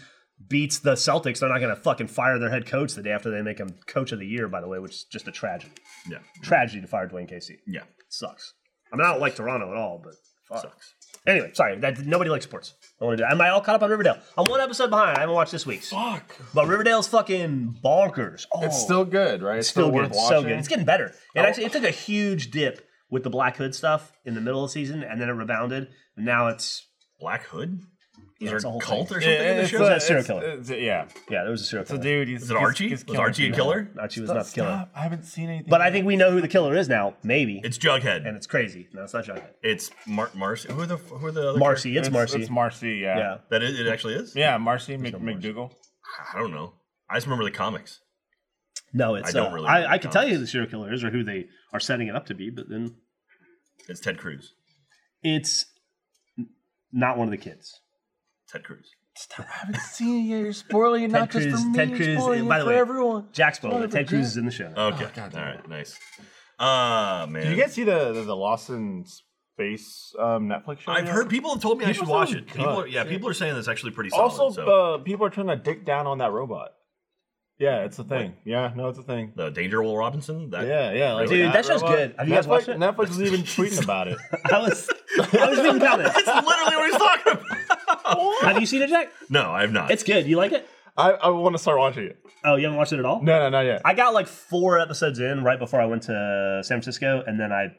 beats the Celtics, they're not going to fucking fire their head coach the day after they make him coach of the year. By the way, which is just a tragedy.
yeah,
Tragedy to fire Dwayne Casey.
yeah,
sucks. I mean, I don't like Toronto at all, but fuck.
sucks.
Anyway, sorry. That nobody likes sports. I want to do. Am I all caught up on Riverdale? I'm one episode behind. I haven't watched this week's.
Fuck.
But Riverdale's fucking bonkers. Oh,
It's still good, right? It's
still
worth
good. So
watching?
good. It's getting better. It actually it took a huge dip with the Black Hood stuff in the middle of the season, and then it rebounded. And now it's
Black Hood? Is
Yeah,
there
it's a
a
whole
cult
thing.
or something
Yeah,
in the
it's
show?
a-
Is
that serial
it's-
killer?
it's- yeah.
yeah, there was a serial
So,
killer.
dude, he's,
it Archie? Was Archie a killer?
Archie was not the killer.
I haven't seen anything.
But I think we know who the killer is now. Maybe.
It's Jughead.
and it's crazy. No, it's not Jughead.
it's Mar- Marcy. Who are the who are the other
Marcy. It's, Marcy.
It's Marcy. Yeah.
yeah.
That is, it actually is.
Yeah, Marcy Mc, McDougal.
I don't know. I just remember the comics.
No, it's.
I don't
uh,
really
I,
read
I can
comics.
tell you who the serial killer is or who they are setting it up to be, but then
It's Ted Cruz.
it's n- not one of the kids.
Ted Cruz.
I haven't seen it yet. You're spoiling it, not just
Cruz-
for me.
Ted
you're
Cruz,
spoiling
and
it
by the
for
way-
everyone.
Jack spoiled it.
Wonderful
Ted Cruz
Jack.
is in
(laughs)
the show. now.
Okay.
God
All
damn
right. Nice. Uh man.
Did you guys see the the, the Lost in Space um, Netflix show?
I've
yet?
heard people have told me I
People
should watch
thought it
it.
was
People, are,
good.
yeah, people are saying that's actually pretty solid.
Also,
so.
uh, people are trying to dick down on that robot. Yeah, it's a thing. yeah, no, it's a thing.
The Danger Will Robinson. That,
Yeah, yeah. Like
Dude, that show's
robot.
good. Have you guys
Netflix-
watched it?
Netflix was even tweeting
(laughs)
about it.
I was, I was reading comments.
(laughs) That's literally what he's talking about.
Have you seen it, Jack?
No, I have not.
It's good. You like it?
I, I want to start watching it.
Oh, you haven't watched it at all?
No, no, not yet.
I got like four episodes in right before I went to San Francisco, and then I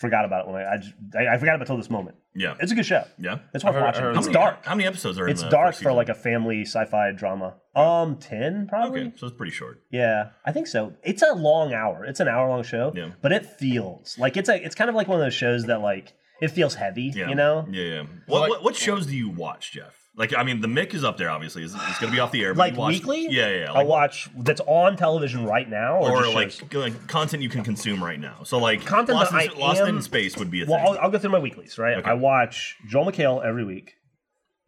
forgot about it when I I, just, I, I forgot about it till this moment.
yeah,
It's a good show.
yeah.
It's worth
I heard- I
watching.
heard
It's
that.
dark.
How many episodes are in
It's
the
dark
first
for
season?
like a family sci-fi drama. Um, ten probably.
Okay, so it's pretty short.
Yeah, I think so. It's a long hour. It's an hour long show.
Yeah.
But it feels like it's a. It's kind of like one of those shows that like it feels heavy.
Yeah.
You know.
Yeah, yeah. What, what, what shows do you watch, Jeff? Like, I mean, The Mick is up there, obviously. It's, it's going to be off the air. but
Like
you watch-
weekly?
Yeah, yeah, yeah.
I watch that's on television right now, or,
or
just
like,
shows?
like content you can consume right now. So like
Content
Lost,
that
in,
I
Lost
am-
in Space would be a
Well,
thing.
I'll, I'll go through my weeklies, right?
Okay.
I watch Joel McHale every week.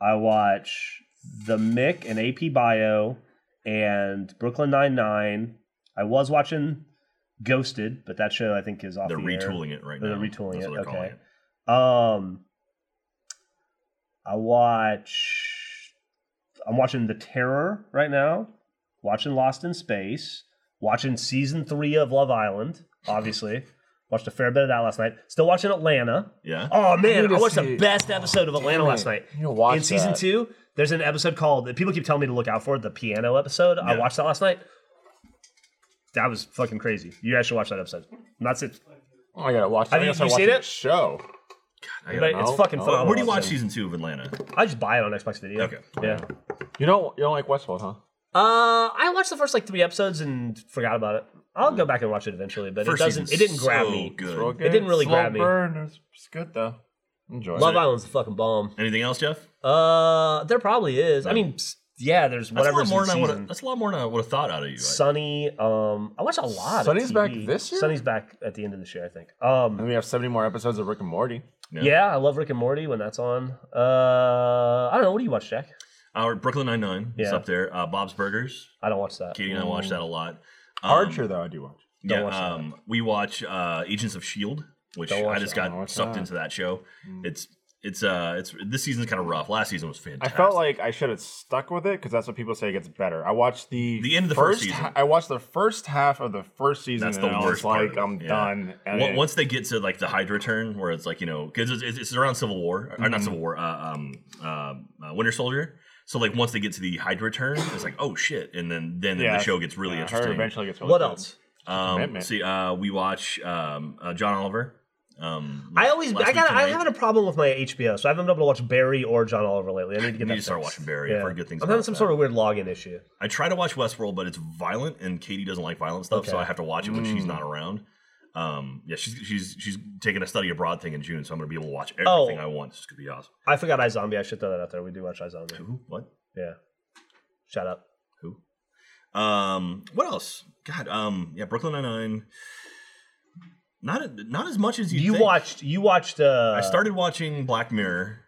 I watch The Mick and AP Bio and Brooklyn Nine Nine. I was watching Ghosted, but that show I think is off.
they're
the air.
retooling it right now.
They're retooling
That's
it.
what they're calling
Okay. Um, I watch. I'm watching The Terror right now. Watching Lost in Space. Watching season three of Love Island. Obviously, watched a fair bit of that last night. Still watching Atlanta.
Yeah.
Oh man,
to
I watched
see-
the best episode of Atlanta last night.
You watch
in season
that.
two. There's an episode called that people keep telling me to look out for the piano episode. I watched that last night. That was fucking crazy. You guys should watch that episode. And That's it.
Oh, I gotta watch.
Have
I
you-
gotta start
you seen
watching
it?
the Show.
But it's
know.
fucking
Oh,
phenomenal.
Where do you watch season two of Atlanta?
I just buy it on Xbox Video.
Okay.
Yeah.
You don't you don't like Westworld, huh?
Uh, I watched the first like three episodes and forgot about it. I'll go back and watch it eventually, but
First
it doesn't.
season's
It didn't grab
so
me.
Good.
Real good.
didn't really
Slow
grab me.
burn. It's, it's good though. Enjoy.
Love
it.
Island's the fucking bomb.
Anything else, Jeff?
Uh, there probably is. I mean, s- yeah, there's
That's
whatever's
a lot more
in
than I
season.
would. That's a lot more than I would have thought out of you. I-
Sunny. Um, I watch a lot. of
Sunny's back
TV.
this year?
Sunny's back at the end of this year, I think.
And
Um,
we have seventy more episodes of Rick and Morty.
Yeah.
yeah. I love Rick and Morty when that's on. Uh, I don't know. What do you watch, Jack?
Our Brooklyn Nine Nine is
Yeah.
up there. Uh, Bob's Burgers.
I don't watch that.
Katie and I watch that a lot. Um,
Archer though, I do watch.
Yeah,
watch that.
um, we watch uh, Agents of Shield, which
Don't watch
I just
that.
Don't
got
watch
sucked
that.
into that show. It's it's uh it's this season's kind of rough. Last season was
I
fantastic.
felt like I should have stuck with it because that's what people say gets better. I watched the
The end of the first
ha-
season.
I watched the first half of the first season.
That's
and
the
I
worst
was
part
like,
of it.
I'm
Yeah.
done.
Oh,
And
Wa-
it-
once they get to like the Hydra turn, where it's like you know, because it's, it's around Civil War or
Mm-hmm.
not Civil War, uh, um, um, uh, Winter Soldier. So like once they get to the Hydra turn, it's like oh shit, and then then
Yeah.
the show gets really
Yeah, her
interesting.
eventually gets really
What
good.
else?
Um,
Commitment.
see, uh, we watch um, uh, John Oliver. Um,
I always
last
I got
week
I
tonight.
have a problem with my HBO, so I haven't been able to watch Barry or John Oliver lately. I need to
You
get
need
that
to start
fixed.
watching Barry. I've heard good things
I'm having
about
some
that.
sort of weird login issue.
I try to watch Westworld, but it's violent, and Katie doesn't like violent stuff, so
Okay. Mm.
I have to watch it when she's not around. Um, yeah, she's she's she's taking a study abroad thing in June, so I'm gonna be able to watch everything
Oh.
I want. This could be awesome.
I forgot iZombie. I should throw that out there. We do watch iZombie.
Who? What?
Yeah. Shut up.
Um, what else? God, um, yeah, Brooklyn Nine Nine. Not not as much as you.
You
think.
watched. You watched. Uh,
I started watching Black Mirror.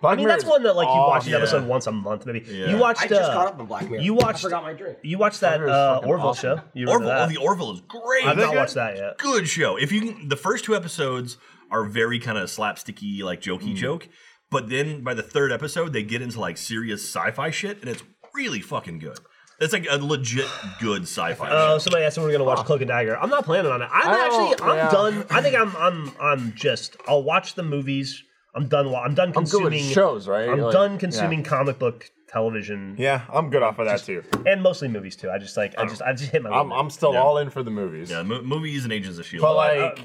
Black
I mean,
Mirror
that's
is
one that like you watch
awesome.
an episode
Oh, Yeah.
once a month, maybe.
Yeah.
You watched.
I
uh,
just caught up on Black Mirror.
you watched-
I forgot my drink.
You watched that
Black Mirror is
uh,
fucking
Orville
awesome.
show. You were into
Orville. Oh,
that.
the Orville is great.
I've not
good?
watched that yet.
good show. If you can, the first two episodes are very kind of slapsticky, like
Mm.
jokey joke. But then by the third episode, they get into like serious sci-fi shit, and it's really fucking good. It's like a legit good sci-fi.
Oh,
show.
somebody asked when we are gonna watch Cloak and Dagger. I'm not planning on it. I'm
I don't-
actually. I'm
yeah.
done. I think I'm. I'm. I'm just. I'll watch the movies. I'm done. wa- I'm done
I'm good with
consuming
shows, right?
I'm
Like,
done
yeah.
consuming comic book television
Yeah, I'm good off of that too.
and mostly movies too. I just like. I just. I just hit my.
I'm,
limit.
I'm still all in for the movies.
Yeah, mo- movies and Agents of Shield.
But like,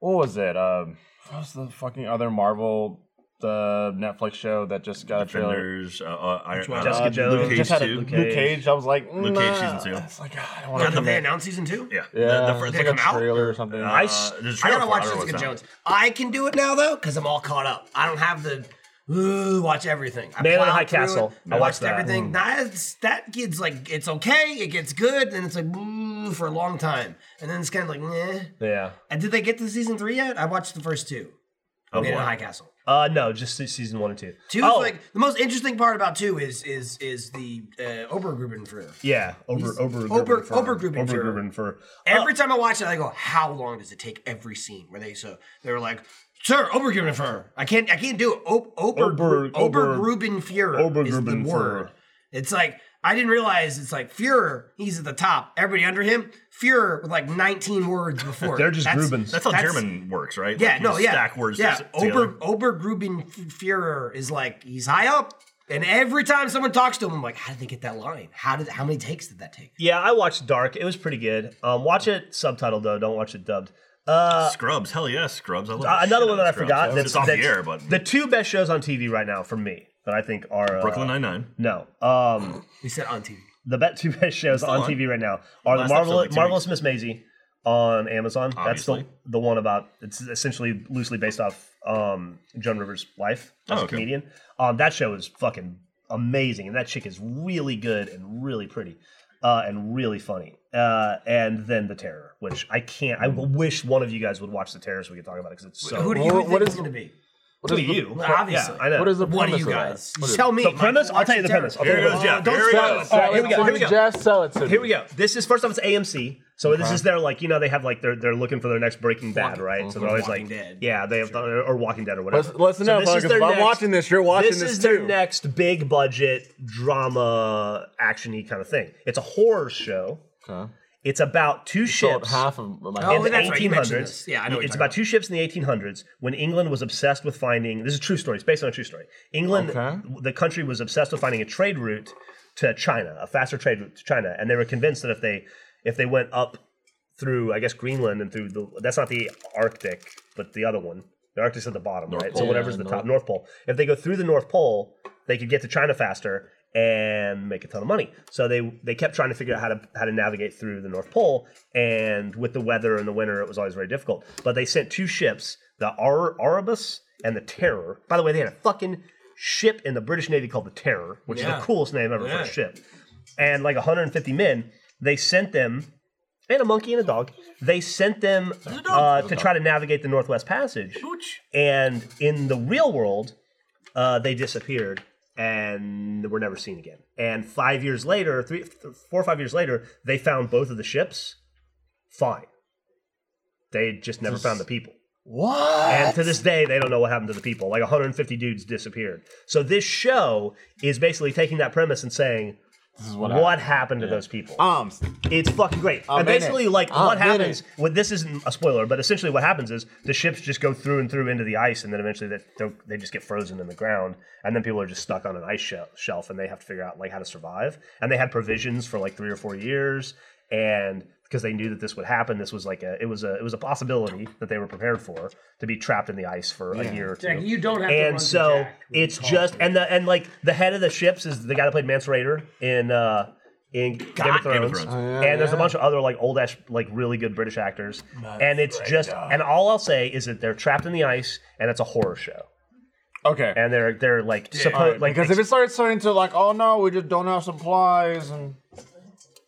what was it? Um, what was the fucking other Marvel, the Netflix show that just got a trailer?
Defenders, uh, uh, Iron,
one?
uh,
Jessica
Uh,
Jones.
Luke Cage
just had a
too.
Luke Cage. I was like,
Luke Cage
nah.
season two.
It's like ah, I don't
God,
want to.
they announced season two.
Yeah,
Yeah,
The, the,
it's
first,
like
come
a
out.
trailer or something.
Uh,
I,
there's a
I
trailer
gotta
for
watch
it, I don't know
Jessica
what's out.
Jones. I can do it now though, because I'm all caught up. I don't have the ooh, watch everything. I
Man in the
plowed
High
through
Castle.
it.
I
I
watched
watched
that. Mm.
everything. That's that kid's like it's okay, it gets good, and it's like ooh for a long time, and then it's kind of like eh.
yeah.
And did they get to season three yet? I watched the first two.
Oh,
Man in the
boy.
High Castle.
Uh, no, just se- season one and two.
Two
Oh,
is like the most interesting part about two is is is the uh, Obergrubbenführer.
yeah, over over
Ober- Obergrubbenführer.
for Uh,
Every time I watch it, I go, "How long does it take every scene?" Where they so they were like, "Sir, Obergrubbenführer, I can't, I can't do it." O- Ober,
Ober-
Ober, Obergrubbenführer is the
Obergrubbenführer.
word. It's like I didn't realize it's like Fuhrer. He's at the top. Everybody under him, Fuhrer with like 19 words before.
They're just Rubens.
That's how
That's-
German works, right?
Yeah,
Like, you
no, yeah,
Stack words.
Yeah,
to-
Ober
together.
Obergruben Führer is like he's high up, and every time someone talks to him, I'm like, how did they get that line? How did how many takes did that take?
Yeah, I watched Dark. It was pretty good. Um, watch it subtitled though. Don't watch it dubbed.
Scrubs. Hell yeah, Scrubs. I love
Uh,
the
another
Oh, shit
one
out
that I
of Scrubs.
forgot.
It's off the air, but
the two best shows on TV right now for me that I think are uh,
Brooklyn Nine Nine.
No, um,
We said on TV.
the bet two (laughs) best shows on,
on.
TV right now are the
Last episode,
Marvel-
like, two
marvelous Miss Maisie on Amazon. That's
Obviously.
the the one about it's essentially loosely based off um, Joan Rivers' life as
Oh,
a
okay.
comedian. Um, that show is fucking amazing, and that chick is really good and really pretty. Uh, and really funny, uh, and then the terror, which I can't. I wish one of you guys would watch the terror so we could talk about it because it's so.
Who do you
What-
think
what
it's
is-
going to be?
What is the-
you?
Well, obviously.
Yeah, I know.
What is the
What
premise
do you
of that?
guys?
What
You
is-
tell me.
The premise?
Michael,
I'll tell you the
watch
premise.
Terror.
I'll tell
Here
you the
goes
premise.
Jeff.
Don't
Here we
spoil
go.
it. Sell
Here
it
we go,
to
here
me.
we go.
Just sell it to me.
Here we go. This is first off. It's AMC, so this is their like you know they have like they're they're looking for their next Breaking Bad,
Walking-
right? So they're always
Walking
like,
Dead.
yeah, they have or Walking Dead or whatever.
Listen, listen up,
this is
Marcus. If
their
I'm
next-
watching this, you're watching
this,
this,
is
too.
their next big budget drama actiony kind of thing. It's a horror show.
Okay.
It's about two
Sold
ships.
half of my.
Oh,
in the
that's right, you
1800s.
mentioned this. Yeah, I know what you're
It's
talking
about,
about.
two ships in the 1800s when England was obsessed with finding. This is a true story. It's based on a true story. England,
Okay.
the country, was obsessed with finding a trade route to China, a faster trade route to China, and they were convinced that if they if they went up through, I guess Greenland and through the that's not the Arctic, but the other one. The Arctic's at the bottom, right? So
Pole.
whatever's
Yeah,
the top North Pole. If they go through the North Pole, they could get to China faster and make a ton of money. So they they kept trying to figure out how to how to navigate through the North Pole, and with the weather in the winter, it was always very difficult. But they sent two ships, the Ar- Erebus and the Terror. By the way, they had a fucking ship in the British Navy called the Terror, which is
Yeah.
the coolest name ever for
Yeah.
a ship. And like 150 men, they sent them and a monkey and a dog. They sent them uh, to try to navigate the Northwest Passage. And in the real world, uh, they disappeared and were never seen again. And five years later, three, th- four or five years later, they found both of the ships fine. They just never found the people.
What?
And to this day, they don't know what happened to the people. Like 150 dudes disappeared. So this show is basically taking that premise and saying,
This is
what,
what, happened.
happened to those people?
Arms.
It's fucking great.
I'm
and
in
basically,
it.
like,
I'm
what
in
happens?
it.
Well, this isn't a spoiler, but essentially, what happens is the ships just go through and through into the ice, and then eventually they, they're- they just get frozen in the ground, and then people are just stuck on an ice shel- shelf, and they have to figure out like how to survive. And they had provisions for like three or four years, and because they knew that this would happen, this was like a it was a it was a possibility that they were prepared for to be trapped in the ice for a year or two
Jack, you don't have to run
and
to
so
Jack when
it's
you talk.
just and the and like the head of the ships is the guy that played Mance Raider in uh in Game of Thrones,
Thrones. Oh,
and there's a bunch of other like old ash like really good British actors, and it's just and all I'll say is that they're trapped in the ice and it's a horror show
Okay.
and they're they're like supposed
Alright,
like
because if it starts turning to like, oh no, we just don't have supplies, and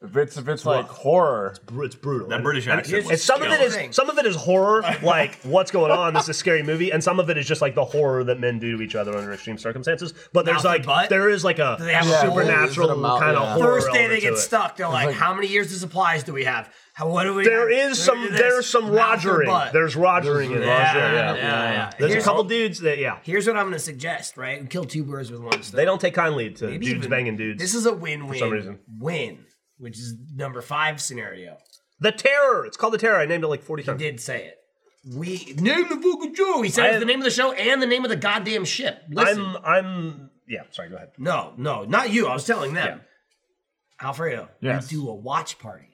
if it's if it's like horror,
br- it's brutal
That
And-
British
and-
accent
And
was
some of it
killer.
is some of it is horror, like what's going on? This is a scary movie, and some of it is just like the horror that men do to each other under extreme circumstances. But there's
Mouth and
like
butt?
there is like a
they have a hole?
supernatural
Is it a mouth?
kind of
Yeah.
horror.
First day
element
they get
to it.
stuck, they're like, "How many years of supplies do we have? How what do we?"
There
have?
is
Let me
some
do this.
there's some
Mouth or
rogering.
butt?
There's rogering in it.
yeah,
Roger,
yeah,
yeah.
yeah.
There's a
Here's-
couple dudes that yeah.
Here's what I'm going to suggest, right? We kill two birds with one stone.
They don't take kindly to
Maybe
dudes
even-
banging dudes.
This is a win-win. For
some reason.
win, which is number five scenario.
the terror. It's called the terror. I named it like 40 times.
Did say it. We name the fucking show. He says
I-
the name of the show and the name of the goddamn ship. Listen,
I'm I'm yeah, sorry, go ahead.
no, no, not you. I was telling them, Alfredo,
Yes.
we do a watch party.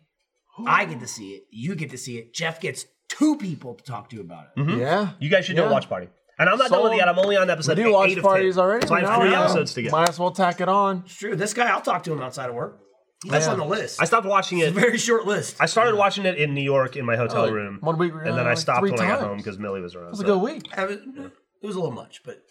I get to see it. You get to see it. Jeff gets two people to talk to about
Mm-hmm.
it.
yeah.
You guys should do a
Yeah.
watch party. And I'm not done
Sold.
with it yet. I'm only on
We
episode
do
eight,
watch
eight of
parties
10.
already.
So I have
Now,
three
yeah.
episodes to go.
Might as well tack it on.
It's true. This guy, I'll talk to him outside of work. That's on the list.
I stopped watching
it's
it.
a very short list.
I started watching it in New York in my hotel
Like,
room.
One week,
and then I stopped
three
when I
times.
got home because Millie was around.
It was a
so-
good week.
I was- it was a little much, but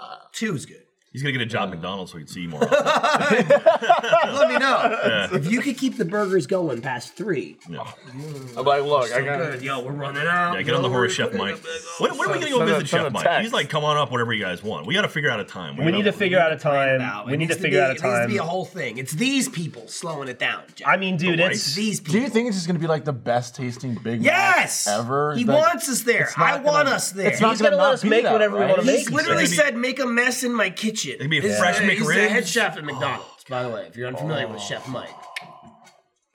uh, two is good.
He's gonna get a job at McDonald's so he can see more. often.
Let me
(laughs)
know if you could keep the burgers going past three.
I'm like, look, I got
Good, yo, we're running out.
Yeah, get on the horror chef, Mike. When, when are we gonna go
Send a-
visit
send a
Chef Mike?
text.
He's like, come on up whenever you guys want. We gotta figure out a time.
We need to figure out a
Wow,
time.
it
We need to
needs
figure
be-
out a
It needs to be a
time.
whole thing. It's these people slowing it down. Jack.
I mean, dude, it's
these people.
Do you think it's just gonna be like the best tasting Big Mac
Yes,
ever?
He
Like,
wants us there.
it's not
I want
gonna-
us there.
It's not
He's gonna
gonna
let
not
us
be
make
that,
whatever we
right?
wanna
He's
make.
literally
It's gonna be-
said, "Make a mess in my kitchen."
It'd be a
It's-
fresh
He's the
McRib.
head chef at McDonald's. By the way, if you're unfamiliar
Oh.
with Chef Mike,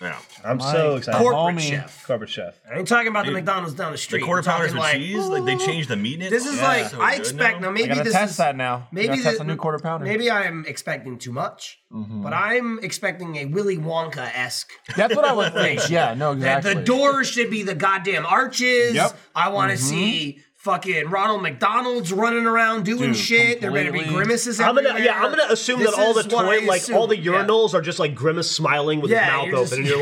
Yeah.
I'm so excited.
corporate
homie.
chef.
Corporate chef.
I ain't talking about the McDonald's down the street.
The quarter
I'm talking
pounders with
like,
cheese, like they changed the meat in it.
This is
Yeah.
like
So
I
good
expect now.
now.
I
maybe
gotta
this
test
is
that now.
maybe
Gotta
this,
test a new quarter pounder. Mm-hmm.
Maybe I am expecting too much, but I'm expecting a Willy Wonka esque.
That's what I would think. Yeah, no, exactly.
The doors should be the goddamn arches.
Yep.
I want to see fucking Ronald McDonald's running around doing
Dude,
shit. There better be
completely.
grimaces
I'm
everywhere.
gonna yeah, I'm gonna assume
This
that all the
is what I
toy like all the
assume, yeah.
urinals are just like grimace smiling with
Yeah,
his
you're
mouth open,
just-
and
(laughs)
you're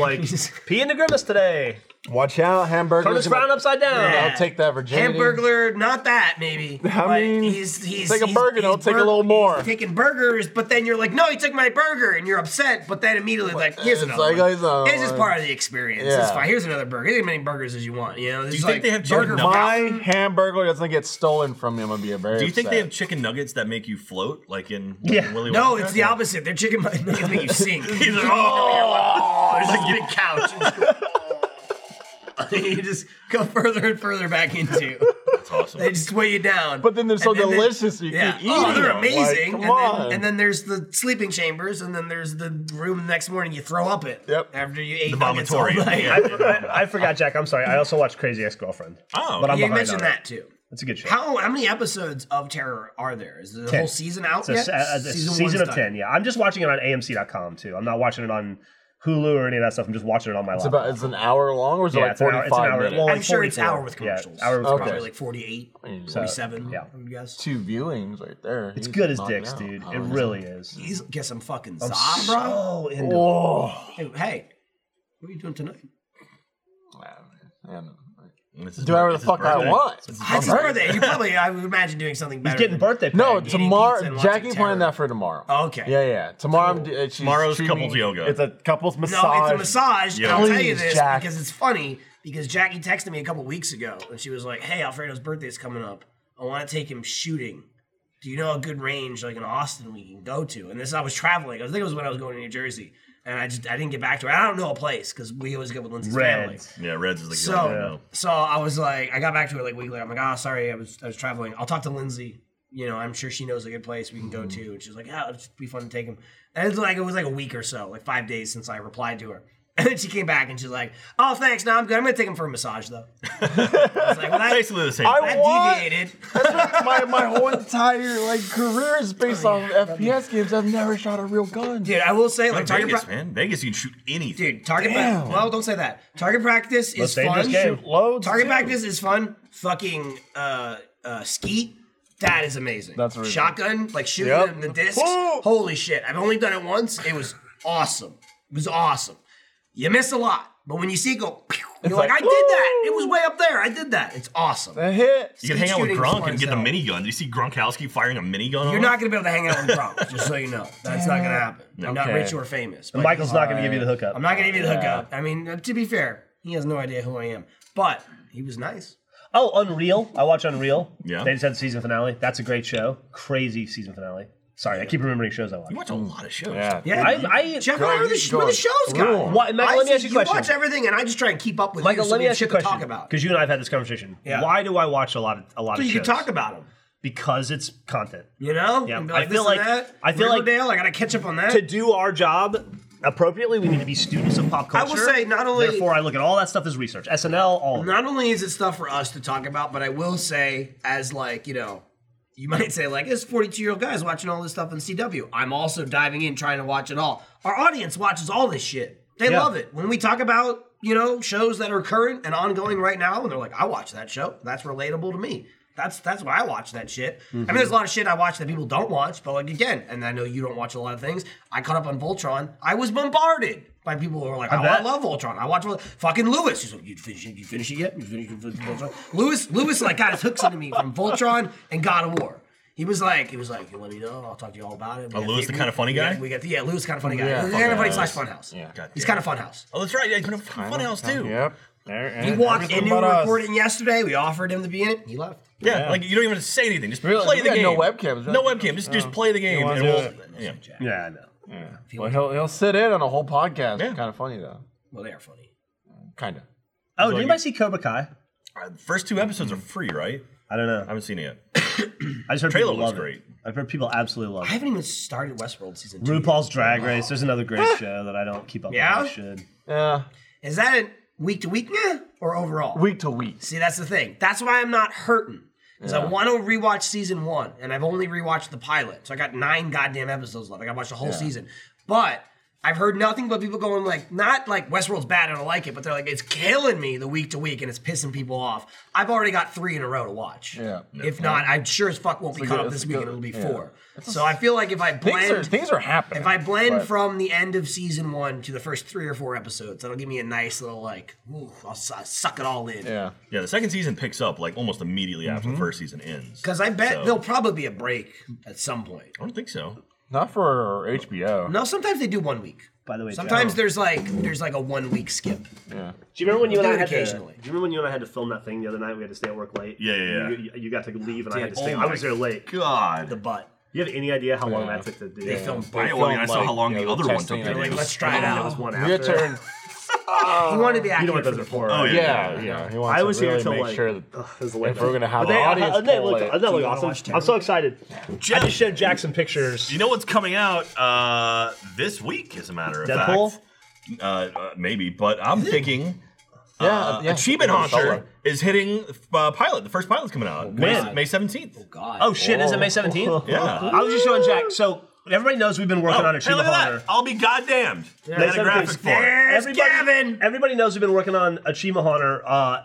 like, pee into grimace today.
Watch out, hamburger.
Turn this frown upside down.
Yeah.
I'll take that virginity.
Hamburglar, not that maybe. But
mean,
he's he's
take a
he's-
burger,
he's
I'll take a little more.
He's taking burgers, but then you're like, no, he took my burger, and you're upset. But then immediately like, here's
It's
another.
like,
one.
here's another
it's just
one.
part of the experience.
Yeah.
It's fine. Here's another burger. Get as many burgers as you want. You know. Do
you think they have
burger
chicken
My
fountain.
hamburger doesn't get stolen from me. I'm gonna be very.
Do you think they have
upset.
chicken nuggets that make you float, like in
Yeah.
Willy
No,
Wonka?
it's the opposite. Their chicken might make you sink.
He's
(laughs)
like, oh,
There's this (laughs) big couch. (laughs) you just go further and further back into.
that's awesome.
They just weigh you down.
But then they're so
And then they-
delicious. you
Yeah.
keep eating.
Oh, they're
them. Like,
amazing.
come
and,
on.
Then, and then there's the sleeping chambers, and then there's the room the next morning you throw up in.
Yep.
After you ate
the
nuggets all
vomitorium.
(laughs) night.
Yeah.
I, I forgot, Jack. I'm sorry. I also watched Crazy Ex-Girlfriend.
Oh,
but I'm
You
behind
mentioned
on
that
It.
too.
It's a good show.
How how many episodes of Terror are there? Is the
Ten.
whole season out
It's a,
yet?
se- a- a season,
one's
of
done.
ten. Yeah, I'm just watching it on AMC.com too. I'm not watching it on Hulu or any of that stuff. I'm just watching it on my
It's
laptop.
about it's an hour long, or is it
Yeah,
like
it's an hour-
forty
it's an hour
five minutes?
long.
I'm sure it's
44.
hour with
Yeah,
commercials.
hour with
So
commercials.
Probably like 48,
Mm.
47,
yeah.
I would guess.
Two viewings right there.
It's good as dicks, dude. It really Oh, is.
He's guess I'm fucking
I'm
Zod, bro.
so into it.
Oh.
Hey, hey, what are you doing tonight?
This is
Do whatever the
this is
fuck I
birthday.
want.
This is
Ah, It's his
birthday.
birthday. You probably, I would imagine, doing something better.
He's getting
than-
birthday.
No,
paid.
pizza and
tomorrow.
watching
Jackie
terror.
planned that for tomorrow.
Okay.
Yeah, yeah. Tomorrow, I'm, d- uh, she's
Tomorrow's
treating-
couples yoga.
It's a couples
(laughs)
massage.
No, it's a massage.
Yeah.
And I'll tell you
Please,
this
Jack.
because it's funny. Because Jackie texted me a couple weeks ago and she was like, "Hey, Alfredo's birthday is coming up. I want to take him shooting. Do you know a good range like in Austin we can go to?" And this, I was traveling. I think it was when I was going to New Jersey, and I just I didn't get back to her. I don't know a place because we always go with Lindsay's family.
Reds.
Yeah, Reds is like
So, so I was like, I got back to her like a week later. I'm like, oh, sorry, I was I was traveling. I'll talk to Lindsay. You know, I'm sure she knows a good place we can go to. And she's like, yeah, it'd just be fun to take him. And it's like it was like a week or so, like five days since I replied to her. (laughs) And then she came back and she's like, oh, thanks. No, I'm good. I'm gonna take him for a massage though. (laughs) I was like,
(laughs)
well, that,
basically the same.
I
thing.
that
What?
deviated.
my, my whole entire like career is based on FPS games. I've never shot a real gun.
Dude, I will say, like, target
Vegas,
practice.
man. Vegas, you can shoot anything.
Dude, target practice. Well, don't say that. Target practice is
Most
fun.
dangerous game.
Loads.
Target
too.
practice is fun. Fucking uh, uh, skeet. That is amazing.
That's really
shotgun, like shooting
Yep.
them in the discs.
Woo!
Holy shit! I've only done it once. It was awesome. It was awesome. You miss a lot, but when you see it go, (laughs) pew, you're like, I
like,
did that.
woo!
It was way up there. I did that. It's awesome.
A hit.
You can hang out with
shooting is
Gronk
fun
and
as
get the
hell.
minigun. Do you see Gronkowski firing a minigun?
You're not gonna be able to hang out with Gronk, just so you know. That's not gonna happen. I'm not
Okay.
rich or famous. but-
Michael's not going to give you the hookup.
Oh I'm not gonna give you the hookup. I mean, uh, to be fair, he has no idea who I am, but he was nice.
Oh, Unreal. I watch Unreal.
Yeah.
They just had the season finale. That's a great show. Crazy season finale. Sorry, I keep remembering shows I watch.
You watch a lot of shows.
Yeah.
Yeah,
I, I,
Jeff,
Girl,
where are the,
you
sh- where the
going
shows
through
gone?
'em.
Why- Michael,
I
let me
see
ask you a
You watch
question.
everything, and I just try and keep up with
Michael,
you. so
let
we
me
have
ask you a
shit
question.
To talk about.
Because you and I have had this conversation.
Yeah.
Why do I watch a lot of a lot
So
of
you can
shows?
talk about them,
because it's content.
you know.
Yeah.
And be
I feel
this and
like-
that.
I feel like-
Riverdale. I gotta catch up on that.
To do our job appropriately, we need to be students of pop
I
culture.
will say, not only-
Therefore, I look at all that stuff as research. SNL, all of it.
Not only is it stuff for us to talk about, but I will say, as like you know, you might say like this forty-two year old guys watching all this stuff on CW. I'm also diving in, trying to watch it all. Our audience watches all this shit. They
Yeah.
love it when we talk about you know shows that are current and ongoing right now, and they're like, I watch that show. That's relatable to me. That's that's why I watch that shit. I mean, there's a lot of shit I watch that people don't watch, but like again, and I know you don't watch a lot of things. I caught up on Voltron. I was bombarded by people who are like, "Oh, I
bet.
love Voltron. I watch Vol- fucking Lewis. He's like, you finish it? You finish it yet? You finish you finish Voltron? Lewis, Lewis, like got his hooks into me from Voltron and God of War. He was like, he was like, you let me know. I'll talk to you all about it. We
Oh,
got
Lewis the
we-
kinda funny
we got-
guy?
We got the yeah, Lewis kind of funny guy.
Yeah.
He's kind of funny
Funhouse.
slash funhouse.
Yeah.
God
he's kind
damn.
of funhouse.
Oh, that's right. Yeah, he's been a Funhouse too.
Yep. There-
He
and
walked
everything
into
about
a
us.
recording yesterday. We offered him to be in it. He left.
Yeah, like you don't even have to say anything. Just
Really?
play
We
the
got
game.
no webcams, right?
No webcam. Just just play the game,
wanna
and
do
we'll.
it?
Yeah.
yeah, I know.
Well, he'll he'll sit in on a whole podcast.
Yeah.
Kind of funny though.
Well, they are funny.
Kind of.
Oh, did anybody see Cobra Kai?
Uh, First two episodes are free, right?
I don't know.
(clears throat)
I haven't seen it yet.
I just heard
Trailer
people
looks
love
great.
it. I've heard people absolutely love
I
it.
haven't even started Westworld season two.
RuPaul's Drag Race. There's another great show that I don't keep up
Ah. Yeah?
with. I should.
Yeah,
Is that a week to week meh, or overall?
week to week.
See, that's the thing. That's why I'm not hurting. Because I want to rewatch season one, and I've only rewatched the pilot. So I got nine goddamn episodes left. I got to watch the whole season. But I've heard nothing but people going, like, not like Westworld's bad, I don't like it, but they're like, it's killing me the week to week, and it's pissing people off. I've already got three in a row to watch.
Yeah.
If not, I sure as fuck won't be
a
caught
good-
up
it's
this
a
weekend.
good-
It'll be
yeah.
four. So I feel like if I
Things are
blend.
things are happening.
If I blend
but-
from the end of season one to the first three or four episodes, that'll give me a nice little like, ooh, I'll, su- suck it all in.
yeah,
Yeah, the second season picks up like almost immediately after
Mm-hmm.
the first season ends.
Because I bet
So-
there'll probably be a break at some point.
I don't think so.
not for HBO.
No, sometimes they do one week.
By the way,
Sometimes
John,
there's like there's like a one week skip.
Do you remember when you and
Do
I
it
had to? Do you
occasionally.
remember when you and I had to film that thing the other night? We had to stay at work late.
Yeah, yeah,
You,
yeah.
you, you got to leave, and I had to
Dude,
stay.
oh
I was there late.
God.
The butt.
You have any idea how long that took to do?
They film
I,
both.
well, I mean, I
Like,
saw how long
you
the
know,
other
the
one took.
testing
to
and
do.
Like,
It was-
let's try it
That was
out.
one
Your
after.
turn.
He wanted to be
You know what those
accurate. for
are
the-
for?
Oh,
right?
yeah.
Yeah, yeah. He wants
I was
to really
here till
make
like.
sure that
Ugh, this is the
if
late
we're
night.
gonna have
But they-
an
I-
audience,
I- they
poll,
look-
it-
that look
you wanna
awesome.
watch
I'm so excited. I
Jeff,
just showed Jack some pictures.
you know what's coming out uh, this week, as a matter of
Deadpool?
fact? Uh, uh, maybe, but I'm thinking
yeah,
uh,
yeah.
Achievement
Solo.
Hunter is hitting uh, pilot. The first pilot's coming out May, May 17th.
God.
Oh shit! Is it May 17th?
Yeah.
I was just showing Jack. So everybody knows we've been working
Oh,
on
hey,
a
look at that. I'll be goddamned. They had a graphic for it.
There's
Everybody-
Gavin.
Everybody knows we've been working on Achima Hunter uh,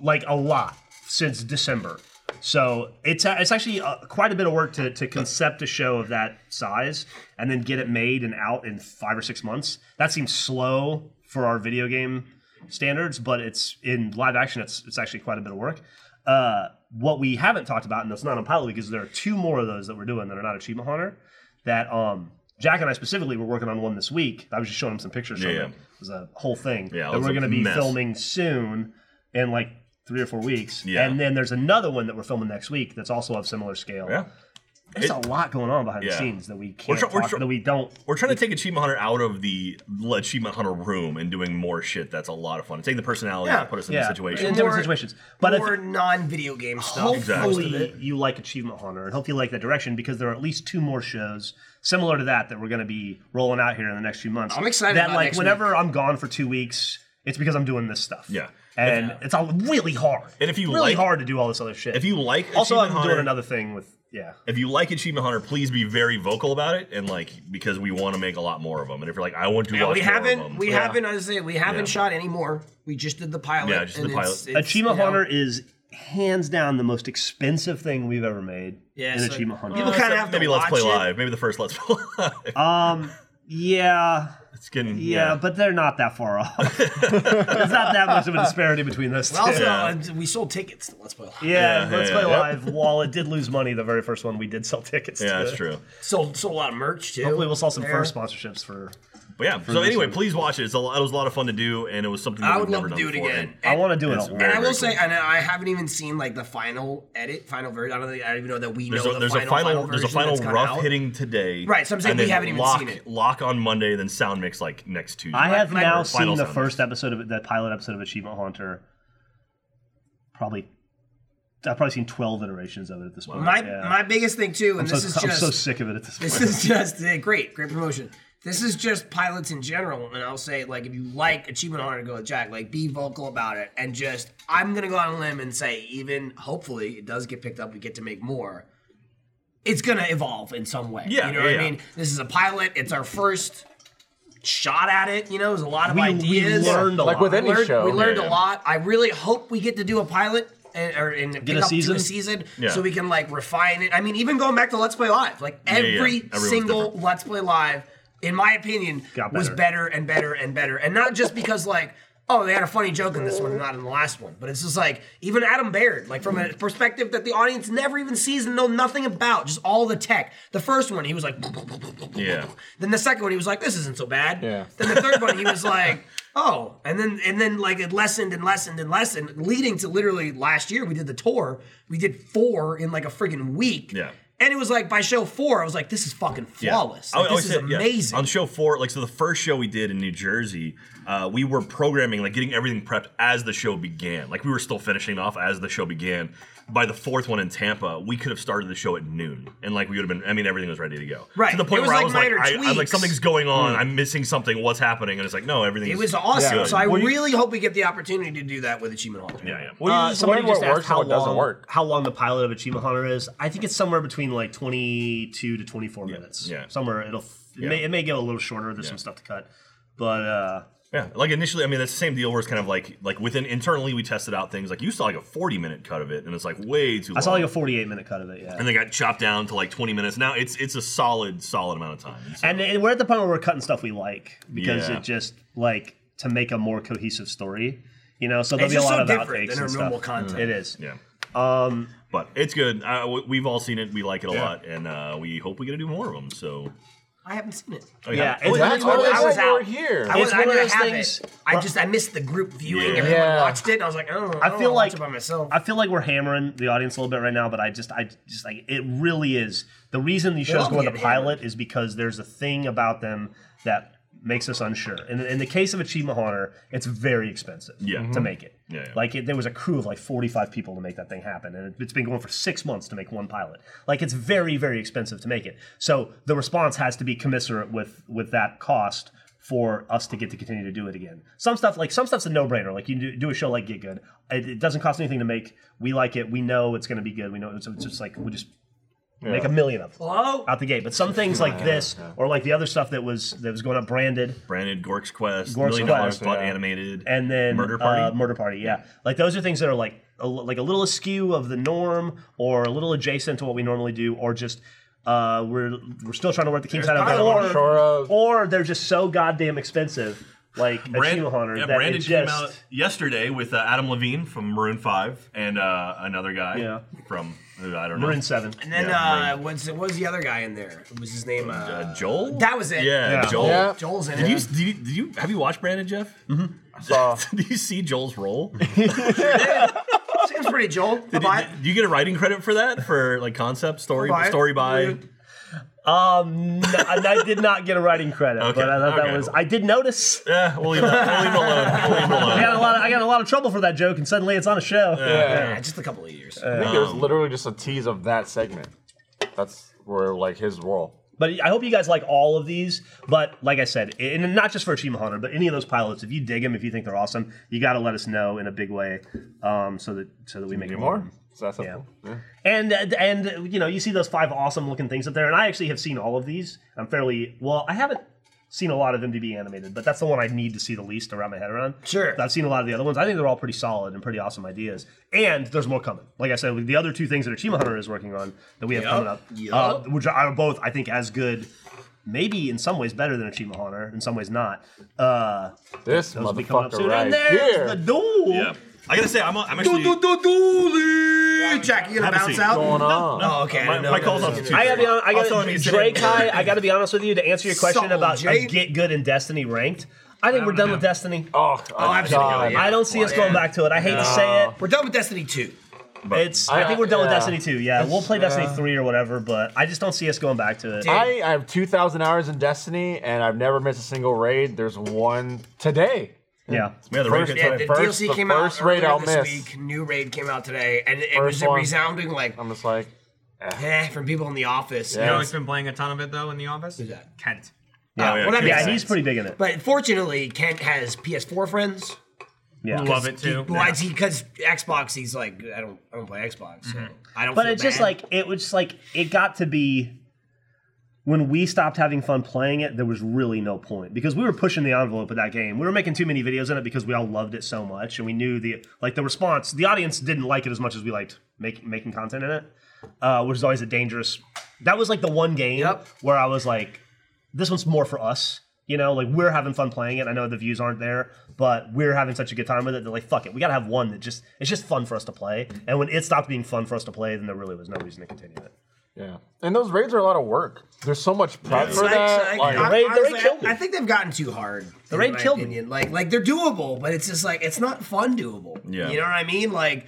like a lot since December. So it's a- it's actually uh, quite a bit of work to, to concept a show of that size and then get it made and out in five or six months. That seems slow for our video game standards, but it's in live action. It's it's actually quite a bit of work. Uh, what we haven't talked about, and that's not on Pilot Week, is there are two more of those that we're doing that are not Achievement Hunter. That um, Jack and I specifically were working on one this week. I was just showing him some pictures.
Yeah,
from
yeah.
It. it was a whole thing
Yeah, it
that
was
we're
a
going to be
mess.
filming soon in like three or four weeks.
Yeah.
And then there's another one that we're filming next week that's also of similar scale.
Yeah.
There's a lot going on behind
Yeah.
the scenes that we can't
tr- we're
talk,
tr-
that we don't.
We're trying to take Achievement Hunter out of the Achievement Hunter room and doing more shit that's a lot of fun. Take the personality
Yeah.
and put us in
Yeah,
the situation.
in
More-
different situations. But I
More
think
non-video game stuff.
Exactly.
hopefully you like Achievement Hunter and hope you like that direction because there are at least two more shows similar to that that we're going to be rolling out here in the next few months.
I'm excited
That
about
like
next
whenever I'm gone for two weeks, it's because I'm doing this stuff.
Yeah.
And it's all really hard.
And if you
really
like-
hard to do all this other shit.
If you like
also I'm
Achievement Hunter,
doing another thing with yeah.
if you like Achievement Hunter, please be very vocal about it and like because we want to make a lot more of them. And if you're like, I want to
Yeah,
watch
we
more of them,
haven't. We
yeah.
haven't. I say we haven't shot any more. We just did the pilot.
Yeah, just did
and
the
it's-
pilot.
it's,
Achievement
you know,
Hunter is hands down the most expensive thing we've ever made.
Yeah,
in
so-
Achievement Hunter.
People kind of have to
maybe Let's Play
watch it.
Live. Maybe the first Let's Play Live. (laughs)
um, yeah,
it's getting
yeah, but they're not that
(laughs)
far off. There's not that much of a disparity between those two.
Well, also,
Yeah.
uh, we sold tickets to Let's Play Live.
(laughs) yeah,
Yeah,
let's
yeah,
play
yeah.
live. While it did lose money, the very first one we did sell tickets.
yeah,
to.
that's true.
Sold, sold a lot of merch too.
Hopefully, we'll sell some
There.
first sponsorships for.
But yeah. So anyway, please watch it. It's a lot, it was a lot of fun to do, and it was something that
I
we've
would
never
love to
done
do it
before.
again.
I want to do it.
It's
a
very-
lot.
And I will
very
say,
cool.
and I haven't even seen like the final edit, final version. I don't think I don't even know that we
There's
know
a,
the
there's
final,
a final, there's a
version
final
that's gone
rough
out.
hitting today.
Right, so I'm saying
and
we
then
haven't even
lock,
seen it.
Lock on Monday, then sound mix like next Tuesday.
I have
my-
now
or final
seen the
sound
first episode of the pilot episode of Achievement Hunter. Probably, I've probably seen twelve iterations of it at this point.
My
Yeah.
my biggest thing too, and
I'm,
this
so,
is
I'm
just
so sick of it at this point.
this is just eh, great, great promotion. This is just pilots in general, and I'll say like if you like Achievement Hunter, go with Jack. Like be vocal about it, and just I'm gonna go on a limb and say even hopefully it does get picked up, we get to make more. It's gonna evolve in some way.
Yeah,
you know
yeah,
what
yeah.
I mean. This is a pilot. It's our first shot at it. You know, there's a lot of
We- we
ideas.
learned a
Like
lot.
with any
We learned-
show,
We learned
yeah.
a lot. I really hope we get to do a pilot and, or and pick
a
up to
season?
a season
Yeah.
so we can like refine it. I mean, even going back to Let's Play Live, like
yeah, yeah.
every
Everyone's
single
different.
Let's Play Live, in my opinion,
Got
was
better.
better and better and better, and not just because like. Oh, they had a funny joke in this one and not in the last one. But it's just like, even Adam Baird, like from a perspective that the audience never even sees and know nothing about, just all the tech. The first one, he was like,
Yeah.
then the second one, he was like, "This isn't so bad."
Yeah.
Then the third one,
(laughs)
he was like, "Oh," and then and then like it lessened and lessened and lessened, leading to literally last year we did the tour. We did four in like a friggin' week.
Yeah.
And it was like by show four, I was like, "This is fucking flawless.
I
Like,
always
this is
said, yeah,
amazing."
On show four, like so, the first show we did in New Jersey, uh, we were programming, like getting everything prepped as the show began. Like we were still finishing off as the show began. By the fourth one in Tampa, we could have started the show at noon, and like we would have been. I mean, everything was ready to go.
Right.
to the
It
point
was
where
like
I was like,
minor
I, I'm like
tweaks.
something's going on.
Hmm.
I'm missing something. What's happening? And it's like, no, everything.
It
is
was awesome.
good.
So I
Well, you-
really hope we get the opportunity to do that with Achievement Hunter.
yeah, yeah.
Well, you
Uh,
just
somebody
learn what
just asked
works and
how
what doesn't
long-
work.
How long the pilot of Achievement Hunter is? I think it's somewhere between like 22 to 24 minutes.
yeah.
Somewhere it'll it, may, it may get a little shorter. There's some stuff to cut, but uh,
Yeah, like initially, I mean, that's the same deal where it's kind of like like within internally we tested out things. Like you saw like a forty minute cut of it, and it's like way too.
I saw
long.
like a 48 minute cut of it. Yeah.
and they got chopped down to like twenty minutes. Now it's it's a solid solid amount of time. And so-
And, and we're at the point where we're cutting stuff we like because
Yeah.
it just like to make a more cohesive story. You know, so there'll
It's
be a
just
lot
so
of
different
outtakes
than our
and
normal
stuff.
content.
It is.
yeah. Um, but it's good. I, w- we've all seen it. We like it a lot, and uh, we hope we get to do more of them. So
I haven't seen it.
Oh, you
Yeah,
haven't-
it's,
Oh, yeah.
that's
why
one of
we're
those-
I was
That's why we're
out
here.
I was,
It's
I'm
one of
gonna
those
have
things-
it. I just I missed the group viewing.
Yeah.
Everyone
Yeah.
watched it, and I was like, oh, I,
I feel like
it by myself.
I feel like we're hammering the audience a little bit right now, but I just, I just like it really is the reason these shows
all
go on the
get
pilot is because there's a thing about them that makes us unsure. And in the case of Achievement Hunter, it's very expensive
Yeah.
to make it.
Yeah, yeah.
Like it, there was a crew of like 45 people to make that thing happen, and it, it's been going for six months to make one pilot. Like it's very, very expensive to make it. So the response has to be commensurate with with that cost for us to get to continue to do it again. Some stuff like some stuff's a no brainer. Like you do, do a show like Get Good, it, it doesn't cost anything to make. We like it. We know it's going to be good. We know it's, it's just like we just make a million of them
Hello?
out the gate. But some things like this, or like the other stuff that was that was going up branded.
branded Gork's Quest,
Gork's
Million Dollar
Quest,
Spot
yeah.
animated,
and then
Murder Party.
uh, murder party. Yeah, like those are things that are like a, li- like a little askew of the norm, or a little adjacent to what we normally do, or just uh, we're we're still trying to work the king's out
Kinda
of it,
unsure
or,
of-
or they're just so goddamn expensive, like
Brand-
Achievement Hunter.
yeah,
that
Brandon
it
came
just,
out yesterday with uh, Adam Levine from Maroon Five and uh, another guy
Yeah.
from uh, I don't know
We're in seven.
And then
Yeah,
uh, what's what was the other guy in there? What was his name? Uh,
Uh, Joel.
That was it.
Yeah,
Yeah.
Joel.
Yeah.
Joel's in
Did
it.
you, did you did you have you watched Brandon Jeff? (laughs)
Saw.
did you see Joel's role?
Seems pretty Joel.
Did,
Bye.
did- did you get a writing credit for that? For like concept story
Buy it.
story by?
Um, no, and I did not get a writing credit,
Okay,
but I thought
okay.
that was. I did notice.
Yeah, we'll leave that. We'll leave it alone.
(laughs)
We'll leave it alone.
I got a lot. Of, I got a lot of trouble for that joke, and suddenly it's on a show.
Yeah.
Yeah, just a couple of years.
I think
Um,
there's literally just a tease of that segment. That's where like his role.
But I hope you guys like all of these. But like I said, and not just for Achievement Hunter, but any of those pilots, if you dig them, if you think they're awesome, you got to let us know in a big way, um, so that so that we make
More? Mm-hmm. Is that
Yeah.
something? Yeah.
And and you know, you see those five awesome looking things up there, and I actually have seen all of these. I'm fairly well. I haven't seen a lot of MDB animated, but that's the one I need to see the least to wrap my head around.
Sure.
But I've seen a lot of the other ones. I think they're all pretty solid and pretty awesome ideas. And there's more coming. Like I said, with the other two things that Achievement Hunter is working on that we have coming up, uh, which are both I think as good. Maybe in some ways better than Achievement Hunter, in some ways not. Uh,
This
those will be coming up soon.
motherfucker right
and there's
here.
the duel.
Yeah. I gotta say, I'm, I'm actually.
Jack, you gonna
Have a
bounce
seat.
out?
going on?
Oh, okay. I
My,
didn't know
my
that
call's
was
up to
on
two.
I gotta be
I'll
honest. I
tell him
gotta,
he's
Drake
sitting-
High. I gotta be honest with you to answer your question
Sold,
about uh,
Jake.
get good and Destiny ranked. I think we're done with Destiny.
Oh,
absolutely,
God.
yeah.
I don't see us going back to it. I hate to say it.
We're done with Destiny 2.
It's. I,
I-
think we're done with
yeah.
Destiny two. Yeah, we'll play Destiny
yeah.
three or whatever, but I just don't see us going back to it.
I, I have 2,000 hours in Destiny, and I've never missed a single raid. There's one today.
yeah.
Yeah, the
First-
Raven-
Yeah, the
first-
DLC
the
came
first
out
raid
earlier
I'll
this
miss.
week. New raid came out today, and it
First
was a
one.
resounding like
I'm just like,
eh from people in the office.
Yeah. Oh,
You know,
Yes.
Who's been playing a ton of it though in the office?
Who's that?
Kent.
Yeah.
yeah,
well, that makes
yeah,
sense.
he's pretty big in it.
But fortunately, Kent has PS4 friends.
Yeah.
Love it too.
Because Xbox, he's like, I don't, I don't play Xbox, so I don't.
But
feel
it's just
bad.
like it was just like it got to be when we stopped having fun playing it, there was really no point because we were pushing the envelope of that game. We were making too many videos in it because we all loved it so much, and we knew the like the response. The audience didn't like it as much as we liked making making content in it, uh, which is always a dangerous. That was like the one game
Yep.
where I was like, this one's more for us. You know, like we're having fun playing it. I know the views aren't there, but we're having such a good time with it. They're like, fuck it, we gotta have one that just it's just fun for us to play. And when it stopped being fun for us to play, then there really was no reason to continue it.
yeah. And those raids are a lot of work. There's so much prep
It's
for
like- like,
that. Like,
hon-
The raid- the raid
honestly,
killed me.
I, I think they've gotten too hard. The
raid killed me.
opinion. Like, like they're doable, but it's just like it's not fun doable.
Yeah.
you know what I mean? Like,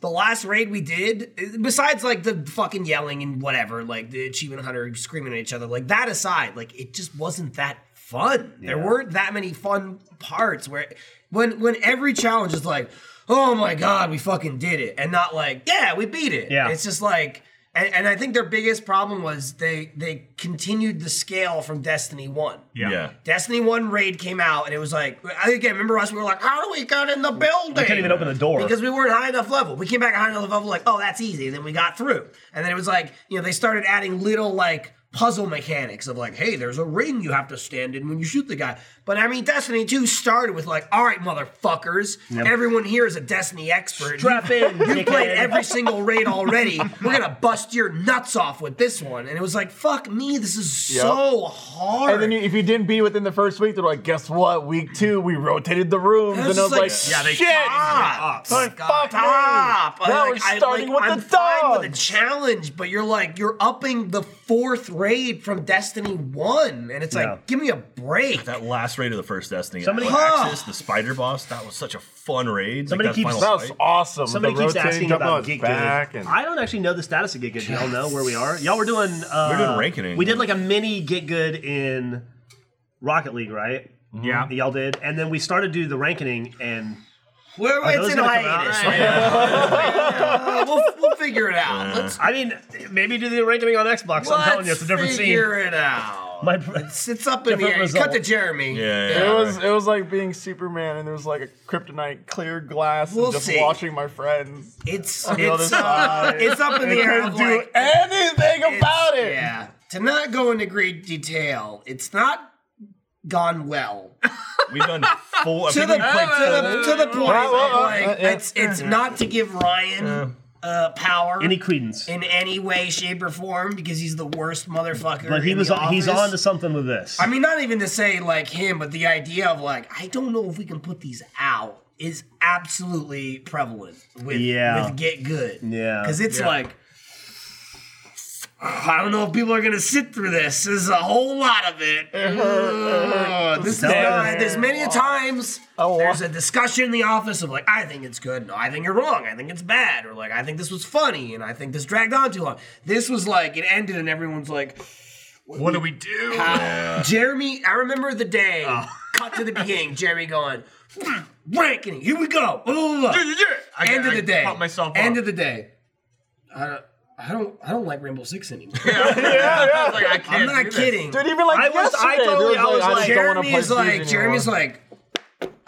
the last raid we did, besides like the fucking yelling and whatever, like the achievement hunter screaming at each other, like that aside, like it just wasn't that fun. There weren't that many fun parts where when when every challenge is like, oh my god, we fucking did it, and not like, yeah, we beat it.
Yeah.
It's just like and, and I think their biggest problem was they they continued the scale from Destiny One.
Yeah. yeah.
Destiny One raid came out and it was like I again remember us we were like how do we get in the building? We
can't even open the door.
because we weren't high enough level. We came back at high enough level like oh that's easy. And then we got through and then it was like you know they started adding little like puzzle mechanics of like hey there's a ring you have to stand in when you shoot the guy. But I mean Destiny Two started with like all right motherfuckers everyone here is a Destiny expert.
Strap in,
You played
dickhead.
every single raid already. We're gonna bust your nuts off with this one. And it was like, fuck me, this is so hard.
And then you, if you didn't beat within the first week, they're like, guess what? Week two, we rotated the rooms.
This
and I
is
was
like,
like,
yeah, they-
shit.
Stop.
Like,
Stop.
fuck me. Now
I'm
we're
like, I-
starting
like,
with
I'm
the
fine with
dogs.
a challenge, but you're like, you're upping the fourth raid from Destiny 1. And it's
Yeah.
like, give me a break.
That last raid of the first Destiny,
Somebody-
somebody
Huh.
Axis, the spider boss, that was such a fun raid.
Somebody
like, that
keeps-
final
(laughs)
That was
fight.
awesome.
Somebody
the
keeps
rotating,
asking
jumping
about
on his
Geek
back.
Good.
And
I don't actually know the status of Get Good. Do y'all know where we are? Y'all were doing. Uh,
We're doing ranking.
We did like a mini Get Good in Rocket League, right?
Yeah.
Y'all did, and then we started to do the ranking, and
We're, it's
those
in
gonna come
hiatus.
out?
(laughs)
Uh, we'll, we'll figure it out. Let's
I mean, maybe do the ranking on Xbox. I'm telling you, it's a different
let's
scene.
figure it out.
My, (laughs)
it's, it's up in the
Different
air.
result.
Cut to Jeremy.
Yeah,
it
yeah.
was it was like being Superman, and there was like a kryptonite clear glass,
We'll
and just
see.
watching my friends.
It's
the other
it's uh,
side.
it's up in the
They
air.
couldn't
of,
do
like,
anything
it's-
about it.
Yeah. To not go into great detail, it's not gone well.
We've done four. I
to
think
the,
we've played
to
(laughs)
the, to the point,
Well, well, well,
like,
uh, yeah.
it's it's not to give Ryan uh, power
any credence?
in any way, shape, or form because he's the worst motherfucker.
But he
in
was
the
on, he's
office.
on to something with this.
I mean, not even to say like him, but the idea of like I don't know if we can put these out is absolutely prevalent with
Yeah.
with Get Good.
Yeah.
because it's like I don't know if people are gonna sit through this. There's a whole lot of it.
Uh-huh,
Ugh, This is not, there's many a times there's a discussion in the office of like I think it's good, no, I think you're wrong, I think it's bad, or like I think this was funny, and I think this dragged on too long. This was like it ended, and everyone's like.
What do we do? Oh.
Uh, Jeremy, I remember the day. Cut to the beginning. Jeremy going, ranking. Here we go. Blah, blah, blah.
I,
End of
I
the day.
Pump myself up.
End of the day. I don't, I don't. I don't like Rainbow Six anymore.
(laughs) I was like, I can't
I'm
do
not
this.
kidding.
Dude, even like
I was- I
yesterday,
totally-
there
I was
I
like,
just don't wanna
Jeremy's
play Siege
like.
anymore.
Jeremy's like.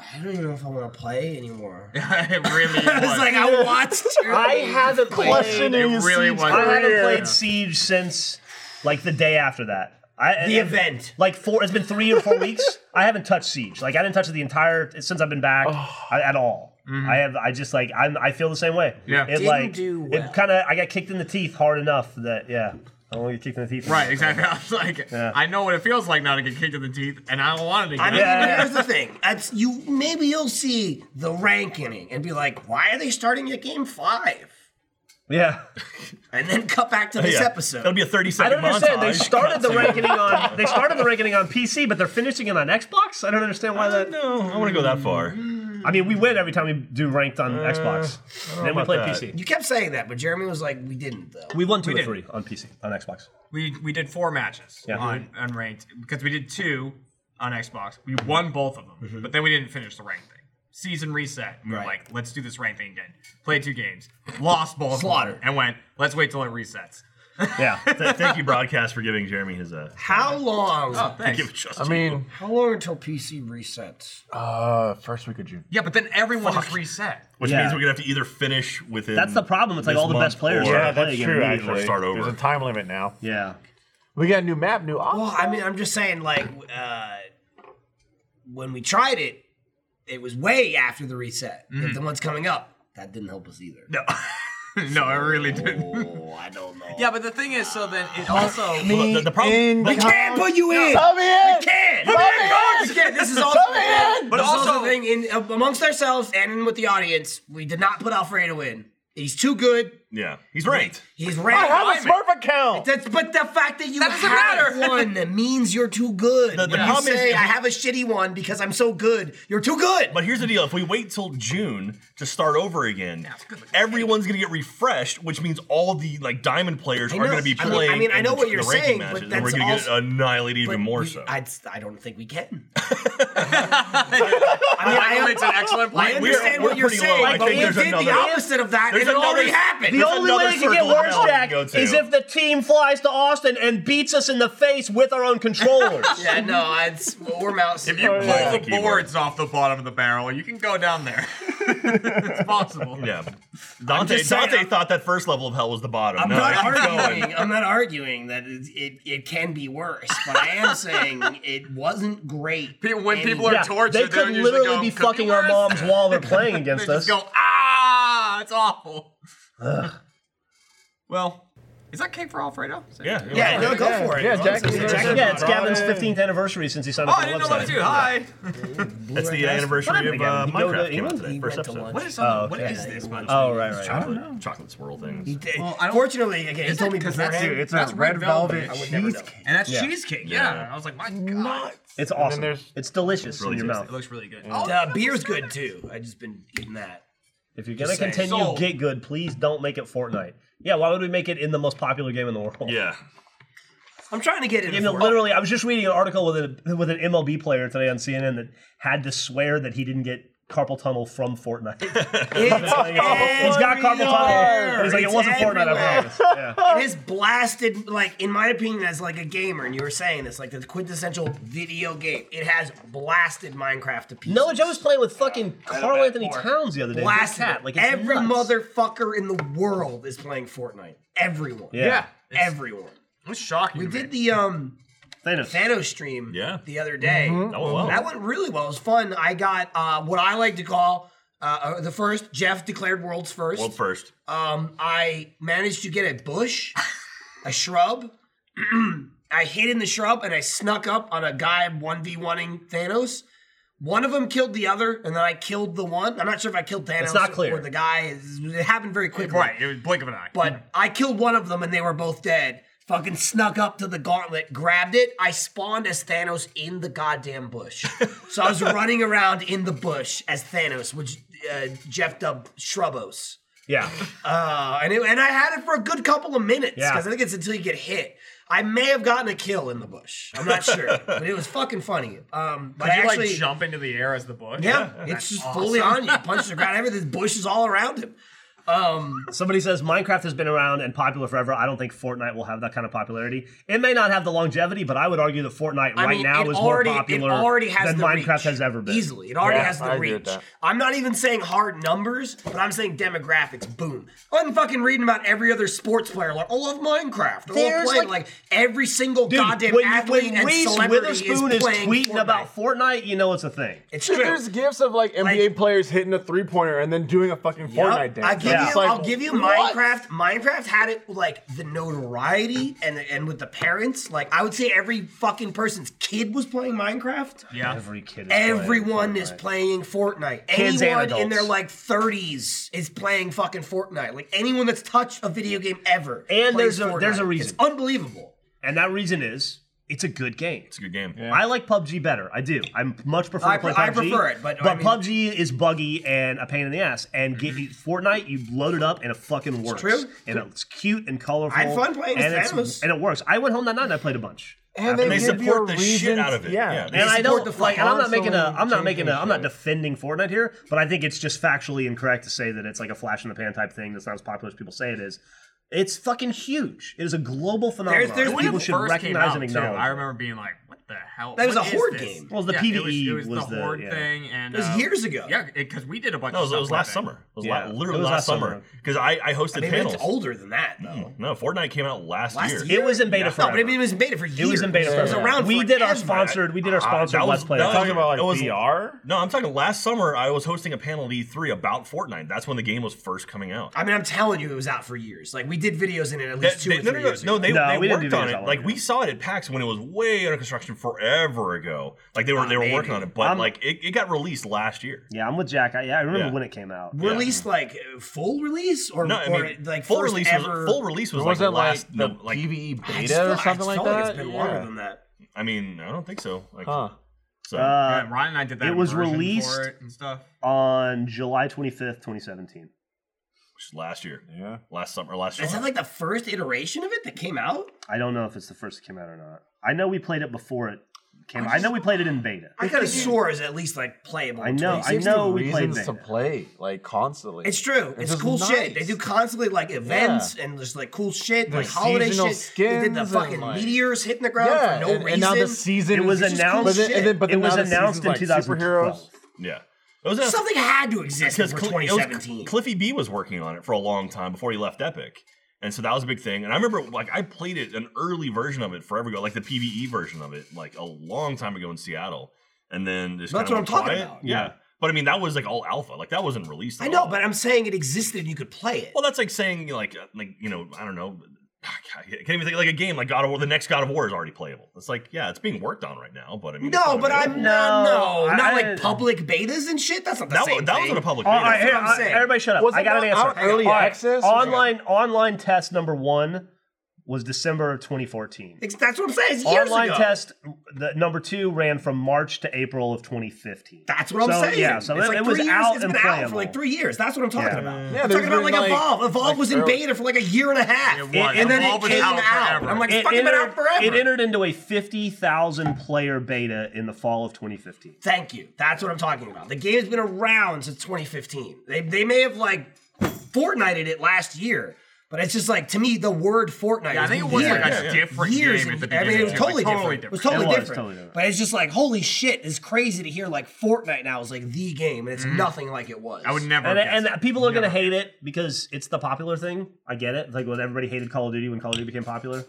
I don't even know if I want to play
(laughs)
anymore. I
it
(laughs)
really
was
was.
like, I watched. Jeremy.
I haven't played.
questioning
It
his
really
Siege
was.
I haven't
career.
played Siege since like the day after that. I,
the
I-
event.
Like four, it's been three or four weeks. I haven't touched Siege. Like I didn't touch it the entire since I've been back I, at all. I have. I just like I'm. I feel the same way.
Yeah.
It
Didn't
like
do well.
it kind of. I got kicked in the teeth hard enough that yeah. I don't want to get kicked in the teeth.
Right,
(laughs)
exactly. I was like, I know what it feels like now to get kicked in the teeth, and I don't want it again.
I mean,
Yeah.
here's the thing. That's you. Maybe you'll see the ranking and be like, "Why are they starting at game five?
Yeah.
And then cut back
(laughs)
to this
Yeah.
episode.
That'll be a 30
I
second
don't understand. They
montage.
started the ranking on. They started the ranking on PC, but they're finishing it on Xbox. I don't understand why that.
No, I want to go that far.
I mean, we win every time we do ranked on Xbox. Then we
about
play
that.
PC.
You kept saying that, but Jeremy was like, "We didn't though."
We won two
We
or
did.
three on PC on Xbox.
we we did four matches
Yeah.
on
Mm-hmm.
unranked because we did two on Xbox. We won both of them,
Mm-hmm.
but then we didn't finish the rank thing. Season reset. We were
Right.
like, let's do this rank thing again. Play two games, lost both, of them,
Slaughter.
and went. Let's wait till it resets.
Yeah.
Th- Thank you, broadcast, for giving Jeremy his. Uh,
How
Oh,
long?
Thanks.
give it just
I mean,
How long until PC resets?
uh, first week of June.
Yeah, but then everyone is reset.
which
Yeah.
means we're gonna have to either finish within.
That's the problem. It's like
this
all the best
month
players
or-
Yeah, are- that's true,
actually. Start over.
There's a time limit now.
Yeah.
We got a new map, new option.
Well, I mean, I'm just saying, like, uh, when we tried it, it was way after the reset. The one's coming up. That didn't help us either. (laughs)
No, no, I really didn't.
Oh, I don't know.
Yeah, but the thing is, so then it also.
Well, the, the problem.
we can't put you in.
Come in!
We can't. We
Come in!
can't. We can't. This is also.
Come in!
But
But
also,
also-
uh, the thing in amongst ourselves and with the audience, we did not put Alfredo in. He's too good.
Yeah, he's ranked.
He's
I
ranked.
have a Smurf account.
That's, but the fact that you
That doesn't
have
matter.
one means you're too good.
The- the
When you
problem is
say,
if
I
you-
have a shitty one because I'm so good, you're too good.
But here's the deal: if we wait till June to start over again,
it's good.
everyone's gonna get refreshed, which means all the like diamond players
know.
are gonna be
I mean- I
playing.
mean, I
in
know
the-
what
the
you're
ranking
saying, but
matches, and we're
that's
gonna
also-
get annihilated
But
even more
we-
so.
I'd, I don't think we
(laughs)
can. I mean, I,
It's an excellent
I
point.
We're-
understand
we're
what you're
pretty
saying,
low. I
but
think
we did
there's
the
another-
opposite of that, and
there's
it already
another-
happened.
The
There's
only way
another
it can get
circle of
worse,
hell we
Jack,
go to.
is if the team flies to Austin and beats us in the face with our own controllers.
yeah, no, it's we're mouse.
If you
Oh,
pull
yeah.
the boards off the bottom of the barrel, you can go down there. (laughs) it's possible.
yeah, Dante.
just saying,
Dante
I'm-
thought that first level of hell was the bottom.
I'm
no,
not
keep going.
arguing. I'm not arguing that it, it it can be worse, but I am saying it wasn't great.
Pe- when people
and-
are tortured,
they
they
could
don't usually
literally
go,
be
"Could
fucking our
worse."
moms while they're playing
They
against us.
just go, ah, it's awful. well, is that cake for Alfredo? Is that-
Yeah, yeah.
yeah, no, go for it.
Yeah, Jack.
yeah, it's Gavin's 15th anniversary since he signed
Oh,
up
I
for the
didn't know that
website.
too. Hi.
That's the anniversary of uh, Minecraft came out today. First episode.
What is on- what is this? man?
Oh, right, right.
uh, Chocolate, chocolate swirl things.
Well, Fortunately, again, he told me
Because that's,
beforehand.
it's a red velvet.
I would never know.
And that's
Yeah.
cheesecake. Yeah. I was like, my God.
It's awesome.
there's-
It's delicious
really
in your
tasty.
mouth.
It looks really good.
The uh, beer's good too. I just been eating that.
If you're gonna
saying.
continue
Sold.
get good, please don't make it Fortnite. Yeah, why would we make it in the most popular game in the world?
Yeah,
I'm trying to get it.
I mean, literally, I was just reading an article with a, with an MLB player today on CNN that had to swear that he didn't get carpal tunnel
(laughs)
from Fortnite. he's (laughs) got carpal tunnel. and He's like, it wasn't Fortnite,
(laughs)
I promise. Yeah.
It is blasted, like in my opinion, as like a gamer, and you were saying this, like the quintessential video game. It has blasted Minecraft to pieces.
No, Joe was playing with fucking Carl Anthony
more.
Towns the other day. Black
blasted.
cat. Like it's
Every
nuts.
motherfucker in the world is playing Fortnite. Everyone.
Yeah.
Everyone.
It's shocking.
We
to me.
did the um
Thanos.
Thanos stream
Yeah.
the other day.
that went well.
That went really well. It was fun. I got uh, what I like to call uh, uh, the first. Jeff declared world's first.
World first.
Um, I managed to get a bush, a shrub. (clears throat) I hid in the shrub and I snuck up on a guy 1v1ing Thanos. One of them killed the other, and then I killed the one. I'm not sure if I killed Thanos
not clear.
or the guy. It happened very quickly.
Right. It was blink of an eye.
But I killed one of them and they were both dead. Fucking snuck up to the gauntlet, grabbed it. I spawned as Thanos in the goddamn bush. so
(laughs)
I was running around in the bush as Thanos, which uh, Jeff dubbed Shrubos.
Yeah.
Uh, and, it, and I had it for a good couple of minutes
Yeah.
because I think it's until you get hit. I may have gotten a kill in the bush. I'm not
(laughs)
sure, but it was fucking funny. Um, but
Did
I
you
actually,
like jump into the air as the bush?
yeah, it's just fully on you. Punch the ground, everything. Bush is all around him.
Somebody says Minecraft has been around and popular forever. I don't think Fortnite will have that kind of popularity. It may not have the longevity, but I would argue that Fortnite
I
right
mean,
now
it
is
already,
more popular
it already has
than
the
Minecraft
reach.
has ever been.
Easily, it already
Yeah,
has the
I agree
reach.
with that.
I'm not even saying hard numbers, but I'm saying demographics. Boom. I'm fucking reading about every other sports player. Like, I love Minecraft. I love
There's,
playing. Like,
like-
every single
Dude,
goddamn
when,
athlete
when
and
Reese
celebrity
Witherspoon
is
is,
playing
tweeting
Fortnite.
about Fortnite, you know it's a thing.
It's
Dude,
true.
there's gifs of like NBA players hitting a three pointer and then doing a fucking
Yep.
Fortnite dance.
I give
It's
you,
just like,
I'll give you
what?
Minecraft. Minecraft had it like the notoriety and and with the parents. Like I would say every fucking person's kid was playing Minecraft.
Yeah.
Every kid is
Everyone
playing
is playing Fortnite.
Kids and
anyone in
adults.
their like 30s is playing fucking Fortnite. Like anyone that's touched a video game ever.
And
plays
there's a-
Fortnite.
there's a reason.
It's unbelievable.
And that reason is it's a good game.
It's a good game.
I like PUBG better. I do. I much prefer
I
to play
pre- I
PUBG.
prefer it, but I mean-
PUBG is buggy and a pain in the ass. And get, Fortnite, you load it up and it fucking works.
true.
And it's cute and colorful.
I had fun playing as
and it's,
Thanos.
and it works. I went home that night and I played a bunch.
And
They
they, give you a
support the
reason,
shit out of it.
Yeah.
Yeah, they
And I
support
don't
the fuck
like. And I'm not making a.
constantly
I'm not making a. I'm not
changing shit.
defending Fortnite here, but I think it's just factually incorrect to say that it's like a flash in the pan type thing that's not as popular as people say it is. It's fucking huge. It is a global phenomenon.
there's
that
When
people
it
should
first came
recognize
out,
and
too,
acknowledge.
I remember being like, what the hell?
That was
What
a
is
horde
this?
game.
Well, the
Yeah, it was,
PvE
it was,
was
the,
the-
horde
yeah.
thing, and
It was
uh,
years ago.
Yeah, because we did a bunch.
No, it
of
was,
stuff
it was
with
last
it.
summer. It was
Yeah.
la- literally
It was
last
last
summer
summer.
because I, I hosted
Maybe
panels.
it's older than that though.
No, Fortnite came out last,
Last
year.
year?
It was in Mm-hmm. beta
No,
forever.
but it was in beta for years.
It was in beta
It was
forever.
around
we did our
forever.
sponsored. We did our
Ah,
sponsored
that was-
Let's Play.
that
Let's
was-
Play.
Talking about like
It was-
VR.
No, I'm talking last summer. I was hosting a panel at
E
E3 about Fortnite. That's when the game was first coming out.
I mean, I'm telling you, it was out for years. Like we did videos in it at least Uh, two
They-
or
no,
three
no, no,
years.
no,
ago.
they,
No,
they
we didn't do
worked on
videos
it.
all
Like
over.
we saw it at PAX when it was way under construction
forever ago. Like they were they were working on it, but
I'm-
like it, it got released last year.
Yeah, I'm with Jack. I, yeah, I remember
Yeah.
when it came out.
Released like uh, full release or,
No, I mean
or like
full
first
release
ever.
was full release was,
was
like
it
last
like the
no, like
E
PVE
I just
beta
feel-
or something
I just felt
like that?
Like it's been longer
Yeah.
than that.
I mean I don't think so. Like
Huh.
so
Uh,
Yeah, Ryan and I did that.
it was
version
released-
for it and stuff.
Uh, on July 25th, 2017.
which was last year,
Yeah.
last summer, last
Is
summer.
that like the first iteration of it that came out?
I don't know if it's the first that came out or not. I know we played it before it came out. I know we played it in beta.
I got a sore is at least like playable.
I
in
know, I
2016.
know we played
Reasons
beta.
to play like constantly.
It's true.
It
It's
was
cool
nice.
shit. They do constantly like events and just like cool shit,
There's
like holiday
seasonal
shit. They did the
skins
fucking
and, like-
meteors hitting the ground
yeah,
for no
and,
reason.
and now the season
It was
is just
announced-
But then, and then, but
it
then
was
now the
announced
season's
in
like
2012.
superheroes.
yeah. It was announced-
Something had to exist
because
for
Cl- it was-
2017.
Cliffy B was working on it for a long time before he left Epic. And so that was a big thing. And I remember like I played it an early version of it forever ago, like the PvE version of it, like a long time ago in Seattle. And then just
That's
kinda
what I'm
went
talking
quiet.
about.
Yeah. But I mean that was like all alpha. Like that wasn't released. at
I know,
all.
but I'm saying it existed and you could play it.
well that's like saying like uh, like you know, I don't know. (sighs) I can't even think like a game like God of War. The next God of War is already playable. It's like yeah, it's being worked on right now, but I mean it's
no,
not
but
available.
I'm not. No,
No,
not
I-
like public betas and shit. That's not the
that,
same
was, that
thing.
wasn't a public.
All
beta.
right,
That's what
hey,
I'm
uh,
saying.
everybody shut up.
Was
I
it
got an
not
answer.
out early
All right,
access?
Online online test number one was December of 2014.
Ex- That's what I'm saying. It's years
Online
ago.
test the number two ran from March to April of 2015.
That's what I'm
So,
saying.
yeah, so
it's
it-
like
it
three
was
years.
out
it's
and
been out for
playable.
like three years. That's what I'm talking
Yeah.
about.
Yeah,
I'm
there's
talking about
been,
like,
like-
Evolve. Evolve
like
was in
early-
beta for like a year and a half,
It was.
and then
Evolve
it
was
came
out
out.
forever.
I'm like, it's
It
fucking been out forever.
It entered into a 50,000 player beta in the fall of 2015.
Thank you. That's what I'm talking about. The game's been around since 2015. They, they may have like Fortnited it last year, but it's just like to me the word Fortnite.
Yeah, I
has
think it
been
was
years.
like a different
years
game at
in-
the
I
beginning.
mean, it was
too,
totally,
like,
different. It was totally
It was
different.
totally different.
But it's just like, holy shit, it's crazy to hear like Fortnite now is like the game and it's nothing like it was.
I would never.
And,
have guessed.
and people are going to hate it because it's the popular thing. I get it. Like when everybody hated Call of Duty when Call of Duty became popular.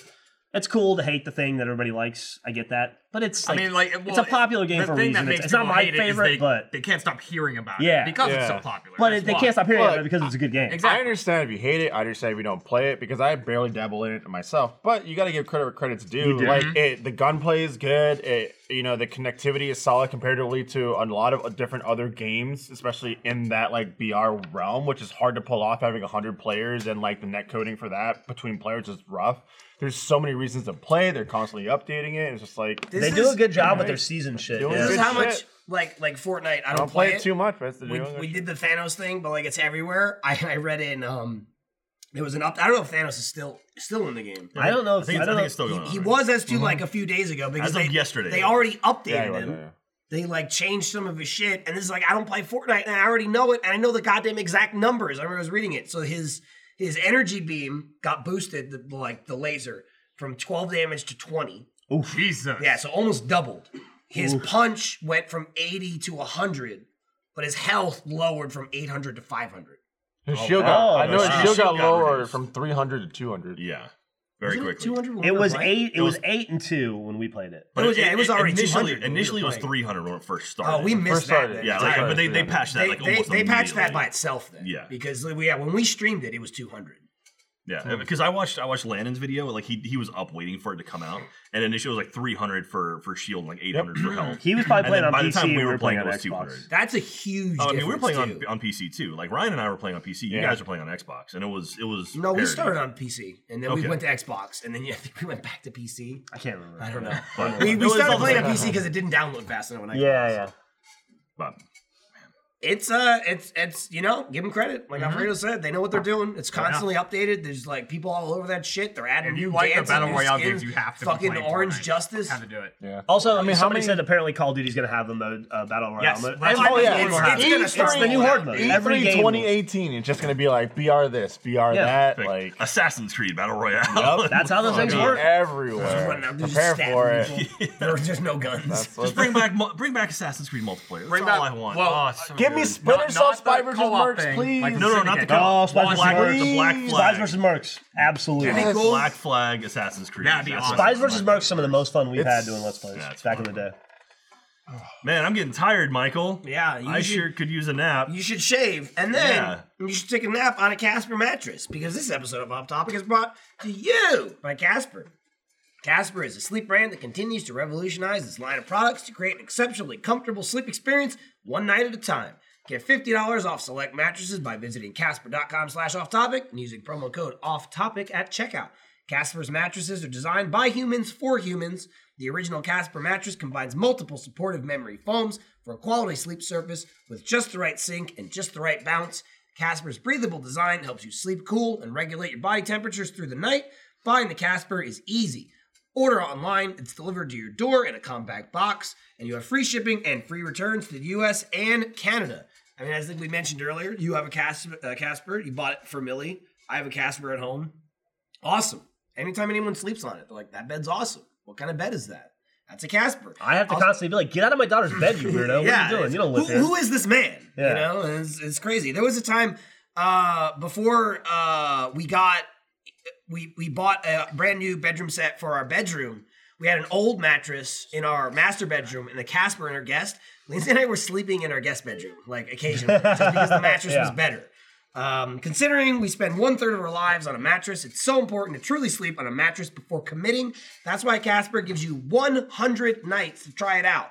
It's cool to hate the thing that everybody likes. I get that. But it's
I
like,
mean, like
it's
well,
a popular game
the
for a
thing that
reason.
makes
It's, it's not
people
my
hate it is
favorite,
they,
but
they can't stop hearing about
Yeah.
it because it's so
Yeah.
popular.
but
That's
it, they
why.
can't stop hearing
Look,
about it because it's a good game.
Exactly.
I understand if you hate it. I understand if you don't play it because I barely dabble in it myself. But you got to give credit where credit's due.
Mm-hmm.
Like it, the gunplay is good. It, you know, the connectivity is solid comparatively to a lot of different other games, especially in that like BR realm, which is hard to pull off. Having hundred players and like the net coding for that between players is rough. There's so many reasons to play. They're constantly updating it. It's just like
This
They
is,
do a good job with their season shit.
Doing
yeah.
This is
Good
how much
shit.
like like Fortnite. I
I
don't,
don't play it too much, but it's the
we, we did the Thanos thing, but like it's everywhere. (laughs) I, I read in um there was an up. I don't know if Thanos is still still in the game.
I don't know
I
if
think, it's-
I
I
don't
think
know.
it's still
He,
going on.
he
right?
was as to like a few days ago because
As
they,
of yesterday.
they already updated
it was,
him.
yeah.
They like changed some of his shit, and this is like I don't play Fortnite, and I already know it, and I know the goddamn exact numbers. I remember I was reading it. So his his energy beam got boosted, the, like the laser, from twelve damage to twenty.
Jesus.
Yeah, so almost doubled. His punch went from eighty to hundred, but his health lowered from eight hundred to five hundred.
His shield got, I
wow.
know his
His
shield got
shield got
lower
reduced.
from 300 to 200.
yeah, very quickly.
Two hundred.
It was eight. It was eight and two when we played it.
It was- yeah, it was already
initially.
200 when we
Initially,
were
it was
playing.
300 when it first started.
Oh, we missed
First
that.
started,
then.
Yeah,
It's
like,
already
but they, they
300.
patched that
they,
like
they,
almost
they patched that by
immediately.
itself then.
Yeah.
Because like, yeah, when we streamed it, it was 200.
Yeah, because I watched I watched Landon's video. Like he he was up waiting for it to come out, and initially it was like 300 for for shield, E and like 800 for
(clears throat)
health.
He was probably
And
playing
then
on
by the
PC.
time we were playing,
playing
it
on
was
Xbox.
200.
That's a huge.
Oh, I mean,
difference
we were playing on
too.
on PC too. Like Ryan and I were playing on PC. You
Yeah.
guys were playing on Xbox, and it was it was
No, we
parity.
started on PC, and then we
Okay.
went to Xbox, and then (laughs) yeah, I think we went back to PC.
I can't remember.
I don't know.
But-
we
It
we
was
started
all the
playing on
same.
PC because it didn't download fast enough. When I got
Yeah,
it.
yeah.
But
It's uh, it's it's you know, give them credit.
Mm-hmm.
Like Alfredo said, they know what they're doing. It's constantly updated. There's like people all over that shit. They're adding
If you
new
like the
dance and
battle
new
royale
skins.
games, you have to be
fucking
playing
Orange
Fortnite.
Justice.
How to
(laughs)
do it?
Yeah.
Also, I mean,
how
somebody
many-
said apparently Call of Duty's going to have a mode, uh, battle royale
Yes,
mode.
that's
Every
what
game
I
will
was
have
it's
it.
gonna
Oh, It's
start
the new
rolling
horde
out.
mode. Every
Every
game. will.
2018, it's just going to be like BR this, BR
Yeah.
that.
like,
Like,
Assassin's Creed Battle Royale.
That's how those
it's
things
gonna be
work.
everywhere.
Running out, just
Prepare
stabbing
for it.
people. There was just no guns.
Just (laughs) bring back mo- bring back Assassin's Creed multiplayer. That's
Bring
all
back-
I want. Oh,
well,
so
Give me
good.
Splinter
Not-
Cell
not the
Spy versus
co-op
Mercs,
thing,
please.
like the
no, no, not the
Syndicate.
co-op.
Oh, Spies
Black,
versus
the
Mercs.
Black
Spies
Flag.
versus Mercs. Absolutely.
Yes.
Black Flag Assassin's Creed.
That'd be
Assassin's
awesome.
Spies versus Mercs, some of the most fun we've
It's-
had doing Let's Plays
Yeah, it's
back
fun.
in the day.
Man, I'm getting tired, Michael.
(laughs) Yeah, you
I
should-
sure could use a nap.
You should shave, and then
Yeah.
you should take a nap on a Casper mattress because this episode of Off Topic is brought to you by Casper. Casper is a sleep brand that continues to revolutionize its line of products to create an exceptionally comfortable sleep experience one night at a time. Get $50 off select mattresses by visiting casper.com slash off topic and using promo code off topic at checkout. Casper's mattresses are designed by humans for humans. The original Casper mattress combines multiple supportive memory foams for a quality sleep surface with just the right sink and just the right bounce. Casper's breathable design helps you sleep cool and regulate your body temperatures through the night. Buying the Casper is easy. Order online, it's delivered to your door in a compact box, and you have free shipping and free returns to the US and Canada. I mean, as I think we mentioned earlier, you have a Casper, uh, Casper you bought it for Millie. I have a Casper at home. Awesome. Anytime anyone sleeps on it, they're like, that bed's awesome. What kind of bed is that? That's a Casper.
I have to
Also-
constantly be like, get out of my daughter's bed, you
yeah,
weirdo. what are you doing? You don't
who,
live here.
who is this man?
Yeah.
You know, and it's, it's crazy. There was a time uh, before uh, we got we we bought a brand new bedroom set for our bedroom. We had an old mattress in our master bedroom, and the Casper in our guest. Lindsay and I were sleeping in our guest bedroom, like occasionally, just because
(laughs)
the mattress was better. Um, considering we spend one third of our lives on a mattress, it's so important to truly sleep on a mattress before committing. That's why Casper gives you 100 nights to try it out.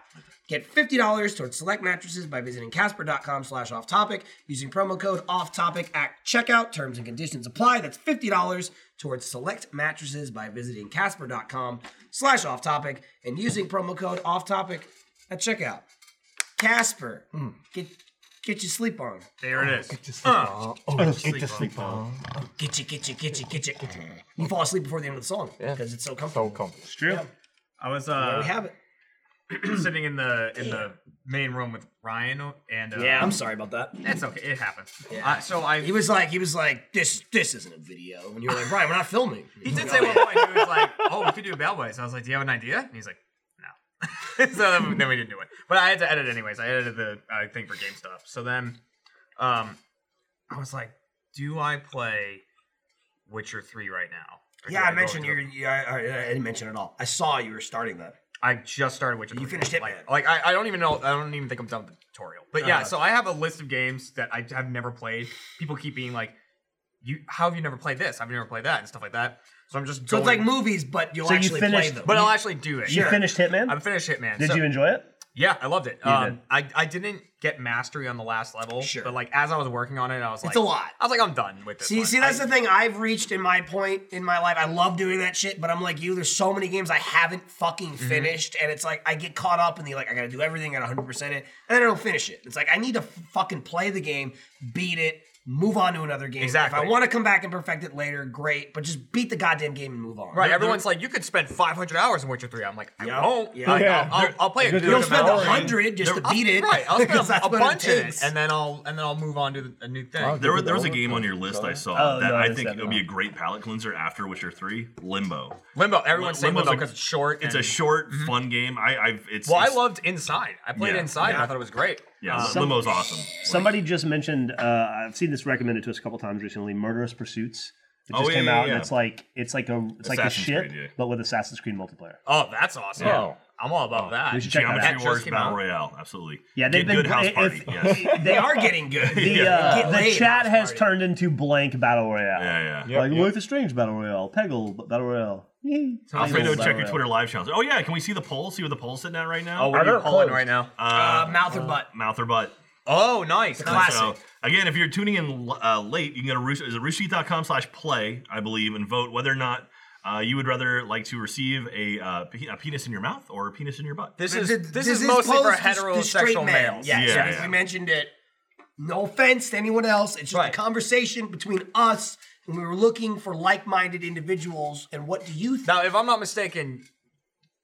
Get $50 towards select mattresses by visiting casper.com slash off topic using promo code off topic at checkout. Terms and conditions apply. That's $50 towards select mattresses by visiting casper.com slash off topic and using promo code off topic at checkout. Casper, mm, get get your sleep on.
There it (laughs) is.
Get you, get you, get you, get you. You fall asleep before the end of the song because it's so comfortable.
comfortable.
I was
There we
uh,
have it.
sitting in the in the main room with Ryan and uh,
I'm sorry about that.
It's okay. It happens. Uh, so I
He was like, he was like, this this isn't a video. And you were like, Brian, we're not filming.
He did say one point he was like, "Oh, we could do bellboys." I was like, "Do you have an idea?" And he's like, "No." (laughs) so then, then we didn't do it. But I had to edit anyways. I edited the uh, thing for GameStop. So then, um, I was like, "Do I play Witcher Three right now?" Or do
Yeah, I
go
mentioned
into
you.
the-
Yeah, I, I- I didn't mention it at all. I saw you were starting that.
I just started Witcher.
You
3.
finished it, man. Uh-huh.
Like, like I, I don't even know. I don't even think I'm done with the tutorial. But yeah, so I have a list of games that I have never played. People keep being like, "You, how have you never played this? How Have you never played that?" And stuff like that. So I'm just
So
going,
it's like movies, but you'll
So you
actually play
finished-
them.
but I'll actually do it.
You
Sure.
finished Hitman?
I'm finished Hitman.
Did
So-
you enjoy it?
Yeah, I loved it. Um,
did.
I I didn't get mastery on the last level,
Sure.
but like as I was working on it, I was like,
a lot.
I was like, I'm done with this.
See,
one.
see, that's
I-
the thing I've reached in my point in my life. I love doing that shit, but I'm like you. There's so many games I haven't fucking finished, and it's like I get caught up in the like I gotta do everything at 100 percent it, and then I don't finish it. It's like I need to f- fucking play the game, beat it, move on to another game.
Exactly.
If I want to come back and perfect it later, great, but just beat the goddamn game and move on.
Right, everyone's like, you could spend 500 hours in Witcher 3. I'm like, I won't.
yeah.
Like,
Yeah.
I'll, I'll, I'll play it.
You
good
don't
You'll spend
amount.
a hundred just to
I'll-
beat it.
Right,
(laughs)
I'll
because
spend
that's
a
what
bunch in it,
takes.
and then I'll and then I'll move on to the- a new thing.
There was, there was a game on your list I saw
Oh,
that
no,
I
it's
think it
that
would be a great palate cleanser after Witcher 3, Limbo.
Limbo, everyone's saying
Limbo's
Limbo
a-
because it's short.
It's a
and-
short, fun game. I, I've it's
Well, I
it's-
loved Inside. I played
Yeah.
Inside and I thought it was great.
yeah, Li-
some-
Limbo's awesome.
Somebody just mentioned. Uh, I've seen this recommended to us a couple times recently. Murderous Pursuits. It
Oh,
just
yeah,
came
yeah,
out,
yeah.
and it's like it's like a it's like a
Assassin's
shit,
Creed, yeah.
but with Assassin's Creed multiplayer.
Oh, that's awesome.
Yeah.
I'm all about that.
We should check that
Geometry
out.
just
Wars
came
Battle
out.
Royale, absolutely.
Yeah, they've
Get
been
good house
if- (laughs)
party. yes.
they are getting good. (laughs)
The,
Get
uh, the
laid.
chat has turned into blank battle royale.
Yeah, yeah.
Yep,
like
yep.
Life is Strange battle royale, Peggle battle royale. Yay. Peggle
Alfredo,
battle
check your
royale.
Twitter live challenge. Oh yeah, can we see the poll? See what the poll's sitting at right
Oh,
now?
what
Are
are you
there
pulling
clothes?
right now?
uh, mouth or butt.
Mouth or butt.
Oh, nice. nice.
So again, if you're tuning in uh, late, you can go to Roosh, is it roosterteeth.com slash play, I believe, and vote whether or not uh, you would rather like to receive a, uh, pe- a penis in your mouth or a penis in your butt.
This
Th-
is
th-
this, is, mostly for
posed to- to straight
heterosexual
men.
males.
Yes,
Yeah,
yes,
yeah.
we mentioned it. No offense to anyone else. It's just
Right.
a conversation between us, and we were looking for like-minded individuals. And what do you think?
Now, if I'm not mistaken,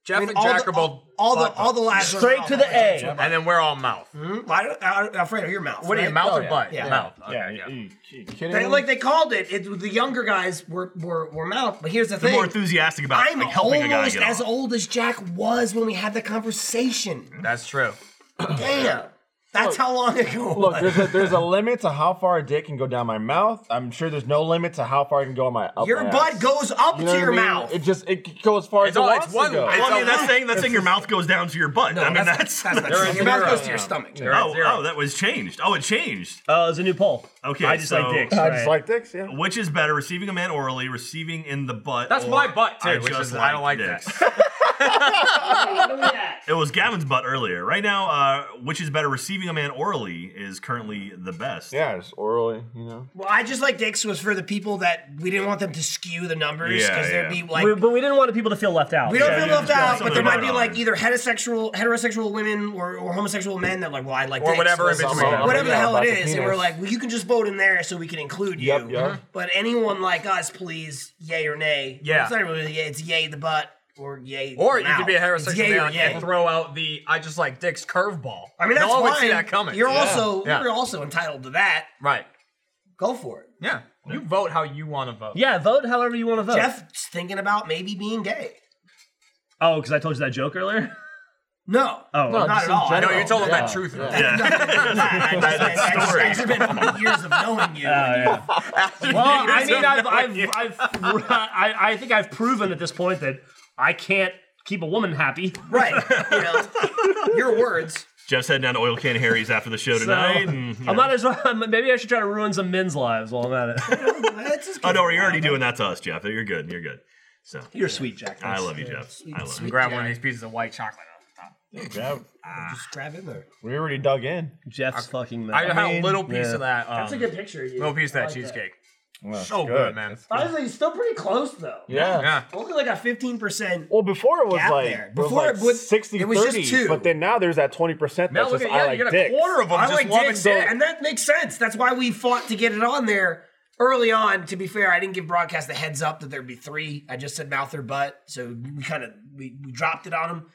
Jeff
I mean,
and
all,
Jack
the,
are both
all, all the
butt
all the lads are
Straight to the
butt.
A.
and then we're all mouth.
Hmm? Why don't- Al- Alfredo, your mouth.
What are you,
right?
mouth
Oh,
or
yeah.
butt?
Yeah.
Mouth.
Yeah,
Okay,
you- you, you kidding
They,
me?
like they called it. it. The younger guys were were, were mouth. But here's the
They're
thing.
more enthusiastic about
I'm
like helping a guy
almost
get
as
off.
old as Jack was when we had the conversation.
That's true.
Damn. That's how long ago. it (laughs)
Look,
was.
there's a, there's a limit to how far a dick can go down my mouth. I'm sure there's no limit to how far I can go on my up
your
my
butt
ass.
goes up
You
to
know what I
your
mean?
mouth.
It just it goes as far as
It's
it
all-
wants
it's one-
to go.
it's-
Well, I
So
mean, that's saying that's saying your mouth goes down to your butt. I mean,
that's
that's,
not
There
true.
is
your mouth
zero.
goes to your stomach.
There is
(laughs) oh,
zero.
oh, that was changed. Oh, it changed.
Uh, it's a new poll.
Okay,
I just
so-
like dicks.
I
Right?
just like dicks, yeah.
Which is better, receiving a man orally, receiving in the butt?
That's
or
my butt too,
I
which
just
is I don't like
dicks.
that.
(laughs) It was Gavin's butt earlier. Right now, uh, which is better, receiving a man orally is currently the best.
Yeah, just orally, you know.
Well, I just like dicks was for the people that we didn't want them to skew the numbers
Yeah,
because there'd
yeah.
be like.
We- but we didn't want people to feel left out.
we don't
yeah,
feel
yeah,
left
yeah,
out,
something
but there might
about
be
it.
like either heterosexual heterosexual women or, or homosexual men that are like, well, I like
Or
dicks.
whatever in
so-
between.
whatever the
Yeah,
hell it
about the
is, and we're
penis.
like, well, you can just vote in there so we can include you. Mm-hmm.
Yep, yep.
But anyone like us, please, yay or nay.
Yeah.
it's not really yay. It's yay the butt or yay.
Or
the
you could
mouth.
be a
It's
heterosexual
yay or
man
yay.
and throw out the I just like dicks curveball.
I mean, that's
no one
fine.
would see that coming.
You're
Yeah.
also
Yeah.
you're also entitled to that.
right.
Go for it.
Yeah, you vote how you want to vote.
Yeah, vote however you want to vote.
Jeff's thinking about maybe being gay.
Oh, because I told you that joke
(laughs)
earlier.
No.
Oh,
No,
not at
just in
all. I
I know
general.
you told him
Yeah.
that truth.
Yeah.
Yeah.
I just- I just- I just been years of knowing you.
Oh,
(laughs)
well, I mean, I've, I've, I've, I, I think I've proven at this point that I can't keep a woman happy.
Right. You know, your words.
Jeff's heading down to Oil Can Harry's after the
(laughs)
show tonight. and, you
I
know.
might as well. (laughs) Maybe I should try to ruin some men's lives while I'm at it. (laughs)
That's just
Oh no, you're already doing that to us, Jeff. You're good. You're good. So
You're sweet, Jack.
I love you, Jeff. I love you.
Grab one of these pieces of white chocolate. off
Yeah,
Just grab in there.
we already dug in.
Jeff's fucking.
the top. I had a little piece
yeah.
of that. Um,
That's a good picture of you.
little piece of
I
that
like
cheesecake.
Well, that's
So good, man.
Honestly, he's still pretty close though.
Yeah.
Yeah.
Only like a fifteen percent.
Well, before it was
Gap
like
there.
before it was 60
it was just
30,
two.
but then now there's that 20% that's
Now look
just
at
I
yeah,
like
you got
dicks.
a quarter of them
I
just
like
loving
dicks,
dick.
yeah, and that makes sense. That's why we fought to get it on there early on. To be fair, I didn't give broadcast the heads up that there'd be three. I just said mouth or butt, so we kind of we, we dropped it on them.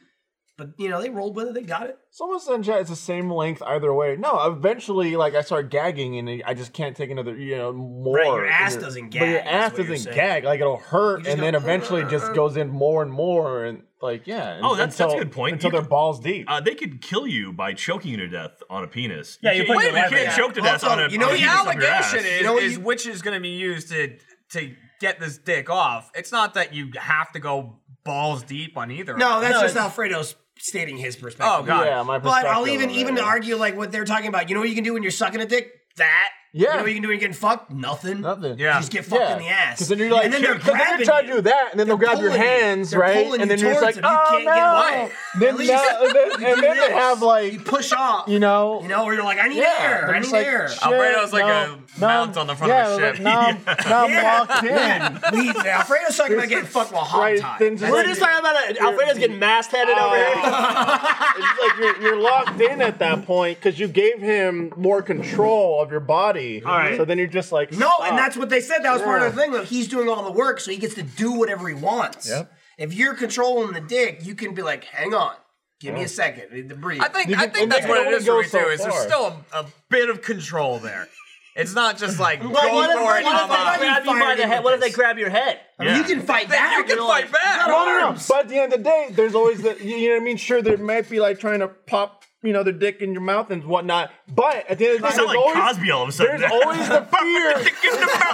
But you know, they rolled with it. They got it.
Someone said in chat it's the same length either way. No, eventually, like I start gagging and I just can't take another, you know, more.
Right, your ass
And
doesn't
But
gag,
your
is
ass
what you're
doesn't
saying.
gag. Like it'll hurt,
just
and then
go, "Uh."
eventually it just goes in more and more, and like yeah.
Oh, that's- that's a
until-
good point.
Until
You
they're
could-
balls deep.
Uh, they could kill you by choking you to death on a penis.
Yeah, you're
you can't,
putting
you
your
can't
life-
choke to
yeah.
death
Also,
on a.
you know
on a
what
the
penis up your ass.
allegation is,
You know what
is
you-
which is going to be used to to get this dick off. It's not that you have to go balls deep on either.
No,
of them.
that's just Alfredo's stating his perspective.
Oh, God.
yeah, my
But I'll
perspective
even
on
even
that,
to
yeah.
argue like what they're talking about. You know what you can do when you're sucking a dick? That. You
Yeah.
know what you can do when you're getting fucked? Nothing.
Nothing.
Yeah.
You just get fucked in the ass.
Because then you're like,
and then they're
(laughs) 'cause then
grabbing
you're trying
you.
to do that, and then they'll
They're
grab your
pulling you.
hands,
They're
right?
pulling
And
you
then you're just
towards
like,
them. You
oh
can't get
no.
away.
Then
At least
now- and
(laughs)
then-
you do
and then they
this.
have like,
you push off.
you know,
You know, or you're like, I need
Yeah,
air.
I'm
I
just
need
like,
air.
shit,
Alfredo's like
now-
a
now
mount on the front
yeah,
of a
like,
ship.
Now,
(laughs)
I'm- now I'm locked in. (laughs)
Man, please, Alfredo's talking about getting fucked while hot
Right,
tied.
then just
We're
like-
just talking about it. Alfredo's getting mastheaded
(laughs)
over here.
it's like you're, you're locked in at that point because you gave him more control of your body. All
right.
So then you're just like,
No,
"Fuck."
and that's what they said. That was part of the
Yeah.
thing. Like, he's doing all the work, so he gets to do whatever he wants.
Yep.
If you're controlling the dick, you can be like, hang on, give me a second, I need to breathe.
I think
You
I
can-
think
and
that's
they
what
can
it is for
only
me too.
go so
is there's
far.
still uh, a, a bit of control there. It's not just like go
what if-
for it.
what if
Oh,
I
I'm out.
got
Grab you by
fired
the
in
head.
with
What if
this.
they grab your head?
I mean, you can fight back.
you can
know,
fight
like, you got
back. No, no, no,
arms.
But at the end of the day, there's always the, you know what I mean? Sure, there might be like trying to pop, you know, their dick in your mouth and whatnot. But at the end of the
You
day, there's,
sound like
always,
Cosby all of a sudden.
there's always the fear.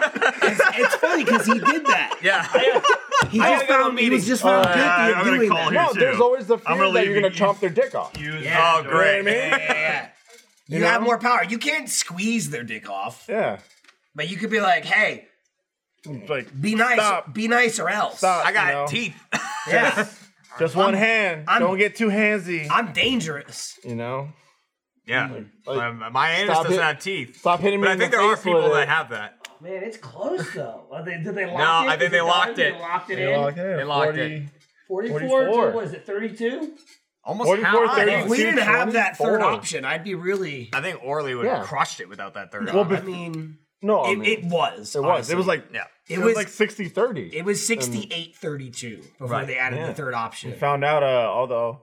It's funny because he
(laughs)
did that.
Yeah,
He just found he was just
Uh,
found guilty
I- I'm
of
gonna
doing
call
that.
here
No,
too.
there's always the fear
gonna
that
leave
you're going to
you-
chomp their dick off.
You-
Yeah.
Oh,
You know what
great.
I mean?
Yeah, yeah, yeah. (laughs) You,
know?
have more power. You can't squeeze their dick off,
Yeah.
but you could be like, "Hey,
It's like,
be nice,
Stop.
be nice, or else."
stop.
I got
you know?
teeth. (laughs)
Yeah,
Just one hand.
I'm-
Don't get too handsy.
I'm dangerous.
you know?
Yeah,
Like,
my, my anus
stop
doesn't
it.
have teeth.
Stop hitting me
But I
in
think
the
there are
face with
people
it.
that have that.
Man, it's close though. Are they, did they lock
No, I think they locked it.
locked it
They locked it.
They locked it.
40
44, to,
44.
what is it, 32?
Almost
44,
half.
30.
If we didn't have that third
24.
option, I'd be really.
I think Orly would have
Yeah.
crushed it without that third.
Well,
option.
I mean,
No, I
it,
mean,
it was.
it was.
honestly.
It was like
yeah.
It was.
like 60 30.
it was 68 32 before they added the
Yeah.
third option.
Found out uh, all the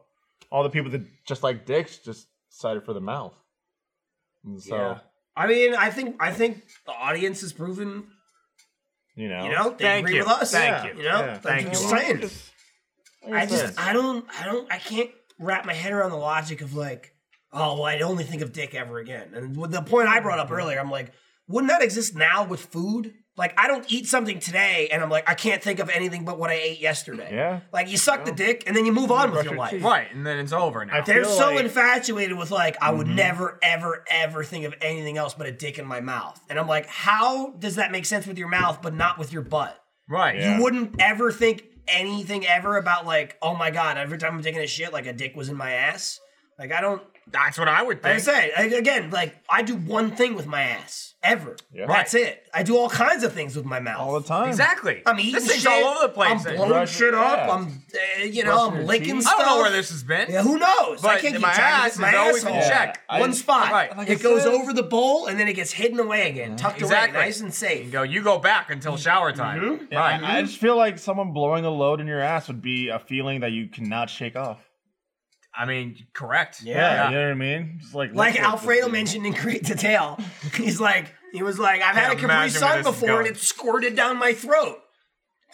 all the people that just like dicks just decided for the mouth. And so,
Yeah. I mean, I think I think the audience has proven,
you know.
you know, they
Thank
agree
you.
with us.
Thank
Yeah.
you.
You know,
Yeah.
That's
Thank
what
you.
I'm saying.
Like
I just
said,
I don't I don't I can't wrap my head around the logic of like oh, well, I'd only think of dick ever again. And with the point I brought up earlier, I'm like, wouldn't that exist now with food? Like, I don't eat something today, and I'm like, I can't think of anything but what I ate yesterday.
Yeah.
Like, you suck the dick, and then you move on with your life.
Right, and then it's over now.
They're
feel
so
like- Mm-hmm.
infatuated with like I would never, ever, ever think of anything else but a dick in my mouth, and I'm like, how does that make sense with your mouth but not with your butt?
Right.
Yeah.
You wouldn't ever think anything ever about like, oh my god, every time I'm taking a shit, like a dick was in my ass. Like I don't.
That's what I would
Like I
think.
say I- again, like I do one thing with my ass ever.
Yeah.
That's it. I do all kinds of things with my mouth.
all the time.
Exactly.
I'm eating
this thing's
shit.
all over the place. eh?
I'm blowing
Brushing-
shit up.
yeah.
I'm, uh, you know,
Brushing
I'm
your
licking
teeth.
I
stuff.
don't know where this has been.
Yeah, who knows? I
But
can't keep
my
track.
ass
It's my
is always in
asshole.
check.
I-
One spot.
Right. Like
I
it goes
said-
over the bowl and then it gets hidden away again, tucked
Exactly.
away, nice and safe.
You go, you go back until shower time. Right.
I, I just feel like someone blowing a load in your ass would be a feeling that you cannot shake off.
I mean, correct.
Yeah, you know what I mean. Just like
like
let's-
Alfredo mentioned in great detail, he's like, he was like, I've had a
Can't
Capri
imagine where
Sun
this is
before and
going.
it squirted down my throat. (laughs)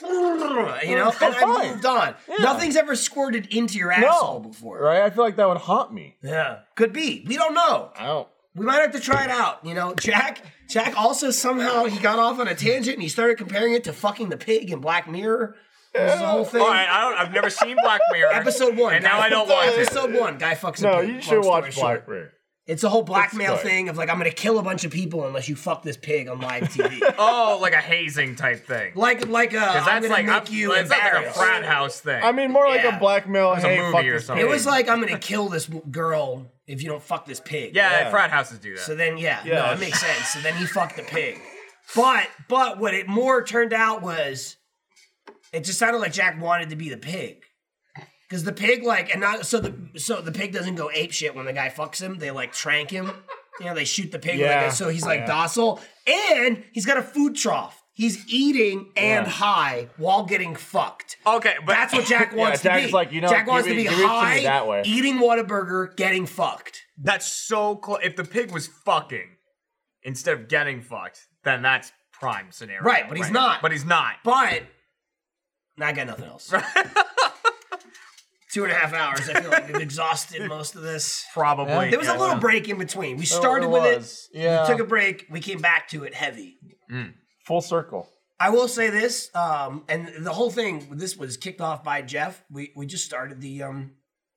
You know, and I
Oh, Fine.
moved on. Nothing's ever squirted into your asshole before.
right? I feel like that would
(laughs)
haunt me.
Yeah, could be. We don't know.
I don't.
We might have to try it out. You know, Jack. Jack also somehow he got off on a tangent and he started comparing it to fucking the pig in Black Mirror. This is the whole thing.
All right, I don't, I've never seen Black Mirror.
Episode one.
And
guy-
now I don't want to.
Episode one. Guy fucks. a
No,
pig,
you should
long story
watch
short.
Black Mirror.
It's a whole blackmail
It's fine.
thing of like I'm gonna kill a bunch of people unless you fuck this pig on live
(laughs)
TV.
Oh, like a hazing type thing.
like like uh,
Because
I'm gonna
that's like,
make
up,
you
it's not like a
embarrassed.
frat house thing.
I mean, more like
Yeah.
a blackmail.
a
Hey,
movie
fuck
or
this
something.
it
pig."
was like I'm gonna kill this w- girl if you don't fuck this pig.
yeah,
Yeah.
frat houses do that.
So then, yeah, no,
Yeah.
that makes sense. So then he fucked the pig. But but what it more turned out was, it just sounded like Jack wanted to be the pig, because the pig like and not so the so the pig doesn't go ape shit when the guy fucks him. They like trank him. You know they shoot the pig. when they
Yeah. Oh,
get- so he's like
Yeah.
docile, and he's got a food trough. He's eating and
Yeah.
high while getting fucked.
okay, but
That's what
(laughs)
Jack wants to
Jack's
be.
like, you know,
Jack
give
wants
it-
to be
give it to me
high,
that way.
eating Whataburger, getting fucked.
that's so close. If the pig was fucking instead of getting fucked, then that's prime scenario.
Right, but he's not.
But he's not.
But no, I got nothing else.
(laughs)
Two and a half hours. I feel like we've exhausted most of this.
Probably.
There was a
yeah.
little break in between. We started
it
with
was.
it.
Yeah.
We took a break. We came back to it heavy.
full circle.
I will say this, um, and the whole thing. This was kicked off by Jeff. We we just started the um,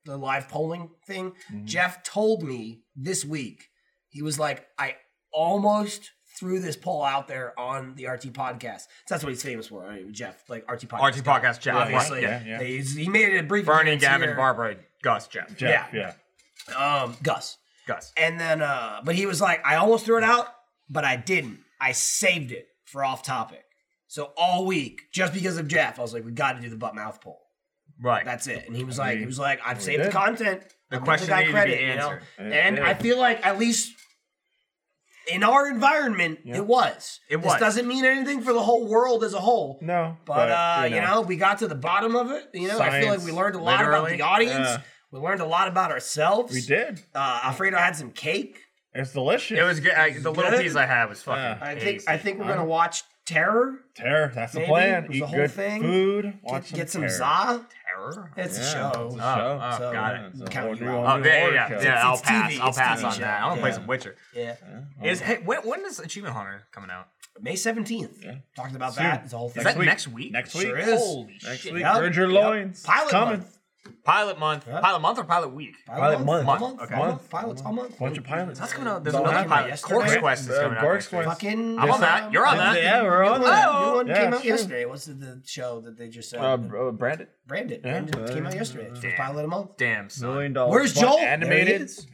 the live polling thing.
Mm-hmm.
Jeff told me this week. He was like, I almost threw this poll out there on the RT podcast. So that's what he's famous for. I mean, Jeff, like RT podcast.
RT podcast Jeff.
obviously.
yeah, yeah.
He's- he made it a brief.
Bernie,
appearance
Gavin,
here.
Barbara, Gus, Jeff.
Jeff,
Yeah.
yeah.
um, Gus.
Gus.
And then, uh, but he was like, I almost threw it out, but I didn't. I saved it for off topic. So all week, just because of Jeff, I was like, we got to do the butt mouth poll.
Right.
That's it. And he was like, he was like, I've saved the
did.
content. The
question needed to be answered.
And
did.
I feel like at least in our environment, it was.
It
This
was.
doesn't mean anything for the whole world as a whole.
No,
But, uh, you, know. we got to the bottom of it. You know, I feel like
Science,
we learned a lot about
literally,
the audience.
yeah.
We learned a lot about ourselves.
we did.
Uh, Alfredo had some cake.
It's delicious.
It was good. I, the little
Good.
piece I had was fucking.
Yeah.
I think
ace.
I think we're gonna watch Terror.
terror. That's the
Maybe. It
plan.
was
Eat
the whole
good
thing.
food. Watch
Get some
terror.
za.
Terror.
It's a
Yeah, It's a
show.
show.
Oh,
so-
got
Yeah,
it.
it's a
Count
whole
you
new-
out.
whole
Oh,
new
yeah,
horror
yeah,
show.
yeah. I'll
It's
pass.
TV,
I'll
it's
pass
TV
on
show.
that. I want to play
Yeah.
some Witcher.
Yeah.
Is hey when, when is Achievement Hunter coming out?
May seventeenth. Talked about that. It's a whole thing.
Is that
week.
next week?
Next week.
Sure is.
Holy
Next
shit!
week.
Yep.
Gird your
Yep.
loins.
Pilot
it's coming.
month.
Pilot month. Pilot month or pilot week?
Pilot month.
month.
Month.
Okay.
All month. Pilots all month.
Bunch of pilots.
That's coming out. There's
Don't
another
have
pilot.
it yesterday.
Corks Quest is
Uh,
coming out.
Gork's
next week.
Quest.
Fucking. um,
I'm on that. You're on
Yeah,
that. Oh!
we're on that.
New one
Yeah,
came out
sure.
yesterday. What's the, the show that they just said?
Uh,
Um,
bro, Brandon.
Brandon.
yeah.
Brandon came
Uh,
out yesterday. First
Damn.
pilot a month.
Damn son.
Million dollars.
Where's Joel? There he
Animated.
is.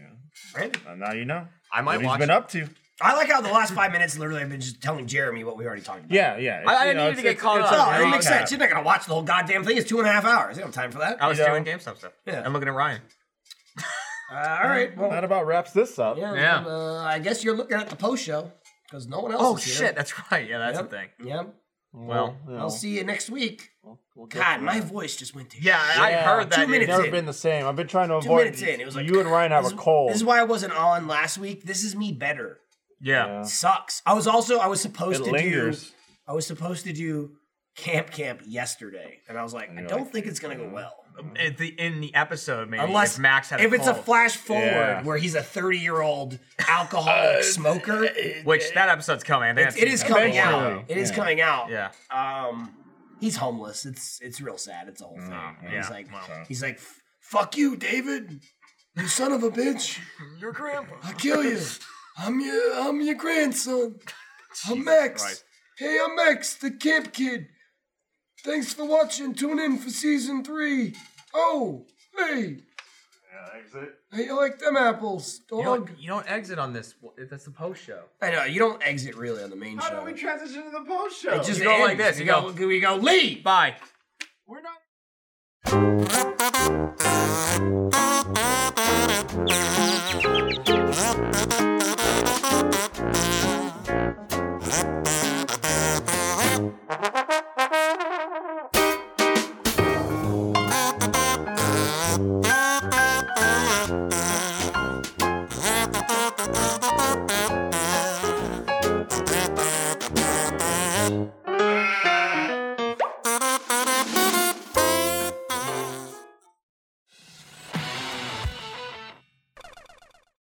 Brandon,
Uh, Now you know.
I might
what he's
watch
been
it.
up to.
I like how the last five minutes literally I've been just telling Jeremy what we already talked about.
Yeah, yeah.
I- I
you
needed to get caught
it's
up.
a
No, it
recap.
makes sense. You're not gonna watch the whole goddamn thing. It's two and a half hours. You don't have time for that.
I was
Yeah.
doing GameStop stuff.
Yeah.
I'm looking at Ryan.
Uh, all right. Well,
That about wraps this up.
yeah.
Yeah.
well, Uh, I guess you're looking at the post show because no one else.
Oh
is
shit,
Here.
that's right. Yeah, that's
Yep.
the thing.
Yep.
Well,
you know,
I'll see you next week.
we'll get
God,
to
my
that.
voice just went to
Yeah,
shit.
I, I
Yeah.
heard that.
Two
in-
minutes
Never
in.
been the same. I've been trying to
Two
avoid.
minutes in, it was like,
you and Ryan have
This,
a cold.
this is why I wasn't on last week. This is me better.
Yeah.
Sucks. I was also I was supposed
it
to
lingers.
do
"Mm,
I was supposed to do camp camp yesterday, and I was like, I don't think it's gonna go well.
at the in the episode maybe
Unless
if Max had
if it's a
cold.
flash forward
Yeah.
where he's a 30 year
(laughs)
old alcoholic smoker,
Uh,
which that episode's coming. I think
it-
that's
it is
season
coming
four.
out. It is coming out.
Yeah.
Um, he's homeless. It's it's real sad. It's a whole thing. And
yeah,
He's like
well.
he's like, fuck you, David. You son of a bitch.
Your grandpa.
I'll kill you. I'm your I'm your
(laughs)
grandson. I'm Max.
Christ.
Hey, I'm Max, the camp kid. Thanks for watching. Tune in for season three. Oh, hey. Hey, you like them apples,
You
dog?
don't, you don't exit on this. That's the post show.
I know you don't exit really on the main show.
transition to the post show.
It just
You go like
ends.
this,
We
you
go,
go-
We go. Leave.
Bye.
We're not.